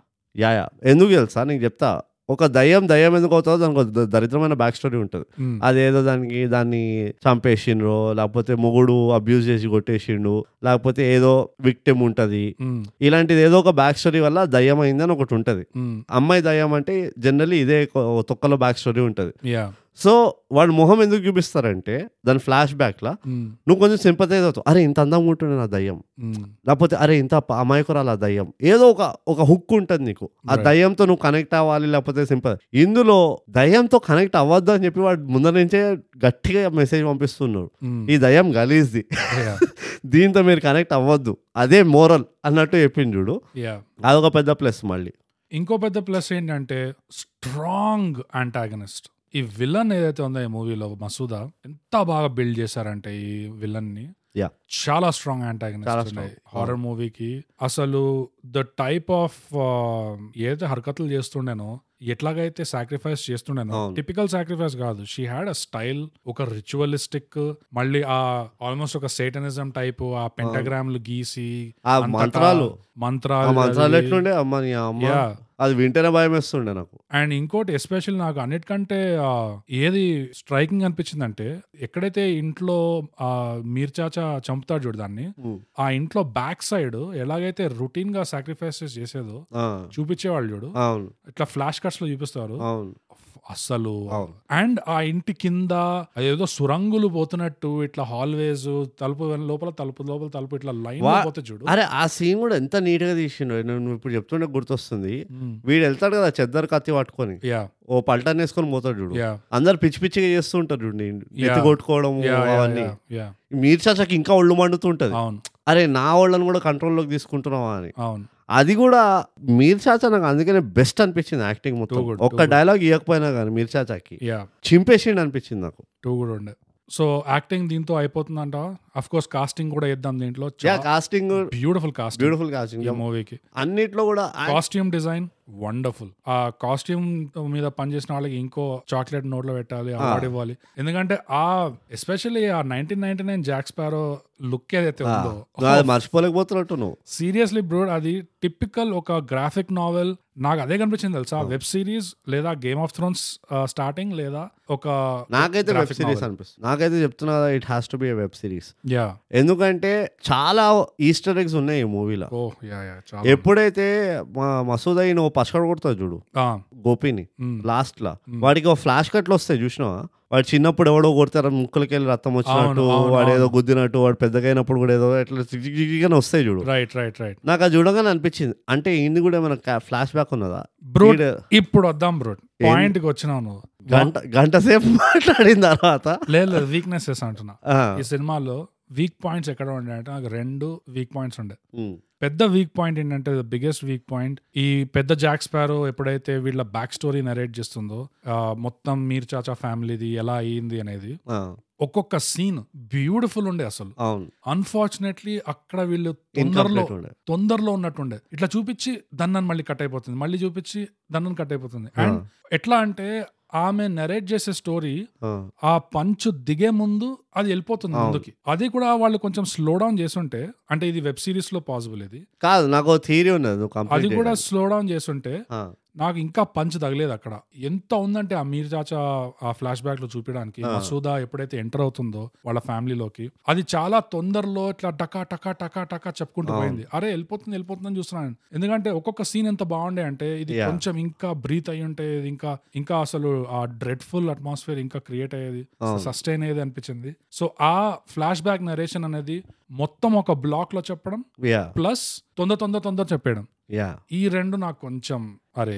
యా యా ఎందుకు తెలుసా నీకు చెప్తా ఒక దయ్యం దయ్యం ఎందుకు అవుతుందో దానికి ఒక ద- దరిద్రమైన బ్యాక్ స్టోరీ ఉంటుంది
ఉమ్,
అదేదో దానికి దాన్ని చంపేసిండ్రు లేకపోతే మొగుడు అబ్యూజ్ చేసి కొట్టేసిండు లేకపోతే ఏదో విక్టిమ్ ఉంటుంది
ఉమ్,
ఇలాంటిది ఏదో ఒక బ్యాక్ స్టోరీ వల్ల దయ్యం అయిందని ఒకటి ఉంటుంది
ఉమ్,
అమ్మాయి దయ్యం అంటే జనరల్లీ ఇదే ఒక- ఒక తొక్కలో బ్యాక్ స్టోరీ ఉంటుంది
యా
సో వాడు మొహం ఎందుకు చూపిస్తారంటే దాని ఫ్లాష్ బ్యాక్లా
ఉమ్,
నువ్వు కొంచెం సింపతైజ్ అవుతావు అరే ఇంత అందంగా ఉంటుండే నా దయ్యం
ఉమ్,
లేకపోతే అరే ఇంత ప- అమాయకురాలు ఆ దయ్యం ఏదో ఒక ఒక హుక్ ఉంటుంది నీకు ఆ
Right.
దయ్యంతో నువ్వు కనెక్ట్ అవ్వాలి లేకపోతే సింపల్ ఇందులో దయ్యంతో కనెక్ట్ అవ్వద్దు అని చెప్పి వాడు ముందర నుంచే గట్టిగా మెసేజ్ పంపిస్తున్నారు
ఉమ్,
ఈ దయ్యం గలీజ్ది
యా
దీంతో మీరు కనెక్ట్ అవ్వద్దు అదే మోరల్ అన్నట్టు చెప్పింది చూడు
యా
అదొక పెద్ద ప్లస్ మళ్ళీ
ఇంకో పెద్ద ప్లస్ ఏంటంటే స్ట్రాంగ్ అంటాగనిస్ట్ ఈ విలన్ ఏదైతే ఉందో ఈ మూవీలో మసూదా ఎంత బాగా బిల్డ్ చేశారంటే ఈ విలన్ ని
Yeah.
చాలా స్ట్రాంగ్
చాలా
అంటాగనిస్ట్
strong.
హారర్ మూవీకి అసలు ద టైప్ ఆఫ్ ఏదైతే హరకతులు చేస్తుండేనో ఎట్లాగైతే సాక్రిఫైస్ చేస్తుండేనో
అవును.
టిపికల్ సాక్రిఫైస్ కాదు షీ హ్యాడ్ అ స్టైల్ ఒక రిచువలిస్టిక్ మళ్ళీ ఆ ఆల్మోస్ట్ ఒక సేటనిజం టైప్ ఆ పెంటగ్రామ్లు గీసి
ఆ
అంతటా
మంత్రాలు ఆ
మంత్రాలు
మంత్రాలు
చదివి,
ఎట్లుండే అమ్మ నీ అమ్మ
yeah.
అది వింటేనే భయం వేస్తుండే నాకు
అండ్ ఇంకోటి ఎస్పెషల్ నాకు అన్నిటికంటే ఆ, ఏది స్ట్రైకింగ్ అనిపించింది అంటే ఎక్కడైతే ఇంట్లో ఆ, మీర్ చాచా చంపుతాడు చూడు దాన్ని ఆ ఇంట్లో బ్యాక్ సైడ్ ఎలాగైతే రొటీన్ గా సాక్రిఫైసెస్ చేసేదో
ఆ,
చూపించేవాళ్ళు చూడు
అవును
ఇట్లా ఫ్లాష్ కట్స్ లో చూపిస్తారు
అవును
అస్సలు
అవును.
అండ్ ఆ ఇంటి కింద ఏదో సురంగులు పోతున్నట్టు ఇట్లా హాల్వేస్ తలుపు లోపల తలుపు లోపల తలుపు ఇట్లా లైన్
వా-
పోతే చూడు
అరే ఆ సీన్ కూడా ఎంత నీట్ గా తీసిండు నేను నువ్వు ఇప్పుడు చెప్తుంటే గుర్తొస్తుంది
మ్మ్.
వీడు వెళ్తాడు కదా చెద్దరు కత్తి పట్టుకొని
యా
ఓ పల్టాన్ని వేసుకొని పోతాడు చూడు
యా
అందరు పిచ్చి పిచ్చిగా చేస్తుంటారు చూడు ఎత్తి
Yeah.
కొట్టుకోవడం
యా
అవన్నీ
యా, యా
మీరు చాచకి ఇంకా ఒళ్ళు మండుతుంటది
అవును
అరే నా వాళ్ళని కూడా కంట్రోల్లోకి తీసుకుంటున్నావా అని
అవును
అది కూడా మీర్ చాచా నాకు అందుకనే బెస్ట్ అనిపించింది యాక్టింగ్ మొత్తం
Too good,
ఒక్క డైలాగ్ ఇవ్వకపోయినా కానీ మీర్ చాచాకి
యా
చింపేసిండు అనిపించింది నాకు
టూ కూడా ఉండే సో యాక్టింగ్ దీంతో అయిపోతుందంట అఫ్ కోర్స్ కాస్టింగ్ కూడా ఇద్దాం దీంట్లో
yeah casting
beautiful casting
beautiful casting
ఈ మూవీకి
అన్నిట్లో కూడా act-
కాస్ట్యూమ్ డిజైన్ వండర్ఫుల్ ఆ కాస్ట్యూమ్ మీద పనిచేసిన వాళ్ళకి ఇంకో చాక్లెట్ నోట్ లో పెట్టాలి అవార్డు ఇవ్వాలి ఎందుకంటే ఆ ఎస్పెషల్లీ ఆ nineteen ninety nine Jack Sparrow look ఏదైతే ఉందో
అది మర్చిపోలేకపోతున్నట్టు నువ్వు
సీరియస్లీ బ్రూడ్ అది టిపికల్ ఒక గ్రాఫిక్ నావెల్ నాకు అదే కనిపించింది తెలుసా వెబ్ సిరీస్ లేదా గేమ్ ఆఫ్ థ్రోన్స్ స్టార్టింగ్ లేదా ఒక
నాకైతే వెబ్
graphic
సిరీస్
novel.
అనిపిస్తుంది నాకైతే చెప్తున్నా it has to be a web series
yeah
ఎందుకంటే చాలా ఈస్టర్ ఎగ్స్ ఉన్నాయి ఈ మూవీలో
ఓ యా యా Oh, చాలా
ఎప్పుడైతే మా మసూద్ అయిన ఓ పచ్చడి కొడతాడు చూడు
ఆ,
గోపిని
మ్,
లాస్ట్ లా వాడికి ఓ ఫ్లాష్ కట్లు వస్తాయి చూసినావా వాడు చిన్నప్పుడు ఎవడో కొడతారు ముక్కలకి వెళ్ళి రక్తం వచ్చినట్టు
అవును, అవును,
వాడు ఏదో
అవును.
గుద్దినట్టు వాడు పెద్దగైనప్పుడు కూడా ఏదో ఇట్లా జిగ్ జిగ్ జిగ్ అని వస్తాయి చూడు
రైట్ రైట్ రైట్
నాకు అది చూడగానే అనిపించింది అంటే ఇది కూడా ఏమైనా ఫ్లాష్ బ్యాక్ ఉన్నదా
బ్రూట్
వీడు
ఇప్పుడు వద్దాం బ్రూట్ పాయింట్ కి వచ్చినావు నువ్వు
గంట గంట సేపు [laughs] మాట్లాడిన తర్వాత
లేదు లేదు వీక్నెసెస్ అంటున్నా
ఆ,
ఈ సినిమాలో వీక్ పాయింట్స్ ఎక్కడ ఉండే అంటే నాకు రెండు వీక్ పాయింట్స్ ఉండే
ఉమ్,
పెద్ద వీక్ పాయింట్ ఏంటంటే ద బిగ్గెస్ట్ వీక్ పాయింట్ ఈ పెద్ద జాక్ స్పారో ఎప్పుడైతే వీళ్ళ బ్యాక్ స్టోరీ నరేట్ చేస్తుందో ఆ, మొత్తం మీర్ చాచా ఫ్యామిలీది ఎలా అయ్యింది అనేది
ఆ,
ఒక్కొక్క సీన్ బ్యూటిఫుల్ ఉండే అసలు
అవును
అన్ఫార్చునేట్లీ అక్కడ వీళ్ళు తొందరలో
ఇన్కంప్లీట్ ఉండే
తొందరలో ఉన్నట్టుండే ఇట్లా చూపించి దన్నన్ మళ్ళీ కట్ అయిపోతుంది మళ్ళీ చూపించి దన్నన్ కట్ అయిపోతుంది అండ్ ఎట్లా అంటే ఆమె నరేట్ చేసే స్టోరీ
ఆ,
ఆ పంచ్ దిగే ముందు అది వెళ్ళిపోతుంది
అవును.
ముందుకి అది కూడా వాళ్ళు కొంచెం స్లో డౌన్ చేస్తుంటే అంటే ఇది వెబ్ సిరీస్ లో పాసిబుల్ ఇది
కాదు నాకు థియరీ ఉన్నది నువ్వు
అది
కంప్లీట్
కూడా స్లో డౌన్ చేస్తుంటే నాకు ఇంకా పంచ్ తగలేదు అక్కడ ఎంత ఉందంటే ఆ మీర్ చాచా ఆ ఫ్లాష్ బ్యాక్ లో చూపించడానికి
ఆ.
మసూదా ఎప్పుడైతే ఎంటర్ అవుతుందో వాళ్ళ ఫ్యామిలీలోకి అది చాలా తొందరలో ఇట్లా టకా టకా టకా టకా చెప్పుకుంటూ
అవును.
పోయింది అరే వెళ్ళిపోతుంది వెళ్ళిపోతుందని చూస్తున్నాను ఎందుకంటే ఒక్కొక్క సీన్ ఎంత బాగుండే అంటే ఇది
Yeah.
కొంచెం ఇంకా బ్రీత్ అయ్యి ఉంటే ఇది ఇంకా ఇంకా అసలు ఆ డ్రెడ్ఫుల్ అట్మాస్ఫియర్ ఇంకా క్రియేట్ అయ్యేది
అవును.
సస్టైన్ అయ్యేది అనిపించింది సో ఆ ఫ్లాష్ బ్యాక్ నరేషన్ అనేది మొత్తం ఒక బ్లాక్ లో చెప్పడం
యా
ప్లస్ తొందర తొందర తొందర చెప్పేయడం
యా
ఈ రెండు నాకు కొంచెం అరే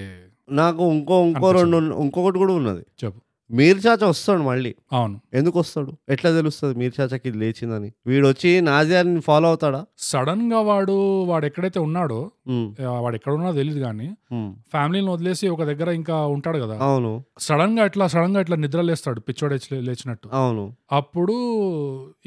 నాకు ఇంకో ఇంకో రెండు ఉన్న- ఇంకొకటి కూడా ఉన్నది
చెప్పు
మీరు చాచా వస్తాడు మళ్ళీ
అవును
ఎందుకు వస్తాడు ఎట్లా తెలుస్తుంది మీరు చాచాకి ఇది లేచిందని వీడు వచ్చి నాజియాని ఫాలో అవుతాడా
సడన్ గా వాడు వాడు ఎక్కడైతే ఉన్నాడో
ఉమ్,
ఆ, వాడు ఎక్కడ ఉన్నాడో తెలియదు కానీ
ఉమ్,
ఫ్యామిలీని వదిలేసి ఒక దగ్గర ఇంకా ఉంటాడు కదా
అవును
సడన్ గా ఇట్లా సడన్ గా ఇట్లా నిద్ర లేస్తాడు పిచ్చోడు లేచి- లేచినట్టు
అవును
అప్పుడు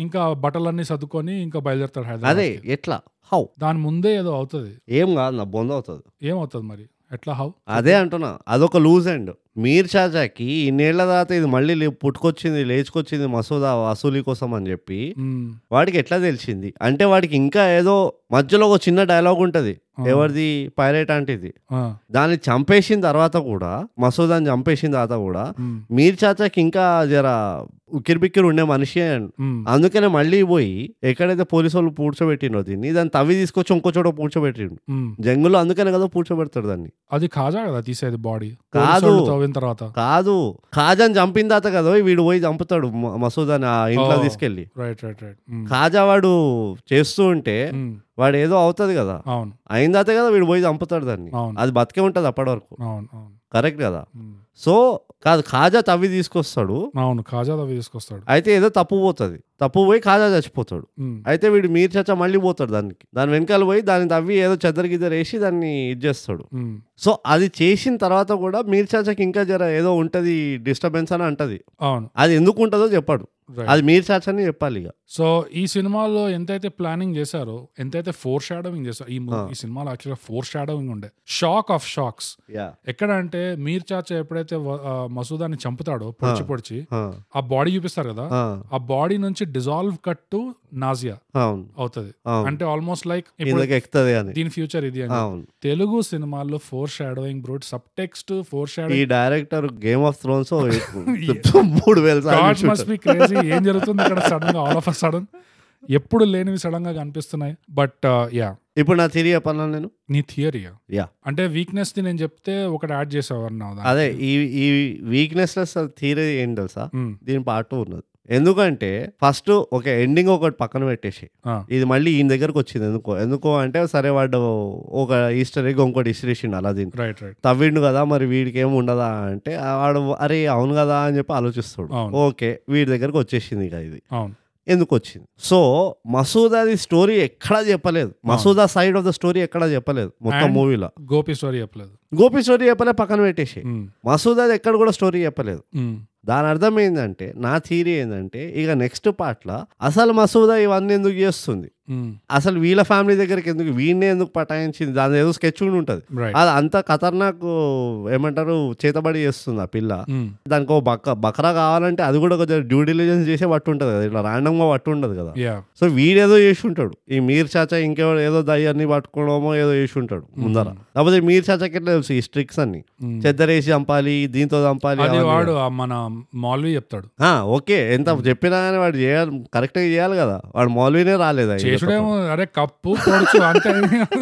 ఇంకా బట్టలన్నీ సర్దుకొని ఇంకా బయలుదేరతాడు
అదే
హైదరాబాద్
ఎట్లా హౌ
దాని ముందే ఏదో అవుతుంది
ఏం కాదు నా బొంద అవుతుంది
ఏమవుతుంది మరి ఎట్లా హౌ
అదే అంటున్నా అదొక లూజ్ అండ్ మీర్ చాచాకి ఇన్నేళ్ల తర్వాత ఇది మళ్ళీ లే- పుట్టుకొచ్చింది లేచుకొచ్చింది మసూదా వసూలి కోసం అని చెప్పి
మ్మ్.
వాడికి ఎట్లా తెలిసింది అంటే వాడికి ఇంకా ఏదో మధ్యలో ఒక చిన్న డైలాగ్ ఉంటుంది
ఆ.
ఎవరిది పైరేట్ ఆంటీది
ఆ,
దాన్ని చంపేసిన తర్వాత కూడా మసూదాన్ని చంపేసిన తర్వాత కూడా
ఉమ్,
మీర్ చాచాకి ఇంకా జర ఉక్కిరిబిక్కిరి ఉండే మనిషి అండ్
ఉమ్,
అందుకనే మళ్ళీ పోయి ఎక్కడైతే పోలీసు వాళ్ళు పూడ్చబెట్టినో దీన్ని దాన్ని తవ్వి తీసుకొచ్చి ఇంకో చోట పూడ్చబెట్టిండు
ఉమ్.
జంగులో అందుకనే కదా పూడ్చబెడతాడు దాన్ని
అది కాజా కదా తీసేది బాడీ
కాదు.
తవ్విన తర్వాత
కాదు ఖాజాని చంపిన తర్వాత కదా వీడు పోయి చంపుతాడు మ- మసూదాని ఆ ఇంట్లో
ఓ.
తీసుకెళ్ళి
right right right um,
Khaja వాడు చేస్తూ ఉంటే
ఉమ్,
వాడు ఏదో అవుతుంది కదా
అవును
అయిన తర్వాత కదా వీడు పోయి చంపుతాడు దాన్ని
అవును
అది బతికే ఉంటుంది అప్పటి వరకు
అవును అవును
కరెక్ట్ కదా
ఉమ్,
సో కాదు ఖాజా తవ్వి తీసుకొస్తాడు
అవును కాజా తవ్వి తీసుకొస్తాడు
అయితే ఏదో తప్పు పోతుంది తప్పు పోయి ఖాజా చచ్చిపోతాడు
ఉమ్,
అయితే వీడు మీరు చచ్చ మళ్ళీ పోతాడు దానికి దాని వెనకాల పోయి దాన్ని తవ్వి ఏదో చెద్దరి గిద్దరు వేసి దాన్ని ఇది చేస్తాడు
ఉమ్.
సో అది చేసిన తర్వాత కూడా మీరు చాచకి ఇంకా జర ఏదో ఉంటుంది డిస్టర్బెన్స్ అని అంటది
అవును
అది ఎందుకు ఉంటుందో చెప్పాడు
రైట్
అది మీరు చాచని చెప్పాలి ఇక
సో ఈ సినిమాలో ఎంతైతే ప్లానింగ్ చేశారో ఎంతైతే ఫోర్ షాడోవింగ్ చేశారో ఈ మూ-
ఆ.
ఈ సినిమాలో యాక్చువల్గా ఫోర్ షాడోవింగ్ ఉండే షాక్ ఆఫ్ షాక్స్
యా
ఎక్కడ అంటే మీర్ చాచా ఎప్పుడైతే వ- ఆ, మసూదాన్ని చంపుతాడో పొడిచి పొడిచి ఆ బాడీ చూపిస్తారు కదా ఆ బాడీ నుంచి డిజాల్వ్ కట్టు నాజియా
అవును
అవుతది
అవును
అంటే ఆల్మోస్ట్ లైక్ ఇప్పుడు
కిందకి ఎక్కుతుంది అని
దీని ఫ్యూచర్ ఇది అని
అవును
తెలుగు సినిమాల్లో foreshadowing brute subtext fore
ఈ
shadowing
director game of Thrones
[laughs]
మూడు వేల సార్లు
గాడ్ మస్ట్
చూశాడు.
బి క్రేజీ ఏం జరుగుతుంది ఇక్కడ సడన్ గా ఆల్ ఆఫ్ సడన్ ఎప్పుడు లేనివి సడన్ గా కనిపిస్తున్నాయి uh, బట్ యా
ఇప్పుడు నా తిరిగి చెప్పాలా నేను
నీ థియరీయా
Yeah.
అంటే వీక్నెస్ ని నేను చెప్తే ఒకటి యాడ్ చేసావు అన్నావు దాన్ని.
అదే ఈ ఈ వీక్నెస్ థీరీ ఏం తెలుసా
మ్మ్.
దీని పార్ట్ టూ ఉన్నది ఎందుకంటే ఫస్ట్ ఒక ఎండింగ్ ఒకటి పక్కన పెట్టేసి
ఆ.
ఇది మళ్ళీ ఈయన దగ్గరకు వచ్చింది ఎందుకో ఎందుకో అంటే సరే వాడు ఒక ఈస్టర్ ఎగ్ ఇంకోటి ఇసిరేసిండు అలా దీన్ని
రైట్ రైట్
తవ్విండు కదా మరి వీడికి ఏం ఉండదా అంటే ఆ వాడు అరే అవును కదా అని చెప్పి ఆలోచిస్తాడు
అవును.
ఓకే వీడి దగ్గరకు వచ్చేసింది ఇక ఇది
అవును
ఎందుకు వచ్చింది సో మసూదాది స్టోరీ ఎక్కడా చెప్పలేదు Masooda side of the story ఎక్కడా చెప్పలేదు మొత్తం
And-
మూవీలో
గోపి స్టోరీ చెప్పలేదు
గోపి స్టోరీ చెప్పలే పక్కన పెట్టేసి
మ్మ్.
మసూదాది ఎక్కడ కూడా స్టోరీ చెప్పలేదు
మ్మ్.
దాని అర్థం ఏంటంటే నా థీరీ ఏంటంటే ఇక నెక్స్ట్ పార్ట్లో అసలు మసూదా ఇవన్నీ ఎందుకు చేస్తుంది
మ్మ్.
అసలు వీళ్ళ ఫ్యామిలీ దగ్గరికి ఎందుకు వీడినే ఎందుకు పటాయించింది దాని ఏదో స్కెచ్ కూడా ఉంటుంది
రైట్
అది అంత ఖతర్నాక్ ఏమంటారు చేతబడి చేస్తుంది ఆ పిల్ల
మ్మ్.
దానికి ఒక బక్క బకరా కావాలంటే అది కూడా కొంచెం డ్యూ డిలిజెన్స్ చేసే పట్టు ఉంటుంది కదా ఇట్లా random గా పట్టు ఉండదు కదా
యా
సో వీడేదో చేసి ఉంటాడు ఈ మీర్ చాచా ఇంకెవడు ఏదో దయ్యాన్ని పట్టుకోవడమో ఏదో చేసి ఉంటాడు ముందర కాకపోతే మీర్ చాచాకి ఎట్లా తెలుసు ఈ స్ట్రిక్స్ అన్ని
మ్మ్.
చెద్దరేసి చంపాలి దీంతో చంపాలి
అది
అవన్నీ.
వాడు ఆ మన మాల్వి చెప్తాడు
ఆ, ఓకే ఎంత చెప్పినా కానీ వాడు చేయాలి కరెక్ట్గా చేయాలి కదా వాడు మాల్వీనే రాలేదు ఆ ఈయన
చేసుడేమో అరే కప్పు పొడుచు అంతే
తప్ప.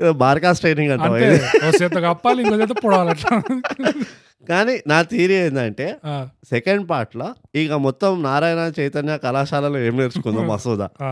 ఏదో బార్కాస్ ట్రైనింగ్ అంటావా
అంతే
ఇది?
ఓ చేత కప్పాలి ఇంకో చేత పొడవాలి అట్లా
కానీ నా థీరీ ఏంటంటే
ఆ,
సెకండ్ పార్ట్లో ఇక మొత్తం నారాయణ చైతన్య కళాశాలలో ఏం నేర్చుకుందో మసూదా
ఆ,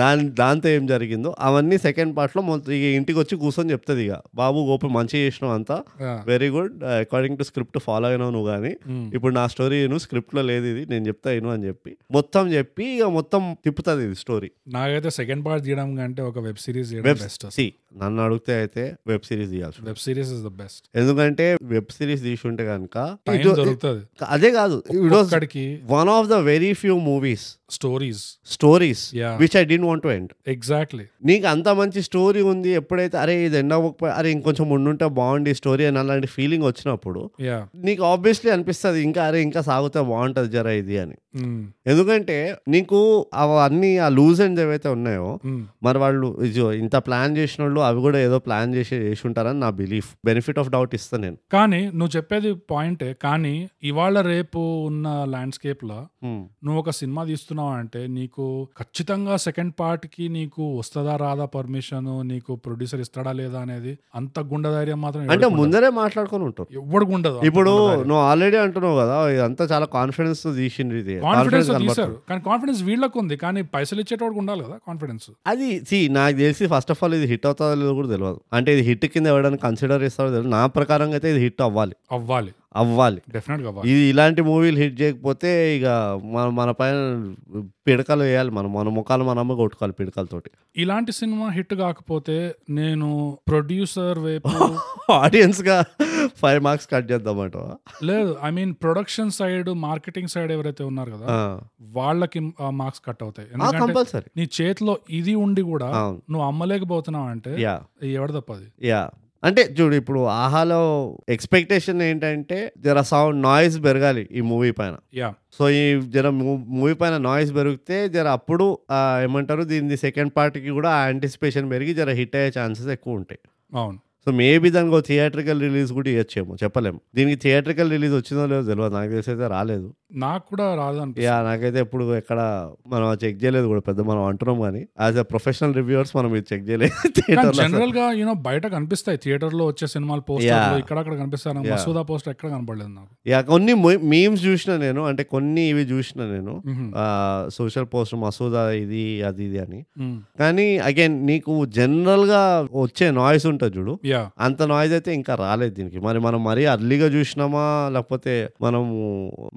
దాని దాంతో ఏం జరిగిందో అవన్నీ సెకండ్ పార్ట్లో మొత్తం ఇక ఇంటికి వచ్చి కూర్చొని చెప్తుంది ఇక బాబు గోపి మంచి చేసినావు అంతా Uh,
ఆ.
Very good according to script follow అయినావు నువ్వు కానీ
మ్మ్.
ఇప్పుడు నా స్టోరీ నేను స్క్రిప్ట్లో లేదు ఇది నేను చెప్తా అయిను అని చెప్పి మొత్తం చెప్పి ఇక మొత్తం తిప్పుతుంది ఇది స్టోరీ
నాకైతే సెకండ్ పార్ట్ తీయడం కంటే ఒక వెబ్ సిరీస్ చేయడం
వెబ్
బెస్ట్
సి నన్ను అడిగితే అయితే వెబ్ సిరీస్ తీయాల్సి
web series is the best
ఎందుకంటే వెబ్ సిరీస్ తీసి ఉంటే కనుక
టైం
ఇటు-
దొరుకుతుంది
అదే కాదు ఇట్ వాస్
అక్కడికి
one of the very few movies
stories
stories
Yeah.
Which I didn't want to end
exactly
నీకు అంత మంచి స్టోరీ ఉంది ఎప్పుడైతే అరే ఇది ఎండ్ అవ్వకపోయి అరే ఇంకొంచెం ఉండుంటే బాగుంది స్టోరీ అని అలాంటి ఫీలింగ్ వచ్చినప్పుడు
యా
నీకు ఆబ్వియస్లీ అనిపిస్తుంది ఇంకా అరే ఇంకా సాగుతే బాగుంటుంది జరా ఇది అని ఎందుకంటే నీకు అవన్నీ ఆ లూజ్ అండ్ ఏవైతే ఉన్నాయో మరి వాళ్ళు ఇదిగో ఇంత ప్లాన్ చేసిన వాళ్ళు అవి కూడా ఏదో ప్లాన్ చేసి చేసి ఉంటారని నా బిలీఫ్ బెనిఫిట్ ఆఫ్ డౌట్ ఇస్తాను నేను
కానీ నువ్వు చెప్పేది పాయింటే కానీ ఇవాళ రేపు ఉన్న ల్యాండ్స్కేప్ లో
Hmm.
నువ్వు ఒక సినిమా తీస్తున్నావు అంటే నీకు ఖచ్చితంగా సెకండ్ పార్ట్ కి నీకు వస్తుందా రాదా పర్మిషన్ నీకు ప్రొడ్యూసర్ ఇస్తాడా లేదా అనేది అంత గుండెధైర్యం మాత్రం
అంటే
ఎవరికి ఉండదు.
ముందరే మాట్లాడుకొని ఉంటారు
ఎవరికి ఉండదు అంత
ఇప్పుడు
గుండెధైర్యం.
నువ్వు ఆల్రెడీ అంటున్నావు కదా ఇదంతా చాలా కాన్ఫిడెన్స్ తీసిండ్రు ఇది
కాన్ఫిడెన్స్
Confidence
తీశారు
కనబడుతుంది.
కానీ కాన్ఫిడెన్స్ వీళ్ళకు ఉంది కానీ పైసలు ఇచ్చేటోడికి ఉండాలి కదా కాన్ఫిడెన్స్
అది సి నాకు తెలిసి ఫస్ట్ ఆఫ్ ఆల్ ఇది హిట్ అవుతుందో లేదో కూడా తెలియదు అంటే ఇది హిట్ కింద ఎవరైనా కన్సిడర్ చేస్తారో తెలియదు నా ప్రకారంగా అయితే ఇది హిట్ అవ్వాలి
అవ్వాలి
అవ్వాలి
డెఫినెట్ గా అవ్వాలి
ఇది ఇలాంటి మూవీలు హిట్ చేయకపోతే ఇక మన మన పైన పిడకలు వేయాలి మనం మన ముఖాలు మనమ్మ కొట్టుకోవాలి పిడకలతోటి
ఇలాంటి సినిమా హిట్ కాకపోతే నేను ప్రొడ్యూసర్
[laughs]
వైపు
ఆడియన్స్ గా ఫైవ్ మార్క్స్ కట్ చేద్దామట
లేదు I mean production side marketing side ఎవరైతే ఉన్నారు కదా వాళ్ళకి మార్క్స్ కట్ అవుతాయి ఎందుకంటే
కంపల్సరీ
నీ చేతిలో ఇది ఉండి కూడా
అవును
నువ్వు అమ్మలేకపోతున్నావు అంటే
యా
ఎవడ తప్పది
యా అంటే చూడు ఇప్పుడు ఆహాలో ఎక్స్పెక్టేషన్ ఏంటంటే జర సౌండ్ నాయిస్ పెరగాలి ఈ మూవీ పైన
యా
సో ఈ జర మూవీ పైన నాయిస్ పెరిగితే జర అప్పుడు ఆ, ఏమంటారు దీని సెకండ్ పార్ట్కి కూడా ఆ యాంటిసిపేషన్ పెరిగి జర హిట్ అయ్యే ఛాన్సెస్ ఎక్కువ ఉంటాయి
అవును
సో మేబీ దానికి ఒక థియేట్రికల్ రిలీజ్ కూడా ఇవ్వచ్చేమో చెప్పలేము దీనికి థియేట్రికల్ రిలీజ్ వచ్చిందో లేదో తెలియదు నాకు తెలిసి అయితే రాలేదు
నాకు కూడా రాదు
యా
అనిపిస్తుంది
నాకైతే ఎప్పుడు ఎక్కడ మనం చెక్ చేయలేదు కూడా పెద్ద మనం అంటున్నాం కానీ యాజ్ అ ప్రొఫెషనల్ రివ్యూవర్స్ మనం ఇది చెక్ చేయలేదు థియేటర్
జనరల్ గా యూనో బయట కనిపిస్తాయి థియేటర్ లో వచ్చే సినిమాలు పోస్టర్
Yeah.
ఇక్కడ అక్కడ కనిపిస్తాను
Yeah.
మసూదా పోస్టర్ ఎక్కడ కనపడలేదు నాకు
యా కొన్ని మీమ్స్ చూసిన నేను అంటే కొన్ని ఇవి చూసిన నేను సోషల్ పోస్ట్ మసూదా ఇది అది ఇది అని కానీ అగైన్ నీకు జనరల్ గా వచ్చే నాయిస్ ఉంటుంది చూడు
యా
అంత నాయిస్ అయితే ఇంకా రాలేదు దీనికి మరి మనం మరీ అర్లీగా చూసినామా లేకపోతే మనము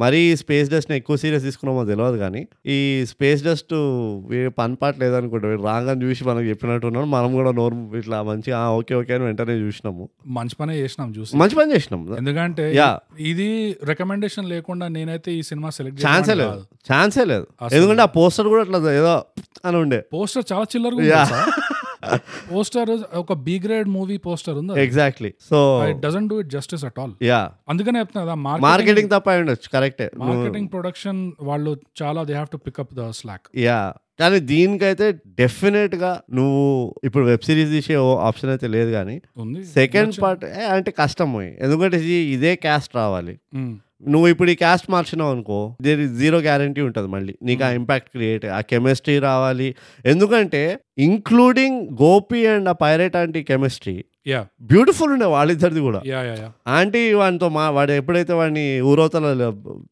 మరీ స్పేస్ డస్ట్ ని ఎక్కువ సీరియస్ తీసుకున్నామో తెలియదు కానీ ఈ స్పేస్ డస్ట్ పని పాట లేదనుకుంటా వీడు రాగానే చూసి మనకు చెప్పినట్టున్నాడు మనం కూడా నోరు ఇట్లా మంచిగా "ఆ, ఓకే ఓకే అని వెంటనే చూసినాము
మంచి పనే చేసినాం చూసి
మంచి పని చేసినాం
ఎందుకంటే
Yeah.
ఇది రికమెండేషన్ లేకుండా నేనైతే ఈ సినిమా సెలెక్ట్
ఛాన్సే లేదు ఛాన్సే లేదు ఎందుకంటే ఆ పోస్టర్ కూడా అట్లా ఏదో అని ఉండే
పోస్టర్ చాలా చిల్లరగా ఉంది
Yeah.
పోస్టర్ ఒక బి గ్రేడ్ మూవీ పోస్టర్ ఉంది
exactly so
it doesn't do it justice at all
yeah
అందుకనే చెప్తున్నా
మార్కెటింగ్ తప్ప అయి ఉండొచ్చు కరెక్టే
మార్కెటింగ్ ప్రొడక్షన్ వాళ్ళు చాలా they have to pick up the slack
yeah కానీ దీనికైతే డెఫినెట్ గా నువ్వు ఇప్పుడు వెబ్ సిరీస్ తీసే ఆప్షన్ అయితే లేదు కానీ
ఉంది
సెకండ్ పార్ట్ అంటే కష్టం పోయి ఎందుకంటే ఇది- ఇదే క్యాస్ట్ రావాలి
Mm.
నువ్వు ఇప్పుడు ఈ క్యాస్ట్ మార్చినావు అనుకో దేర్ జీరో గ్యారంటీ ఉంటుంది మళ్ళీ నీకు ఆ ఇంపాక్ట్ క్రియేట్ ఆ కెమిస్ట్రీ రావాలి ఎందుకంటే ఇంక్లూడింగ్ గోపి అండ్ ఆ pirate aunty chemistry
yeah
beautiful ఉండే వాళ్ళిద్దరిది కూడా
యా యా యా
ఆంటీ వాడితో మా వాడు ఎప్పుడైతే వాడిని ఊరవతల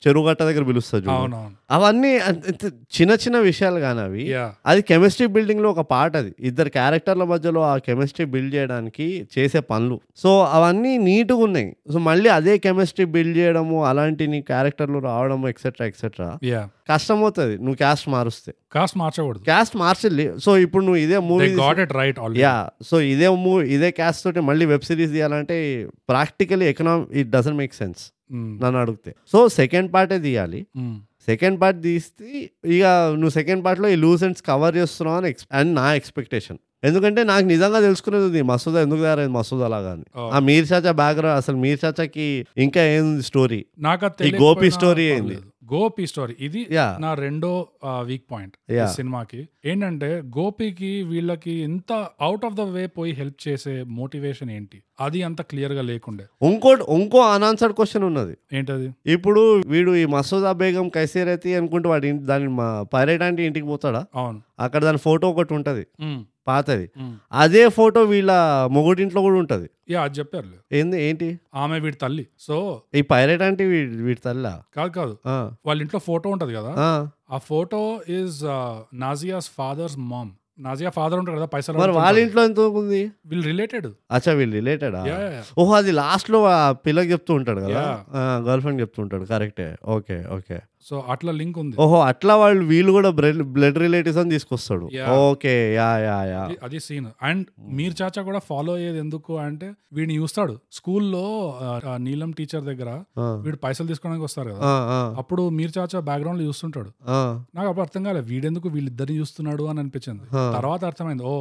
చెరువు గట్ట దగ్గర పిలుస్తాడు చూడు.
అవునవును
అవన్నీ అంత- ఇంత చిన్న చిన్న విషయాలు కానీ అవి
యా
అది కెమిస్ట్రీ బిల్డింగ్ లో ఒక పార్ట్ అది ఇద్దరు క్యారెక్టర్ల మధ్యలో ఆ కెమిస్ట్రీ బిల్డ్ చేయడానికి చేసే పనులు సో అవన్నీ నీట్గా ఉన్నాయి సో మళ్ళీ అదే కెమిస్ట్రీ బిల్డ్ చేయడము అలాంటి నీ క్యారెక్టర్లు రావడము ఎక్సెట్రా ఎక్సెట్రా
యా
కష్టం అవుతుంది నువ్వు క్యాస్ట్ మారుస్తే
కాస్ట్ మార్చకూడదు
క్యాస్ట్ మార్చలే సో ఇప్పుడు నువ్వు ఇదే
they
movie
got it right already
yeah so ఇదే మూవీ ఇదే క్యాస్ట్ తోటి మళ్ళీ వెబ్ సిరీస్ తీయాలంటే practically economy it doesn't make sense
Mm.
నన్ను అడిగితే సో సెకండ్ పార్టే తీయాలి సెకండ్ పార్ట్ తీస్తే ఇక నువ్వు సెకండ్ పార్ట్లో ఈ లూస్ అండ్స్ కవర్ చేస్తున్నావు అని ఎక్స్ అండ్ నా ఎక్స్పెక్టేషన్ ఎందుకంటే నాకు నిజంగా తెలుసుకునేది ఉంది మసూదా ఎందుకు తయారైంది మసూదా లాగా అని
Oh.
ఆ మీర్ చాచా బ్యాక్గ్రౌండ్ అసలు మీర్ చాచాకి ఇంకా ఏంది స్టోరీ
నాకు అది
ఈ
తెలియకపోయినా
గోపి story ఏంది?
పర్లేదు. గోపి స్టోరీ ఇది
యా
నా రెండో వీక్ పాయింట్
Yeah.
సినిమాకి ఏంటంటే గోపికి వీళ్ళకి ఎంత అవుట్ ఆఫ్ ద వే పోయి హెల్ప్ చేసే మోటివేషన్ ఏంటి అది అంత క్లియర్ గా లేకుండే
ఇంకోటి ఇంకో అనాన్సర్డ్ క్వశ్చన్ ఉన్నది
ఏంటది
ఇప్పుడు వీడు ఈ మసూదా బేగం కైసేరైతే అనుకుంటూ వాడి ఇంటి- దాని మా పైరేట్ అంటే ఇంటికి పోతాడా
అవును Mm.
అక్కడ దాని ఫోటో ఒకటి ఉంటుంది
ఉమ్,
పాతది
ఉమ్.
అదే ఫోటో వీళ్ళ మొగుడింట్లో కూడా ఉంటుంది
యా అది చెప్పారులే
ఏంది ఏంటి
ఆమె వీడి తల్లి సో
ఈ పైరేట్ అంటే వీ వీడి తల్లా
కాదు కాదు
ఆ,
వాళ్ళ ఇంట్లో ఫోటో ఉంటది కదా
ఆ.
ఆ photo uh, is Nazia's father's mom Nazia father ఉంటారు కదా పైసలు
మరి వాళ్ళ ఇంట్లో ఎంత ఉంది
వీళ్ళు రిలేటెడ్
అచ్చా వీళ్ళు రిలేటెడా ఓహో అది లాస్ట్ లో ఆ పిల్లకి చెప్తూ ఉంటాడు కదా గర్ల్ ఫ్రెండ్ చెప్తూ ఉంటాడు కరెక్టే ఓకే ఓకే
సో అట్లా లింక్ ఉంది
ఓహో అట్లా వాళ్ళు వీళ్ళు కూడా బ్లడ్ రిలేటివ్స్ అని తీసుకొస్తాడు
Yeah.
Okay yeah yeah yeah
అది- అది సీన్ అండ్ మీరు చాచా కూడా ఫాలో అయ్యేది ఎందుకు అంటే వీడిని చూస్తాడు స్కూల్లో నీలం టీచర్ దగ్గర
ఆ,
వీడు పైసలు తీసుకోవడానికి వస్తారు కదా
ఆ, ఆ,
అప్పుడు మీరు చాచా బ్యాక్గ్రౌండ్ లో చూస్తుంటాడు
ఆ,
నాకు అప్పుడు అర్థం కాలేదు వీడెందుకు వీళ్ళిద్దరిని చూస్తున్నాడు అని అనిపించింది
ఆ.
తర్వాత అర్థమైంది ఓ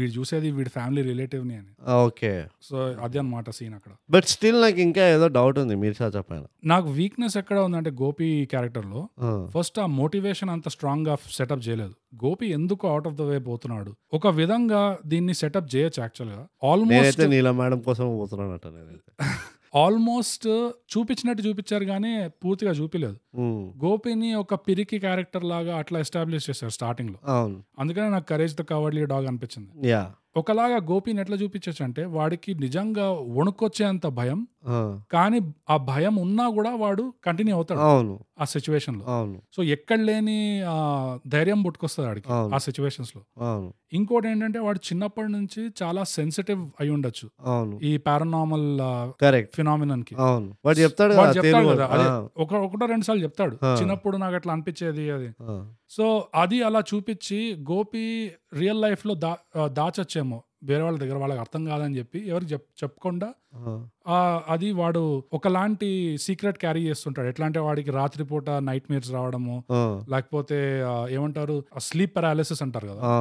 వీడు చూసేది వీడి ఫ్యామిలీ రిలేటివ్ ని అని
ఓకే
సో అది అన్నమాట సీన్ అక్కడ
బట్ స్టిల్ నాకు ఇంకా ఏదో డౌట్ ఉంది మీరు చాచా పైన
నాకు వీక్నెస్ ఎక్కడ ఉందంటే గోపి క్యారెక్టర్ లో
ఆ,
ఫస్ట్ ఆ మోటివేషన్ అంత స్ట్రాంగ్ గా సెటప్ చేయలేదు గోపి ఎందుకు అవుట్ ఆఫ్ ద వే పోతున్నాడు ఒక విధంగా దీన్ని సెటప్ చేయొచ్చు యాక్చువల్ గా ఆల్మోస్ట్
నేనైతే నీల మేడం కోసం పోతున్నానట నేనైతే
ఆల్మోస్ట్ చూపించినట్టు చూపించారు కానీ పూర్తిగా చూపించలేదు
ఉమ్,
గోపిని ఒక పిరికి క్యారెక్టర్ లాగా అట్లా ఎస్టాబ్లిష్ చేశారు స్టార్టింగ్ లో
అవును
అందుకనే నాకు కరేజ్ ద కవర్లీ డాగ్ అనిపించింది
యా
ఒకలాగా గోపిని ఎట్లా చూపించచ్చు అంటే వాడికి నిజంగా వణుకొచ్చేంత భయం
ఆ,
కానీ ఆ భయం ఉన్నా కూడా వాడు కంటిన్యూ అవుతాడు
అవును
ఆ సిచ్యువేషన్ లో
అవును
సో ఎక్కడ లేని ఆ, ధైర్యం పుట్టుకొస్తుంది వాడికి
అవును.
ఆ సిచ్యువేషన్స్ లో
అవును
ఇంకోటి ఏంటంటే వాడు చిన్నప్పటి నుంచి చాలా సెన్సిటివ్ అయి ఉండొచ్చు
అవును
ఈ పారానార్మల్
కరెక్ట్
ఫినామినన్ కి
అవును వాడు చెప్తాడు
వాడు
కదా
చెప్తాడు
తెలుగు
కదా అదే
ఆ,
ఒక ఒకటో రెండు సార్లు చెప్తాడు
ఆ.
చిన్నప్పుడు నాకు అట్లా అనిపించేది అది
ఆ.
సో అది అలా చూపించి గోపి రియల్ లైఫ్లో దా ఆ, దాచొచ్చేమో వేరే వాళ్ళ దగ్గర వాళ్ళకి అర్థం కాదని చెప్పి ఎవరికి చెప్ చెప్పకుండా ఆ, అది వాడు ఒకలాంటి సీక్రెట్ క్యారీ చేస్తుంటాడు ఎట్లా అంటే వాడికి రాత్రిపూట నైట్ మేర్స్ రావడము
ఆ,
లేకపోతే ఆ, ఏమంటారు స్లీప్ పెరాలిసిస్ అంటారు కదా
ఆ,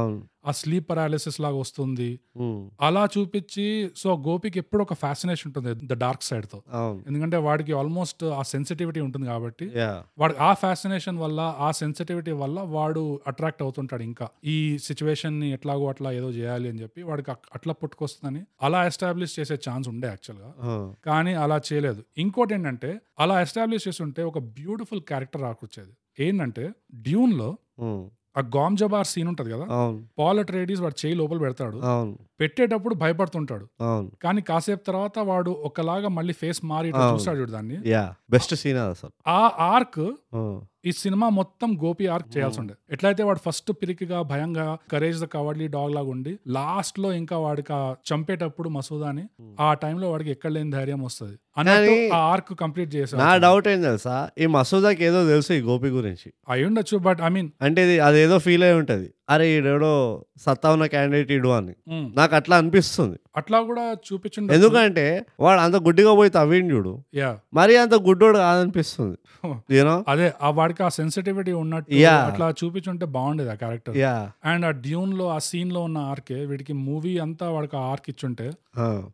ఆ స్లీప్ పెరాలిసిస్ లాగా వస్తుంది
ఉమ్,
అలా చూపించి సో గోపికి ఎప్పుడు ఒక ఫ్యాసినేషన్ ఉంటుంది ద డార్క్ సైడ్ తో
అవును
ఎందుకంటే వాడికి ఆల్మోస్ట్ ఆ సెన్సిటివిటీ ఉంటుంది కాబట్టి
యా
వాడికి ఆ ఫ్యాసినేషన్ వల్ల ఆ సెన్సిటివిటీ వల్ల వాడు అట్రాక్ట్ అవుతుంటాడు ఇంకా ఈ సిచ్యువేషన్ ని ఎట్లాగో అట్లా ఏదో చేయాలి అని చెప్పి వాడికి అక్- అట్లా పుట్టుకొస్తుందని అలా ఎస్టాబ్లిష్ చేసే ఛాన్స్ ఉండే actual గా
ఆ,
కానీ అలా చేయలేదు ఇంకోటి ఏంటంటే అలా ఎస్టాబ్లిష్ చేసి ఉంటే ఒక బ్యూటిఫుల్ క్యారెక్టర్ రాకొచ్చేది ఏంటంటే డ్యూన్ లో
ఉమ్,
ఆ గామ్జబార్ సీన్ ఉంటది కదా
అవును
పాల్ అట్రేడీస్ వాడు చేయి లోపల పెడతాడు
అవును
పెట్టేటప్పుడు భయపడుతుంటాడు
అవును
కానీ కాసేపు తర్వాత వాడు ఒకలాగా మళ్ళీ ఫేస్ మారి ఇట్లా
అవును.
చూస్తాడు చూడు దాన్ని
యా బెస్ట్ సీన్ అది అసలు
ఆ ఆర్క్
ఆ,
ఈ సినిమా మొత్తం గోపి ఆర్క్ చేయాల్సి ఉండే
Hmm.
ఎట్లయితే వాడు ఫస్ట్ పిరికిగా భయంగా కరేజ్ ద కవర్లీ డాగ్ లాగా ఉండి లాస్ట్ లో ఇంకా వాడికి ఆ చంపేటప్పుడు మసూదాని ఆ టైంలో వాడికి ఎక్కడ లేని ధైర్యం వస్తుంది అన్నట్టు
Hmm. కానీ
ఆ ఆర్క్ కంప్లీట్
నా
చేసాడు
డౌట్ ఏం తెలుసా ఈ మసూదాకి ఏదో తెలుసు ఈ గోపి గురించి
అయి ఉండొచ్చు బట్ ఐ మీన్
అంటే ఇది అదేదో ఫీల్ అయి ఉంటుంది అరే ఈడేడో సత్తా ఉన్న క్యాండిడేట్ ఇడు అని నాకు అట్లా అనిపిస్తుంది
hmm, అట్లా కూడా చూపించుండ
ఎందుకంటే వాడు అంత గుడ్డిగా పోయి తవ్విండు చూడు
యా
మరి అంత గుడ్డోడు కాదనిపిస్తుంది యూనో
అదే ఆ వాడికి ఆ సెన్సిటివిటీ ఉన్నట్టు
Yeah.
అట్లా చూపించుంటే బాగుండేది ఆ క్యారెక్టర్
యా
అండ్ ఆ డ్యూన్ లో ఆ సీన్ లో ఉన్న ఆర్కే వీడికి మూవీ అంతా వాడికి ఆ ఆర్క్ ఇచ్చుంటే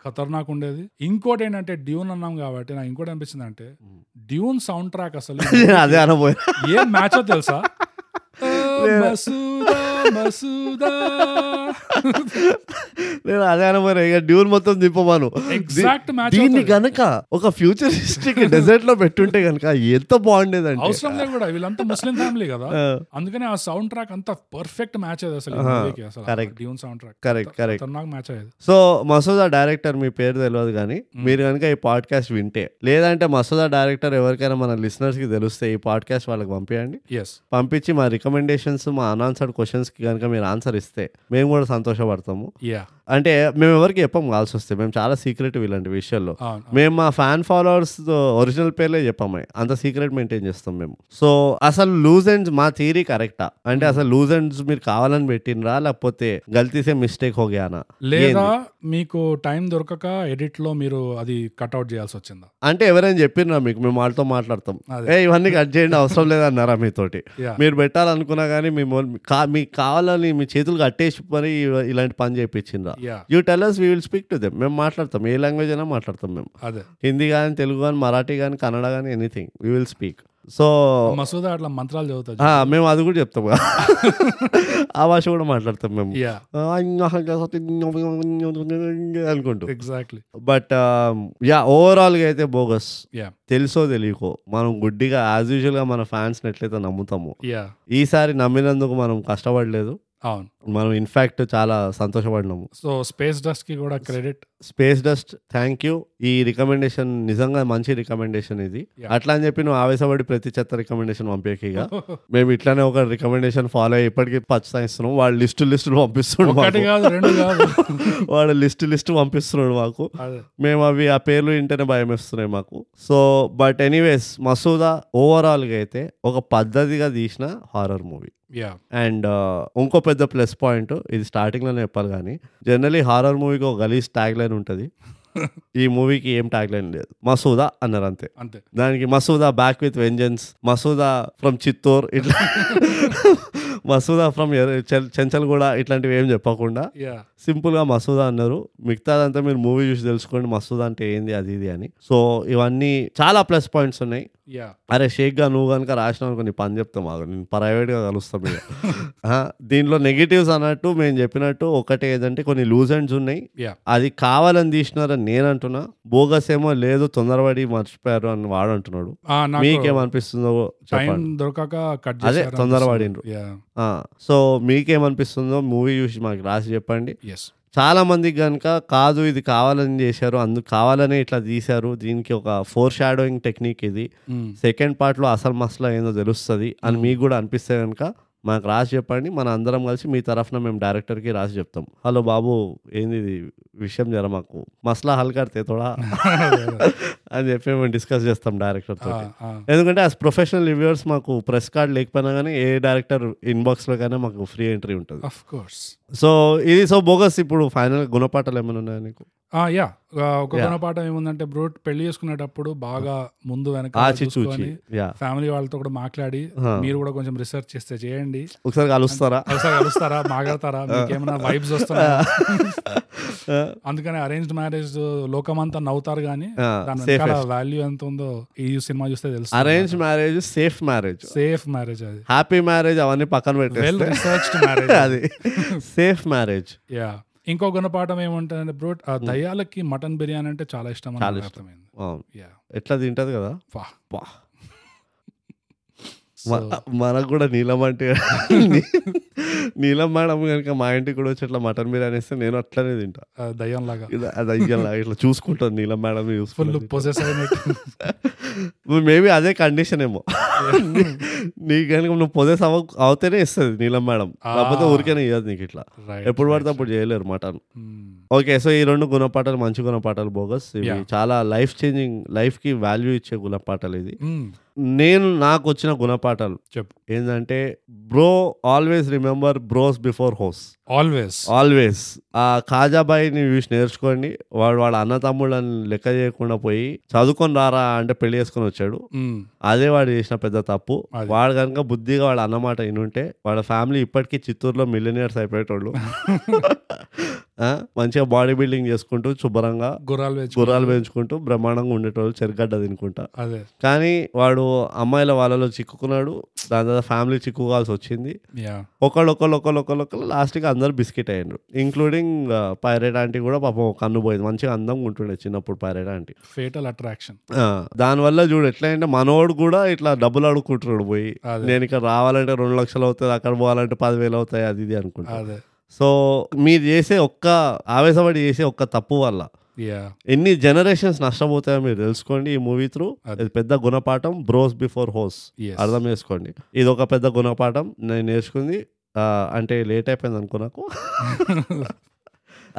ఖతర్నాక్ ఉండేది ఇంకోటి ఏంటంటే డ్యూన్ అన్నాం కాబట్టి నాకు ఇంకోటి అనిపించింది అంటే డ్యూన్ సౌండ్ ట్రాక్ అసలు
[laughs] నేను అదే అనబోయా
ఏం మ్యాచ్
[laughs]
తెలుసా మసూదా, మసూదా.
నేను అదే అనబోయా ఇక డ్యూన్ మొత్తం దింపమాను
Exact match
దీన్ని
అవుతుంది.
గనక ఒక ఫ్యూచరిస్టిక్ డెజర్ట్ లో పెట్టుంటే గనక ఎంత బాగుండేదంటే
అవసరం లేదు కూడా వీళ్ళంతా ముస్లిం ఫ్యామిలీ కదా
ఆ,
అందుకనే ఆ సౌండ్ ట్రాక్ అంతా పర్ఫెక్ట్ మ్యాచ్ అయ్యేది అసలు ఈ
Uh-huh.
movie కి అసలు
Correct.
Dune soundtrack
correct correct
ఖతర్నాక్ మ్యాచ్ అయ్యేది
సో మసూదా డైరెక్టర్ మీ పేరు తెలియదు కానీ మీరు కనుక ఈ పాడ్కాస్ట్ వింటే లేదంటే మసూదా డైరెక్టర్ ఎవరికైనా మన listeners కి తెలిస్తే ఈ పాడ్కాస్ట్ వాళ్ళకి పంపించండి
ఎస్
పంపించి మా రికమెండేషన్స్ మా అనాన్సర్డ్ క్వశ్చన్స్కి కనుక మీరు ఆన్సర్ ఇస్తే మేము కూడా సంతోషపడతాము
యా
అంటే మేము ఎవరికి చెప్పాము కాల్సి వస్తే మేము చాలా సీక్రెటివ్ ఇలాంటి విషయాల్లో
అవును
మేము మా ఫ్యాన్ ఫాలోవర్స్ ఒరిజినల్ పేర్లే చెప్పాము అంత సీక్రెట్ మెయింటైన్ చేస్తాం మేము సో అసలు లూజ్ అండ్స్ మా థియరీ కరెక్టా అంటే అసలు లూజ్ అండ్స్ మీరు కావాలని పెట్టినరా లేకపోతే గల్తీసే మిస్టేక్ హోగానా
లేదా మీకు టైం దొరకక ఎడిట్ లో మీరు అది కట్అవుట్ చేయాల్సి వచ్చిందా
అంటే ఎవరైనా చెప్పినా మీకు మేము వాళ్ళతో మాట్లాడతాం
అదే.
ఏ ఇవన్నీ కట్ చేయండి అవసరం లేదన్నారా మీతోటి
Yeah.
మీరు పెట్టాలనుకున్నా కానీ మీ మొ- కా- మీకు కావాలని మీ చేతులు కట్టేసి మరి ఇవ- ఇలాంటి పని చేయించిండ్రా
yeah
you tellers we will speak to them మేము మాట్లాడతాం ఏ లాంగ్వేజ్ అయినా మాట్లాడతాం మేము
అదే
హిందీ కానీ తెలుగు కానీ మరాఠీ కానీ కన్నడ కానీ anything we will speak so
Masooda అట్లా మంత్రాలు చదువుతా
ఆ, మేము అది కూడా చెప్తాం కదా. ఆ భాష కూడా మాట్లాడతాం మేము
యా
ఆ, అనుకుంటూ
ఎగ్జాక్ట్లీ
బట్ యా ఓవరాల్గా అయితే బోగస్
యా
తెలుసో తెలియకో మనం గుడ్డిగా యాజ్ యూజువల్గా మన ఫ్యాన్స్ని ఎట్లయితే నమ్ముతామో
యా
ఈసారి నమ్మినందుకు మనం కష్టపడలేదు
అవును
మనం ఇన్ఫ్యాక్ట్ చాలా సంతోషపడినాము
సో స్పేస్ డస్ట్ కి కూడా
[laughs]
credit
Space Dust thank you ఈ రికమెండేషన్ నిజంగా మంచి రికమెండేషన్ ఇది
Yeah.
అట్లా అని చెప్పి నువ్వు ఆవేశపడి ప్రతి చెత్త రికమెండేషన్ పంపేకిగా మేము ఇట్లానే ఒక రికమెండేషన్ ఫాలో అయ్యి ఇప్పటికీ పచ్చాయిస్తున్నాం వాళ్ళు లిస్టు లిస్టులు పంపిస్తున్నాడు
ఒకటి
మాకు
కాదు రెండు కాదు
వాడు లిస్టు లిస్టు పంపిస్తున్నాడు మాకు
అదే
మేము అవి ఆ పేర్లు వింటేనే భయం వేస్తున్నాయి మాకు సో బట్ ఎనీవేస్ మసూదా ఓవరాల్గా అయితే ఒక పద్ధతిగా తీసిన హారర్ మూవీ
యా
అండ్ ఇంకో పెద్ద ప్లస్ పాయింట్ ఇది స్టార్టింగ్లోనే చెప్పాలి కానీ జనరలీ హారర్ మూవీకి ఒక గలీజ్ ట్యాగ్ లైన్ ఉంటుంది ఈ మూవీకి ఏం ట్యాగ్ లైన్ లేదు మసూదా అన్నారు అంతే
అంతే
దానికి Masooda back with vengeance Masooda from Chittoor ఇట్లా [laughs] మసూదా ఫ్రమ్ చెంచల్గూడ ఇట్లాంటివి ఏం చెప్పకుండా
యా
సింపుల్గా మసూదా అన్నారు మిగతాదంతా మీరు మూవీ చూసి తెలుసుకోండి మసూదా అంటే ఏంది అది ఇది అని సో ఇవన్నీ చాలా ప్లస్ పాయింట్స్ ఉన్నాయి
యా
అరే షేక్గా నువ్వు కనుక రాసిన అనుకో నీ పని చెప్తాం మాకు నేను ప్రైవేట్గా కలుస్తాం ఇక ఆ, దీంట్లో నెగిటివ్స్ అన్నట్టు మేము చెప్పినట్టు ఒకటి ఏదంటే కొన్ని లూజ్ అండ్స్ ఉన్నాయి
యా
అది కావాలని తీసినారని నేను అంటున్నా బోగస్ ఏమో లేదు తొందరపడి మర్చిపోయారు అని వాడు అంటున్నాడు
నాకు
మీకేమనిపిస్తుందో
టైం
చెప్పండి
దొరకక కట్
అదే తొందరపడిండ్రు
యా
ఆ, సో మీకేమనిపిస్తుందో మూవీ చూసి మాకు రాసి చెప్పండి
ఎస్
చాలా మందికి కనుక కాదు ఇది కావాలని చేశారు అందుకు కావాలనే ఇట్లా తీశారు దీనికి ఒక ఫోర్ షాడోయింగ్ టెక్నిక్ ఇది సెకండ్ పార్ట్లో అసలు మసలా ఏందో తెలుస్తుంది అని మీకు కూడా అనిపిస్తే కనుక మాకు రాసి చెప్పండి మన అందరం కలిసి మీ తరఫున మేము డైరెక్టర్కి రాసి చెప్తాం హలో బాబు ఏంది ఇది విషయం జర మాకు మసలా హల్ కడితే తోడా అని చెప్పి మేము డిస్కస్ చేస్తాం డైరెక్టర్
ఆ,
తోటి
ఆ.
ఎందుకంటే యాజ్ ప్రొఫెషనల్ రివ్యూవర్స్ మాకు ప్రెస్ కార్డ్ లేకపోయినా కానీ ఏ డైరెక్టర్ ఇన్బాక్స్లో కానీ మాకు ఫ్రీ ఎంట్రీ ఉంటుంది
అఫ్ కోర్స్
సో ఇది సో బోగస్ ఇప్పుడు ఫైనల్ గుణపాఠాలు ఏమైనా ఉన్నాయా నీకు
ఆ, యా ఆ, ఒక
యా.
గుణపాఠం ఏముందంటే బ్రోట్ పెళ్లి చేసుకునేటప్పుడు బాగా ముందు వెనక
ఆచి చూచి
చూసుకొని
యా
ఫ్యామిలీ వాళ్ళతో కూడా మాట్లాడి
ఆ.
మీరు కూడా కొంచెం రీసెర్చ్ చేస్తే చేయండి
ఒకసారి కలుస్తారా
ఒకసారి కలుస్తారా మాట్లాడతారా మీకు ఏమైనా వైబ్స్ వస్తాయి అందుకని అరేంజ్డ్ మ్యారేజ్ లోకమంతా నవ్వుతారు కానీ
ఆ,
దాని
safest.
వెనకాల వాల్యూ ఎంత ఉందో ఈ సినిమా చూస్తే తెలుసు
arrange marriage safe marriage
safe marriage అది
హ్యాపీ మ్యారేజ్ అవన్నీ పక్కన
వెల్
పెట్టేస్తే
రీసెర్చ్డ్
[laughs]
మ్యారేజ్
అది సేఫ్ మ్యారేజ్
యా ఇంకో గుణపాఠం ఏమంటారంటే బ్రో ఆ దయ్యాలకి మటన్ బిర్యానీ అంటే చాలా ఇష్టం అని నాకు అర్థమైంది యా
ఎట్లా తింటది కదా
వా
వా.
సో,
మ- మనకు కూడా నీలం అంటే [laughs] నీలం మేడం కనుక మా ఇంటికి కూడా వచ్చి ఇట్లా మటన్ బిర్యానీ ఇస్తే నేను అట్లనే తింటా
ఆ దయ్యం లాగా
ఇలా అది అయ్యేలా ఇట్లా చూసుకుంటాను నీలం మేడం
ఫుల్ పొజెస్ అయినట్టు
మేబీ అదే కండిషన్
[laughs]
ఏమో నీకు కనుక నువ్వు పొదేస్ అవ అవుతేనే ఇస్తుంది నీలం మేడం కాకపోతే ఊరికేనే ఇవ్వదు నీకు ఇట్లా
[laughs] Right,
ఎప్పుడు పడితే అప్పుడు చేయలేరు మటన్
Hmm.
ఓకే సో ఈ రెండు గుణపాఠాలు మంచి గుణపాఠాలు బోగస్ ఇవి
Yeah.
చాలా లైఫ్ చేంజింగ్ లైఫ్ కి వాల్యూ ఇచ్చే గుణపాఠాలు ఇది
Hmm.
నేను నాకు వచ్చిన గుణపాఠాలు
చెప్పు
ఏంటంటే bro always remember bros before hoes
always
always ఆ కాజాబాయిని చూసి నేర్చుకోండి వాడు వాడు అన్న తమ్ముళ్ళని లెక్క చేయకుండా పోయి చదువుకొని రారా అంటే పెళ్లి చేసుకొని వచ్చాడు
Hmm.
అదే వాడు చేసిన పెద్ద తప్పు
అది.
వాడు కనుక బుద్ధిగా వాడు అన్నమాట ఇనుంటే వాళ్ళ ఫ్యామిలీ ఇప్పటికీ చిత్తూరులో మిలినియర్స్ అయిపోయేటోళ్ళు ఆ, మంచిగా బాడీ బిల్డింగ్ చేసుకుంటూ శుభ్రంగా
గుర్రాలు వెజ్
గుర్రాలు పెంచుకుంటూ బ్రహ్మాండంగా ఉండేటోళ్ళు చెరుగడ్డ తినుకుంటా
అదే
కానీ వాడు అమ్మాయిల వాళ్ళలో చిక్కుకున్నాడు దాని తర్వాత ఫ్యామిలీ చిక్కుకోవాల్సి వచ్చింది
యా
ఒకళ్ళు ఒకళ్ళు ఒకళ్ళు ఒకళ్ళు ఒకళ్ళు లాస్ట్కి అందరు బిస్కెట్ అయ్యారు ఇంక్లూడింగ్ పైరేట్ ఆంటీ కూడా పాపం కన్ను పోయింది మంచిగా అందంగా ఉంటుండే చిన్నప్పుడు పైరేట్ ఆంటీ
ఫేటల్ అట్రాక్షన్
ఆ, దానివల్ల చూడు ఎట్లా అంటే మనోడు కూడా ఇట్లా డబ్బులు అడుక్కుంటున్నాడు పోయి
అదే.
నేను ఇక్కడ రావాలంటే రెండు లక్షలు అవుతుంది అక్కడ పోవాలంటే పదివేలు అవుతాయి అది ఇది అనుకుంటా
అదే
సో మీరు చేసే ఒక్క ఆవేశపడి చేసే ఒక్క తప్పు వల్ల
యా
ఎన్ని జనరేషన్స్ నష్టపోతాయో మీరు తెలుసుకోండి ఈ మూవీ త్రూ
అది.
ఇది పెద్ద గుణపాఠం బ్రోస్ బిఫోర్ హోస్
Yes. [laughs]
అర్థం చేసుకోండి ఇది ఒక పెద్ద గుణపాఠం నేను నేర్చుకుంది ఆ, అంటే లేట్ అయిపోయింది అనుకో నాకు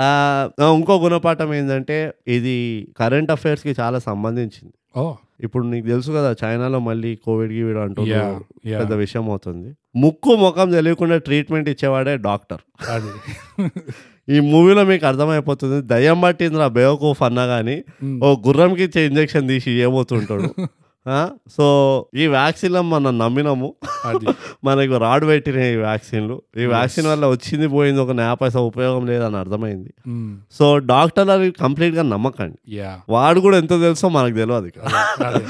ఆ, ఇంకో గుణపాఠం ఏంటంటే ఇది కరెంట్ అఫైర్స్కి చాలా సంబంధించింది
ఓ
ఇప్పుడు నీకు తెలుసు కదా చైనాలో మళ్ళీ కోవిడ్ గీవిడ్
యా
అంటున్నారు
యా
పెద్ద విషయం అవుతుంది ముక్కు ముఖం తెలియకుండా ట్రీట్మెంట్ ఇచ్చేవాడే డాక్టర్ [laughs]
అది
ఈ మూవీలో మీకు అర్థమైపోతుంది దయ్యం పట్టిందిరా బేవకూఫ్ అన్నా కానీ
Hmm.
ఓ గుర్రంకి ఇచ్చే ఇంజెక్షన్ తీసి ఏమవుతుంటాడు ఆ? సో ఈ వ్యాక్సిన్లో మనం నమ్మినాము
అది
మనకు రాడ్ పెట్టినాయి ఈ వ్యాక్సిన్లు ఈ వ్యాక్సిన్ వల్ల వచ్చింది పోయింది ఒక నా పైసా ఉపయోగం లేదని అర్థమైంది
Hmm.
సో డాక్టర్ అవి కంప్లీట్గా నమ్మకండి
యా
వాడు కూడా ఎంత తెలుసో మనకు తెలియదు ఇక.
అదే, అదే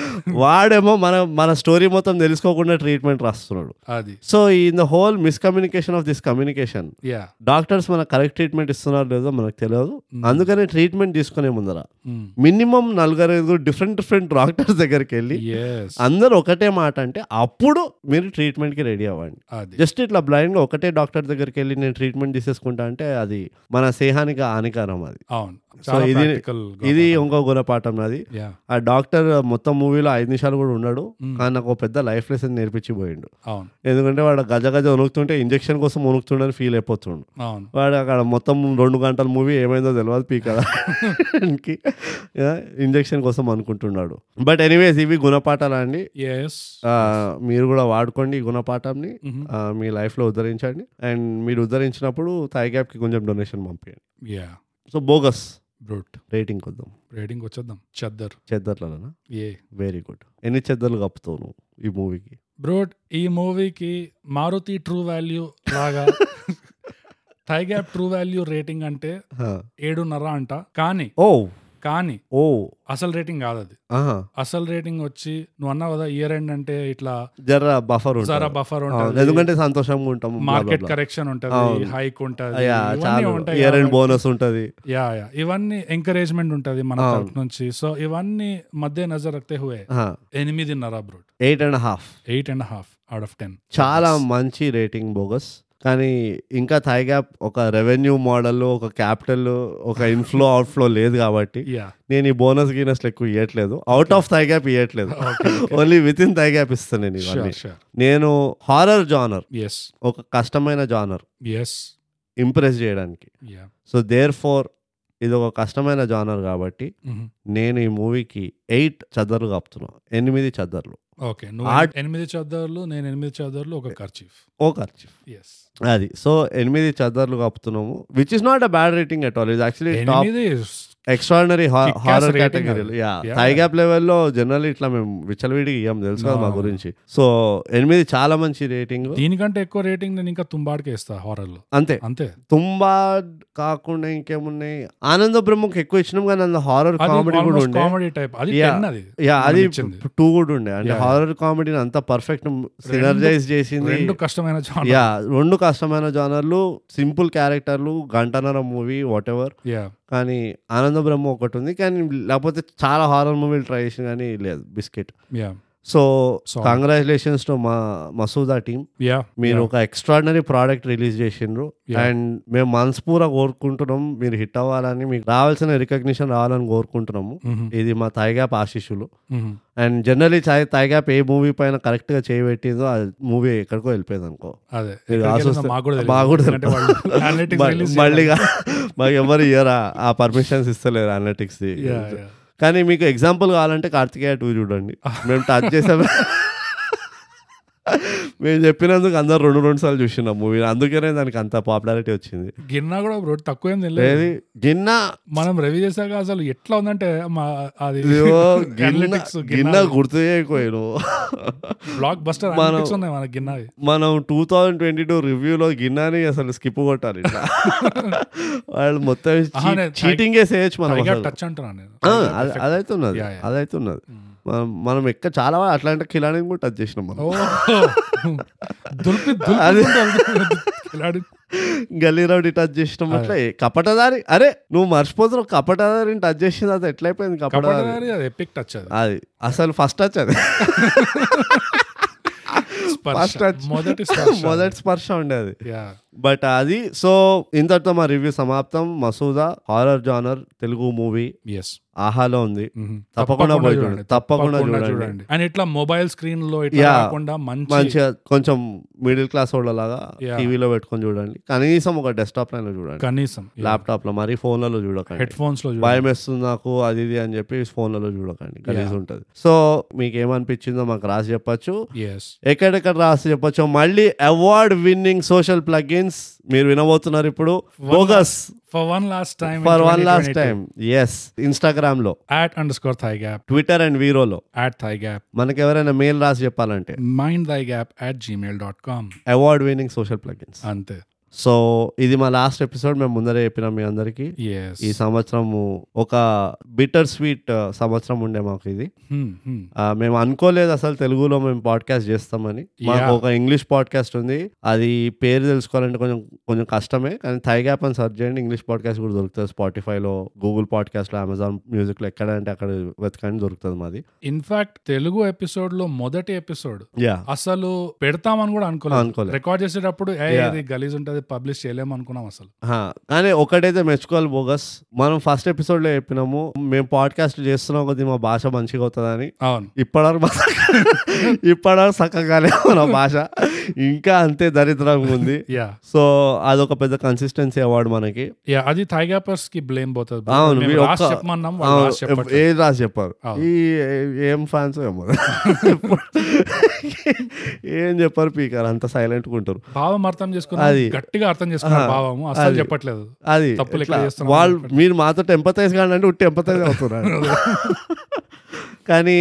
వాడేమో మన మన స్టోరీ మొత్తం తెలుసుకోకుండా ట్రీట్మెంట్ రాస్తున్నాడు
అది
so in the whole miscommunication of this communication
yeah
doctors మనకు కరెక్ట్ ట్రీట్మెంట్ ఇస్తున్నారో లేదో మనకు తెలియదు అందుకనే ట్రీట్మెంట్ తీసుకునే ముందర
Hmm.
మినిమం నలుగురు ఐదు డిఫరెంట్ డిఫరెంట్ డాక్టర్స్ దగ్గరికి వెళ్ళి
ఎస్
అందరూ ఒకటే మాట అంటే అప్పుడు మీరు ట్రీట్మెంట్కి రెడీ అవ్వండి
అది
జస్ట్ ఇట్లా బ్లైండ్గా ఒకటే డాక్టర్ దగ్గరికి వెళ్ళి నేను ట్రీట్మెంట్ తీసేసుకుంటా అంటే అది మన సేహానికి హానికరం అది
అవును
సో
చాలా
ఇది
practical గా
ఇది ఇంకో గుణపాఠం నాది
ఉంది. యా
ఆ డాక్టర్ మొత్తం మూవీలో ఐదు నిమిషాలు కూడా ఉన్నాడు
Mm.
కానీ నాకు ఒక పెద్ద లైఫ్ లెసన్ నేర్పించి పోయిండు
అవును
ఎందుకంటే వాడు గజ గజ ఉనుకుతుంటే ఇంజెక్షన్ కోసం ఉనుకుతుండని ఫీల్ అయిపోతుండు
అవును
వాడు అక్కడ మొత్తం రెండు గంటల మూవీ ఏమైందో తెలియదు పీకడా ఇంజెక్షన్ కోసం అనుకుంటున్నాడు బట్ ఎనీవేస్ ఇవి గుణపాఠాలు అండి
ఎస్
ఆ, మీరు కూడా వాడుకోండి ఈ గుణపాఠంని
Mhm.
ఆ, మీ లైఫ్లో ఉద్ధరించండి అండ్ మీరు ఉద్ధరించినప్పుడు థై గ్యాప్కి కొంచెం డొనేషన్ పంపించండి
yeah
so bogus
brute
rating కొద్దాం
రేటింగ్ వచ్చేద్దాం చెద్దర్
చెద్దర్లనా
ఏ
వెరీ గుడ్ ఎన్ని చెద్దర్లు కప్పుతావు నువ్వు ఈ మూవీకి
బ్రోట్ ఈ మూవీకి మారుతి ట్రూ వాల్యూ
[laughs]
లాగా థైగ్యాప్ ట్రూ వాల్యూ రేటింగ్ అంటే ఏడున్నర అంట కానీ
ఓ
కానీ
ఓ
అసలు రేటింగ్ కాదు అది
ఆహా.
అసలు రేటింగ్ వచ్చి నువ్వు అన్నావు కదా ఇయర్ ఎండ్ అంటే ఇట్లా
జర బఫర్
జరా
ఉంటుంది
బఫర్
అవును,
ఉంటుంది
ఎందుకంటే సంతోషంగా ఉంటాం
మార్కెట్ కరెక్షన్ ఉంటుంది
అవును.
హైక్ ఉంటుంది ఇవన్నీ
చాలా
ఉంటాయి
ఇయర్ అండ్
కాబట్టి-
బోనస్ ఉంటుంది
యా యా ఇవన్నీ ఎంకరేజ్మెంట్ ఉంటుంది మన
అవును.
తరఫు నుంచి సో ఇవన్నీ మధ్య నజర్ రక్తే హుయే ఎనిమిదిన్నర brought
eight and half
eight and half out of ten
చాలా మంచి రేటింగ్ బోగస్ కానీ ఇంకా థాయ్ గ్యాప్ ఒక రెవెన్యూ మోడల్ ఒక క్యాపిటల్ ఒక ఇన్ఫ్లో అవుట్ఫ్లో లేదు కాబట్టి
యా
నేను ఈ బోనస్ గీనస్లు ఎక్కువ ఇవ్వట్లేదు అవుట్ ఆఫ్ థై గ్యాప్ ఇవ్వట్లేదు only with in thigh gap ఇస్తాను నేను ఇవన్నీ
షూర్ షూర్
నేను హారర్ జానర్
ఎస్
ఒక కష్టమైన జానర్
ఎస్
ఇంప్రెస్ చేయడానికి
యా
సో దేర్ ఫోర్ ఇది ఒక కష్టమైన జానర్ కాబట్టి
Mm-hmm.
నేను ఈ మూవీకి ఎయిట్ చదర్లు కప్పుతున్నాను ఎనిమిది చదర్లు
ఓకే నువ్వు
ఆర్ట్-
ఎనిమిది చదర్లు నేను ఎనిమిది చదర్లు ఒక ఖర్చీఫ్
ఓ ఖర్చు
ఎస్
అది సో ఎనిమిది చదర్లు కప్పుతున్నాము which is not a bad rating at all ఇది యాక్చువల్లీ టాప్
ఎనిమిది
ఎక్స్ట్రాడినరీ
Kick-ass
హారర్
rating
కేటగిరీలో
అది.
Yeah
Yeah.
థై గ్యాప్ లెవెల్లో జనరల్ ఇట్లా మేము విచ్చలవిడికి ఇవ్వం తెలుసు కదా మా
No.
గురించి సో ఎనిమిది చాలా మంచి రేటింగ్
దీనికంటే ఎక్కువ రేటింగ్ నేను ఇంకా తుంబాడికి ఇస్తా హారర్ లో
అంతే
అంతే
తుంబా కాకుండా ఇంకేమున్నాయి ఆనంద బ్రహ్మకి ఎక్కువ ఇచ్చినాం కానీ అందులో హారర్ కామెడీ కూడా ఉండే
కామెడీ టైప్ అది
Yeah.
10 అది
యా
మనం
అది
ఇచ్చింది.
టూ కూడా ఉండే అంటే
Yeah.
హారర్ కామెడీని అంత పర్ఫెక్ట్ సినర్జైజ్ చేసింది
రెండు కష్టమైన జాన్
యా రెండు కష్టమైన జానర్లు సింపుల్ క్యారెక్టర్లు గంటన్నర మూవీ వాట్ ఎవర్
యా
కానీ ఆనంద బ్రహ్మ ఒకటి ఉంది కానీ లేకపోతే చాలా హారర్ మూవీలు ట్రై చేసిన కానీ లేదు biscuit
yeah
so
Solid.
Congratulations to మా మసూదా టీమ్
యా
మీరు ఒక ఎక్స్ట్రాడినరీ ప్రోడక్ట్ రిలీజ్ చేసిండ్రు
Yeah.
అండ్ మేము మనస్పూరా కోరుకుంటున్నాం మీరు హిట్ అవ్వాలని మీకు రావాల్సిన రికగ్నిషన్ రావాలని కోరుకుంటున్నాము
Mm-hmm.
ఇది మా తాయిగాప్ ఆశీస్సులు అండ్ జనరలీ తాయి తాయిగాప్ ఏ మూవీ పైన కరెక్ట్గా చేయబెట్టిందో ఆ మూవీ ఎక్కడికో వెళ్ళిపోయింది అనుకో
అదే
ఇది
ఎక్కడికి
ఆశిస్తా-
వెళ్ళినా మాకు కూడా
మాకు కూడా
తెలియదు. ఎందుకంటే వాళ్ళు analytics release
మళ్ళీ
చేయాలి.
[laughs] మాకు ఎవరు ఇయ్యరా ఆ పర్మిషన్స్ ఇస్తలేరు అనలిటిక్స్
Yeah, yeah.
కానీ మీకు ఎగ్జాంపుల్ కావాలంటే కార్తికేయ టూ చూడండి మేము
[laughs]
టచ్ చేసాము మేము చెప్పినందుకు అందరు రెండు రెండు సార్లు చూసిన మూవీ అందుకనే దానికి అంత పాపులారిటీ వచ్చింది
గిన్నా కూడా బ్రో తక్కువ ఏం తెలియదు
ఏది గిన్నా
మనం రెవి చేశాక అసలు ఎట్లా ఉందంటే మా అది [laughs]
ఇదిగో గిన్న
Analytics,
గిన్న గుర్తు చేయకపోయాను
బ్లాక్ బస్టర్
మనం-
అనలిటిక్స్ ఉన్నాయి మన గిన్నవి
మనం టూ థౌజండ్ ట్వంటీ టూ రివ్యూలో గిన్నాని అసలు స్కిప్ కొట్టాలి
[laughs]
ఇట్లా వాళ్ళు మొత్తం
ఆహా, నేను
చీటింగ్ వేసేయచ్చు మనం
టైగర్
అసలు.
టచ్ అంటున్నాను నేను
ఆ, అద- అదైతున్నది
Yeah, yeah.
అదైతున్నది మనం మనం ఎక్క చాలా అట్లాంటి కిలాని కూడా టచ్ చేసినాం మనం
ఓ దులిపి దులిపి కిలాడి
గల్లీ రౌడీ టచ్ చేసినాం అట్లా ఏ- కపటదారి అరే నువ్వు మర్చిపోతున్నావు కపటదారిని టచ్ చేసిన తర్వాత ఎట్లయిపోయింది కపటదారి
కపటదారి అది ఎపిక్ టచ్ అది
అది అసలు ఫస్ట్ టచ్ అది
స్పర్శ
ఫస్ట్ టచ్
మొదటి స్పర్శ
[laughs] మొదటి స్పర్శ ఉండేది
యా
బట్ అది సో ఇంతటితో మా రివ్యూ సమాప్తం Masooda horror genre Telugu movie
yes
ఆహాలో ఉంది Mm-hmm. తప్పకుండా పోయి చూడండి తప్పకుండా చూడండి
అండ్ ఇట్లా మొబైల్ స్క్రీన్ లో ఇట్లా
Yeah.
కాకుండా మంచి
మంచిగా కొంచెం మిడిల్ క్లాస్ వాళ్ళలాగా
Yeah.
టీవీలో పెట్టుకొని చూడండి కనీసం ఒక డెస్క్టాప్ లైన్ చూడండి
కనీసం
ల్యాప్టాప్ లో మరీ ఫోన్లలో చూడకండి
హెడ్ ఫోన్స్ లో చూడండి
భయం వేస్తుంది నాకు అది ఇది అని చెప్పి ఫోన్లలో చూడకండి కలిసి ఉంటుంది సో మీకు ఏమనిపించిందో మాకు రాసి చెప్పచ్చు
ఎస్
ఎక్కడెక్కడ రాసి చెప్పచ్చు మళ్ళీ అవార్డ్ విన్నింగ్ సోషల్ ప్లగ్ఇన్స్ మీరు వినబోతున్నారు ఇప్పుడు bogus
for one last time
for one last time yes Instagram లో
at underscore thigh gap
Twitter and వీరోలో
యాట్ థై గ్యాప్
మనకి ఎవరైనా మెయిల్ రాసి చెప్పాలంటే
mind thigh gap at Gmail dot com
award winning social plugins
అంతే
so ఇది మా last episode మేము ముందరే చెప్పినాం మీ అందరికి
ఎస్
ఈ సంవత్సరము ఒక బిటర్ స్వీట్ సంవత్సరం ఉండే మాకు ఇది
Hmm,
ఆ, మేము అనుకోలేదు అసలు తెలుగులో మేము పాడ్కాస్ట్ చేస్తామని మాకు
Yeah.
ఒక ఇంగ్లీష్ పాడ్కాస్ట్ ఉంది అది పేరు తెలుసుకోవాలంటే కొంచెం కొంచెం కష్టమే కానీ థైగ్ యాప్ అని సర్చ్ చేయండి ఇంగ్లీష్ పాడ్కాస్ట్ కూడా దొరుకుతుంది స్పాటిఫైలో గూగుల్ పాడ్కాస్ట్లో అమెజాన్ మ్యూజిక్లో ఎక్కడ అంటే అక్కడ వెతకండి దొరుకుతుంది మాది
ఇన్ఫాక్ట్ తెలుగు ఎపిసోడ్ లో మొదటి ఎపిసోడ్
యా
అసలు పెడతామని కూడా అనుకోలేదు
అనుకోలేదు.
రికార్డ్ చేసేటప్పుడు ఏ
Yeah.
ఇది గలీజ్ ఉంటది పబ్లిష్ చేయలేము అనుకున్నాం అసలు
హా, కానీ ఒకటైతే మెచ్చుకోవాలి బోగస్ మనం ఫస్ట్ ఎపిసోడ్లో చెప్పినాము మేము పాడ్కాస్ట్ చేస్తున్నాం కొద్ది మా భాష మంచిగా అవుతుందని
అవును
ఇప్పటివరకు మా ఇప్పటివరకు చక్కగానే మన భాష ఇంకా అంతే దరిద్రంగా ఉంది
యా
సో అదొక పెద్ద కన్సిస్టెన్సీ అవార్డు మనకి
యా అది థైగాపర్స్ కి బ్లేమ్ పోతుంది
అవును,
మేము
వీ ఒక్క-
రాసి చెప్పమన్నాం వాళ్ళు
అవును,
రాసి చెప్పట్లేదు.
ఏది రాసి చెప్పారు
అవును.
ఈ ఏ- ఏం ఫ్యాన్స్ ఏమో [laughs] ఏం చెప్పారు పీకర్ అంత సైలెంట్గా ఉంటారు
భావం అర్థం చేసుకున్నాం
అది.
గట్టిగా అర్థం చేసుకున్నాం
ఆ,
భావం అసలు
అది.
చెప్పట్లేదు
అది
తప్పులు
ఎట్లా?
ఎక్కడ చేస్తున్నాం
వాళ్ళు మీరు మాతో టెంపతైజ్ కానీ అంటే ఉట్టి టెంపతైజ్
[laughs]
అవుతున్నారు కానీ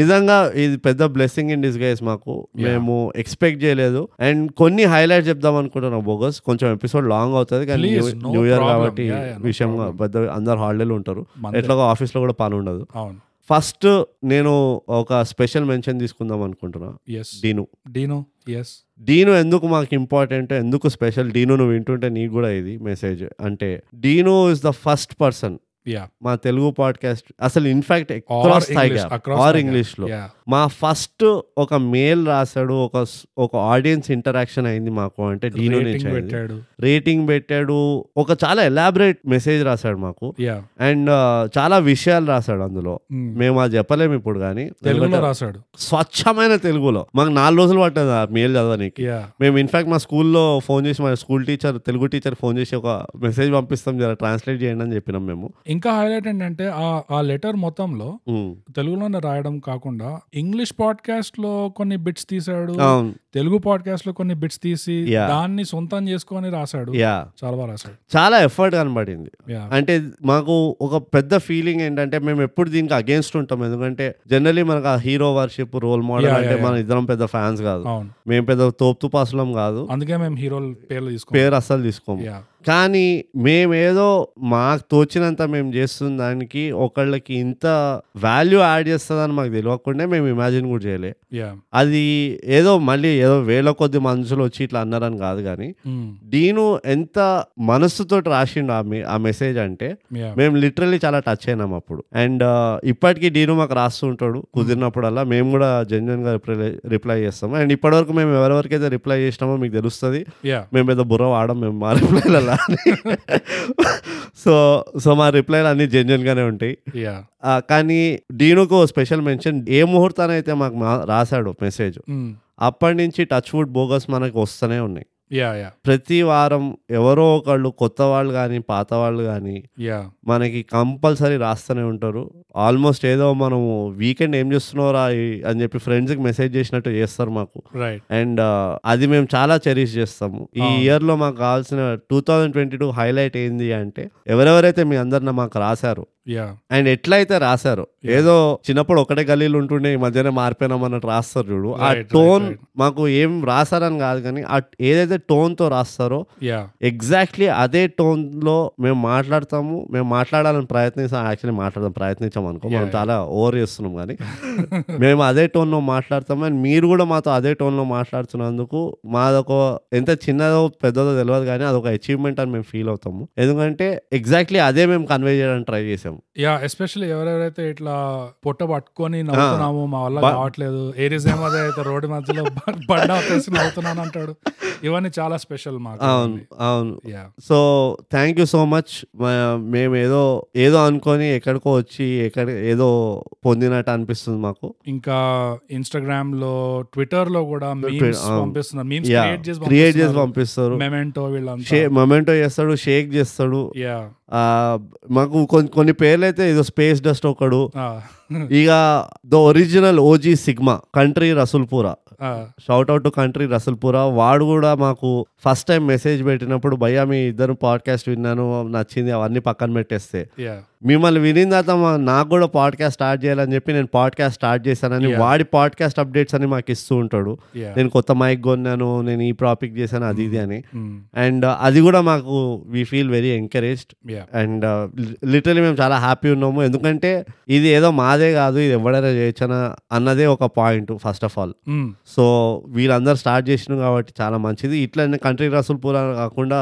నిజంగా ఇది పెద్ద బ్లెస్సింగ్ ఇన్ డిస్గైజ్ మాకు మేము ఎక్స్పెక్ట్ చేయలేదు అండ్ కొన్ని హైలైట్ చెప్దాం అనుకుంటున్నాం బోగస్ కొంచెం ఎపిసోడ్ లాంగ్ అవుతుంది కానీ
Please,
new-
no
new year
problem.
కాబట్టి
Yeah, yeah, no
విషయం పెద్ద అందరు హాలిడేలు ఉంటారు
మందే.
ఎట్లాగో ఆఫీస్ లో కూడా పని ఉండదు
అవును
ఫస్ట్ నేను ఒక స్పెషల్ మెన్షన్ తీసుకుందాం అనుకుంటున్నా
ఎస్
డీను
డీనో ఎస్
డీను ఎందుకు మాకు ఇంపార్టెంట్ ఎందుకు స్పెషల్ డీను నువ్వు వింటుంటే నీకు కూడా ఇది మెసేజ్ అంటే Deenu is the first person
yeah
మా తెలుగు పాడ్కాస్ట్ అసలు ఇన్ఫాక్ట్
ఆర్
స్థాయిగా ఆర్ ఇంగ్లీష్ లో
యా
మా ఫస్ట్ ఒక మెయిల్ రాశాడు ఒక స్- ఒక ఆడియన్స్ ఇంటరాక్షన్ అయింది మాకు అంటే డీనో
రేటింగ్
నుంచి
పెట్టాడు
రేటింగ్ పెట్టాడు ఒక చాలా ఎలాబరేట్ మెసేజ్ రాశాడు మాకు
యా
అండ్ చాలా విషయాలు రాశాడు అందులో
మ్మ్.
మేము అది చెప్పలేము ఇప్పుడు కానీ
Mm. తెలుగులో రాశాడు
స్వచ్ఛమైన తెలుగులో మాకు నాలుగు రోజులు పట్టదు ఆ మెయిల్ చదవడానికి
యా
మేము ఇన్ఫాక్ట్ మా స్కూల్లో ఫోన్ చేసి మా school teacher Telugu teacher phone చేసి ఒక మెసేజ్ పంపిస్తాం జర ట్రాన్స్లేట్ చేయండి అని చెప్పినాం మేము
ఇంకా హైలైట్ ఏంటంటే ఆ ఆ లెటర్ మొత్తంలో
మ్మ్.
తెలుగులోనే రాయడం కాకుండా ఇంగ్లీష్ పాడ్కాస్ట్ లో కొన్ని బిట్స్ తీసాడు
అవును
తెలుగు పాడ్కాస్ట్ లో కొన్ని బిట్స్ తీసి
Yeah.
దాన్ని సొంతం చేసుకొని రాశాడు
యా
చాలా బాగా రాశాడు
చాలా ఎఫర్ట్ కనబడింది
యా
అంటే మాకు ఒక పెద్ద ఫీలింగ్ ఏంటంటే మేము ఎప్పుడు దీనికి అగేన్స్ట్ ఉంటాం ఎందుకంటే జనరలీ మనకు ఆ hero worship role model
Yeah,
అంటే
yeah, yeah.
మనం ఇద్దరం పెద్ద ఫ్యాన్స్ కాదు
అవును
మేము పెద్ద తోపు తుపాసులం కాదు
అందుకే మేము హీరోల పేర్లు తీసుకున్నాం
పేరు అస్సలు తీసుకోము
యా
కానీ మేమేదో మాకు తోచినంత మేము చేస్తున్న దానికి ఒకళ్ళకి ఇంత వాల్యూ యాడ్ చేస్తుందని మాకు తెలియకుండా మేము ఇమాజిన్ కూడా చేయలే
యా
అది ఏదో మళ్ళీ ఏదో వేల కొద్ది మనుషులు వచ్చి ఇట్లా అన్నారని కాదు కానీ
మ్మ్.
డీను ఎంత మనసుతో రాసిండు ఆ మె- ఆ మెసేజ్ అంటే
యా
మేము లిటరల్లీ చాలా టచ్ అయినాం అప్పుడు అండ్ ఇప్పటికీ డీను మాకు రాస్తూ ఉంటాడు కుదిరినప్పుడల్లా మేము కూడా జెన్యున్ గా రిప్లై రిప్లై చేస్తాం అండ్ ఇప్పటివరకు మేము ఎవరెవరికైతే రిప్లై చేసినామో మీకు తెలుస్తుంది
యా
మేము పెద్ద బుర్ర వాడం మేము మా [laughs] రిప్లైలలో సో సో మా రిప్లైలు అన్ని జెన్యున్ గానే ఉంటాయి
యా
ఆ, కానీ డీనుకు స్పెషల్ మెన్షన్ ఏ ముహూర్తానైతే మాకు మా- రాశాడు మెసేజ్
మ్మ్.
అప్పటి నుంచి టచ్ వుడ్ బోగస్ మనకు వస్తూనే ఉన్నాయి
యా యా
ప్రతి వారం ఎవరో ఒకళ్ళు కొత్త వాళ్ళు కానీ పాత వాళ్ళు కానీ
యా
మనకి కంపల్సరీ రాస్తూనే ఉంటారు ఆల్మోస్ట్ ఏదో మనము వీకెండ్ ఏం చేస్తున్నారా ఈ- అని చెప్పి ఫ్రెండ్స్కి మెసేజ్ చేసినట్టు చేస్తారు మాకు
రైట్
అండ్ అది మేము చాలా చెరీష్ చేస్తాము ఈ
అవును.
ఇయర్లో మాకు కావాల్సిన two thousand twenty two highlight ఏంది అంటే ఎవరెవరైతే మీ అందరిని మాకు రాశారు
యా
అండ్ ఎట్లయితే రాశారు ఏదో చిన్నప్పుడు ఒకటే గల్లీలు ఉంటుండే ఈ మధ్యనే మారిపోయినాం అన్నట్టు రాస్తారు చూడు ఆ
Right, right,
టోన్
right.
మాకు ఏం రాశారని కాదు కానీ ఆ ఏదైతే టోన్తో రాస్తారో
యా [laughs]
ఎగ్జాక్ట్లీ అదే టోన్లో మేము మాట్లాడతాము మేము మాట్లాడాలని ప్రయత్నిస్తాం యాక్చువల్లీ మాట్లాడదాం ప్రయత్నించాం అనుకో మనం
Yeah.
చాలా ఓవర్ చేస్తున్నాం కానీ
[laughs]
మేము అదే టోన్లో మాట్లాడతాం అండ్ మీరు కూడా మాతో అదే టోన్లో మాట్లాడుతున్నందుకు మాదొక ఎంత చిన్నదో పెద్దదో తెలియదు కానీ అదొక అచీవ్మెంట్ అని మేము ఫీల్ అవుతాము ఎందుకంటే ఎగ్జాక్ట్లీ అదే మేము కన్వే చేయడానికి ట్రై చేసాము
యా ఎస్పెషల్లీ ఎవరెవరైతే ఇట్లా పొట్ట పట్టుకొని నవ్వుతున్నాము మా వల్ల
బ-
కావట్లేదు ఏరియస్ ఏమదే అయితే రోడ్డు మధ్యలో బ- బండ వచ్చేసి నవ్వుతున్నాను అంటాడు ఇవన్నీ చాలా స్పెషల్ మాకు
అవును అవును
yeah
so thank you so much మేము ఏదో ఏదో అనుకొని ఎక్కడికో వచ్చి ఎక్కడ ఏదో పొందినట్టు అనిపిస్తుంది మాకు
ఇంకా ఇన్స్టాగ్రామ్ లో ట్విట్టర్ లో కూడా మీమ్స్
అవును.
పంపిస్తున్నారు మీమ్స్
యా
క్రియేట్ చేసి
క్రియేట్ um, చేసి
పంపిస్తున్నారు
పంపిస్తారు
మెమెంటో వీళ్ళంతా
షే మొమెంటో చేస్తాడు షేక్ చేస్తాడు
యా
ఆ, మాకు కొన్ని కొన్ని పేర్లు అయితే ఏదో స్పేస్ డస్ట్ ఒకడు
Ah. [laughs]
ఇక the original OG sigma country Rasoolpura
Ah.
Shout out to country Rasoolpura వాడు కూడా మాకు ఫస్ట్ టైం మెసేజ్ పెట్టినప్పుడు భయ్యా మీ ఇద్దరు పాడ్కాస్ట్ విన్నాను నచ్చింది అవన్నీ పక్కన పెట్టేస్తే
యా
మిమ్మల్ని వినిన తర్వాత మా- నాకు కూడా పాడ్కాస్ట్ స్టార్ట్ చేయాలని చెప్పి నేను పాడ్కాస్ట్ స్టార్ట్ చేశానని
Yeah.
వాడి పాడ్కాస్ట్ అప్డేట్స్ అని మాకు ఇస్తూ ఉంటాడు
యా
నేను కొత్త మైక్ కొన్నాను నేను ఈ టాపిక్ చేశాను అది ఇది అని
Hmm.
అండ్ uh, అది కూడా మాకు we feel very encouraged
yeah
and literally మేము చాలా హ్యాపీ ఉన్నాము ఎందుకంటే ఇది ఏదో మాదే కాదు ఇది ఎవడైనా చేయొచ్చన అన్నదే ఒక point first of all
Hmm.
So వీళ్ళందరూ స్టార్ట్ చేసిన కాబట్టి చాలా మంచిది ఇట్లనే కంట్రీ రసూల్పూర్ అని కాకుండా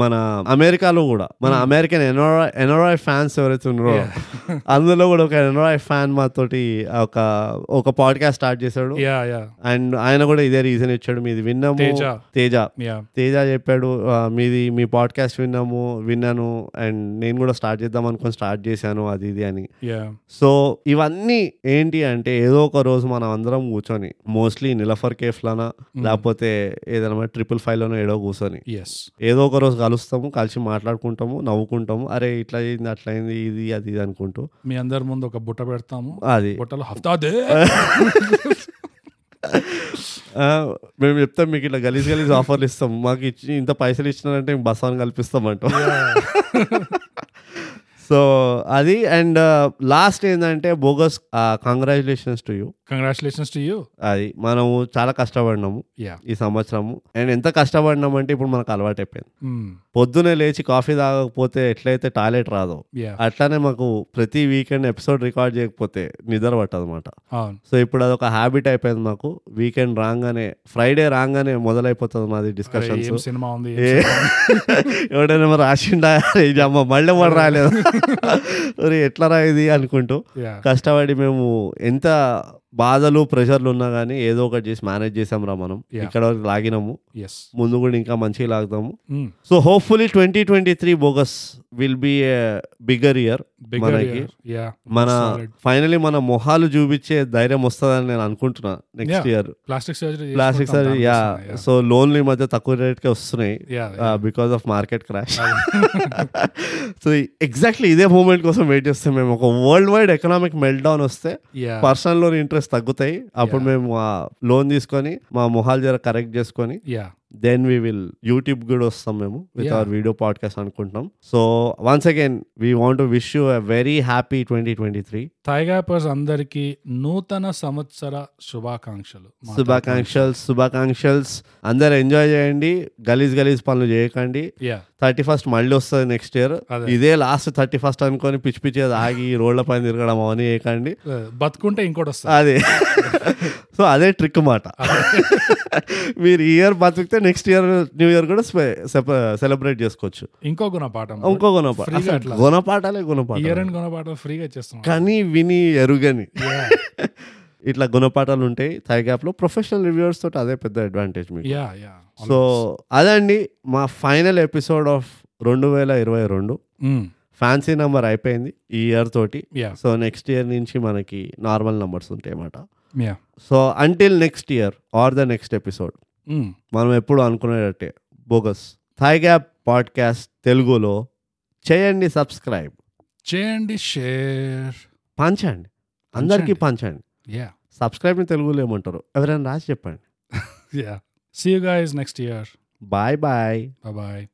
మన అమెరికాలో కూడా మన అమెరికన్ ఎన్ఆర్ఐ ఎన్ఆర్ఐ ఫ్యాన్స్ ఎవరైతే ఉన్నారో అందులో కూడా ఒక ఎన్ఆర్ఐ ఫ్యాన్ మాతోటి ఒక ఒక పాడ్కాస్ట్ స్టార్ట్ చేశాడు
యా యా
అండ్ ఆయన కూడా ఇదే రీజన్ ఇచ్చాడు మీది విన్నాము
తేజ.
తేజ
యా
తేజ చెప్పాడు "ఆ, మీది మీ పాడ్కాస్ట్ విన్నాము విన్నాను అండ్ నేను కూడా స్టార్ట్ చేద్దాం అనుకొని స్టార్ట్ చేశాను అది ఇది అని
యా
సో ఇవన్నీ ఏంటి అంటే ఏదో ఒక రోజు మనం అందరం కూర్చొని మోస్ట్లీ నిలఫర్ కేఫ్లనా లేకపోతే ఏదైనా ట్రిపుల్ లోనో ఏడో కూర్చొని
ఎస్
ఏదో ఒక రోజు కలుస్తాము కలిసి మాట్లాడుకుంటాము నవ్వుకుంటాము అరే ఇట్లా అయింది అట్లా అయింది ఇది అది ఇది అనుకుంటూ
మీ అందరి ముందు ఒక బుట్ట పెడతాము
అది
బుట్టలో హఫ్తా
[laughs]
దే
ఆ, మేము చెప్తాం మీకు ఇట్లా గలీజ్ గలీజ్ ఆఫర్లు ఇస్తాం మాకు ఇచ్చి ఇంత పైసలు ఇచ్చినారంటే మేము బస్ అని కల్పిస్తామంటాం సో అది అండ్ లాస్ట్ ఏంటంటే bogus congratulations to you
congratulations to you
అది మనము చాలా కష్టపడినాము
యా
ఈ సంవత్సరము అండ్ ఎంత కష్టపడినామంటే ఇప్పుడు మనకు అలవాటు అయిపోయింది
Hmm.
పొద్దునే లేచి కాఫీ తాగకపోతే ఎట్లయితే టాయిలెట్ రాదో
యా
అట్లానే మాకు ప్రతి వీకెండ్ ఎపిసోడ్ రికార్డ్ చేయకపోతే నిద్ర పట్టదు అనమాట
అవును
సో ఇప్పుడు అదొక హ్యాబిట్ అయిపోయింది మాకు వీకెండ్ రాగానే ఫ్రైడే రాగానే మొదలైపోతుంది మాది
అరే, ఏం
డిస్కషన్స్
సినిమా ఉంది
ఏ- ఎవడైనా మరి రాసిండా అరే ఇది అమ్మ మళ్ళీ వాడు రాలేదు మరి ఎట్లా రా ఇది అనుకుంటూ
యా
కష్టపడి మేము ఎంత బాధలు ప్రెషర్లు ఉన్నా కానీ ఏదో ఒకటి చేసి మేనేజ్ చేసాం రా మనం
Yeah.
ఇక్కడ వరకు లాగినాము
ఎస్
ముందు కూడా ఇంకా మంచిగా లాగుతాము
Hmm.
So hopefully twenty twenty three bogus will be bigger year మనకి
యా
మన
Solid.
ఫైనలీ మన మొహాలు చూపించే ధైర్యం వస్తుందని నేను అనుకుంటున్నా next
Yeah.
Year
plastic surgery
plastic సర్ యా సో లోన్లు ఈ మధ్య తక్కువ రేట్కే వస్తున్నాయి uh,
yeah [laughs]
because of market [laughs] crash so exactly ఇదే మూమెంట్ కోసం వెయిట్ చేస్తాం మేము ఒక world wide economic melt down వస్తే
యా
పర్సనల్ లోన్ ఇంట్రెస్ట్ తగ్గుతాయి అప్పుడు
Yeah.
మేము లోన్ తీసుకొని మా మొహాలు జర కరెక్ట్ చేసుకొని
yeah
then we will YouTube కూడా వస్తాం మేము with
Yeah.
Our video podcast అనుకుంటాం so once again we want wish you a very happy twenty twenty three
థైగాపర్స్ అందరికీ నూతన సంవత్సర శుభాకాంక్షలు మా
శుభాకాంక్షలు శుభాకాంక్షల్స్ అందరు ఎంజాయ్ చేయండి గలీజ్ గలీజ్ పనులు చేయకండి
తరపున. యా
థర్టీ ఫస్ట్ మళ్ళీ వస్తుంది నెక్స్ట్ ఇయర్
అదే.
ఇదే లాస్ట్ థర్టీ ఫస్ట్ అనుకొని పిచ్చి పిచ్చి అది ఆగి రోడ్ల పైన తిరగడం అవన్నీ చేయకండి
Uh, బతుకుంటే ఇంకోటి వస్తుంది [laughs]
అదే సో అదే ట్రిక్ మాట మీరు ఈ ఇయర్ బతికితే నెక్స్ట్ ఇయర్ న్యూ ఇయర్ కూడా సెలబ్రేట్ చేసుకోవచ్చు
ఇంకో గుణపాఠం
Uh, ఇంకో గుణపాఠ
Free గా
అసలు
అట్లా.
గుణపాఠాలే గుణపాఠం
ఇయర్ అండ్ గుణపాఠం ఫ్రీగా చేస్తున్నాం
కానీ విని ఎరుగని
యా
ఇట్లా గుణపాఠాలు ఉంటాయి థై గ్యాప్ లో ప్రొఫెషనల్ రివ్యూర్స్ తోటి అదే పెద్ద అడ్వాంటేజ్ మీకు
యా యా
సో అదండి మా ఫైనల్ ఎపిసోడ్ ఆఫ్ రెండు వేల ఇరవై రెండు
Mm,
ఫ్యాన్సీ నెంబర్ అయిపోయింది ఈ ఇయర్ తోటి
యా
సో నెక్స్ట్ ఇయర్ నుంచి మనకి నార్మల్ నెంబర్స్ ఉంటాయి అన్నమాట
yeah
so until next year or the next episode
Mm.
మనం ఎప్పుడు అనుకునేటట్టే బోగస్ థై గ్యాప్ పాడ్కాస్ట్ తెలుగులో చేయండి సబ్స్క్రైబ్
చేయండి షేర్
పంచండి అందరికీ పంచండి
యా
సబ్స్క్రైబ్ తెలుగులో ఏమంటారు ఎవరైనా రాసి చెప్పండి
yeah see you guys next year
bye bye
bye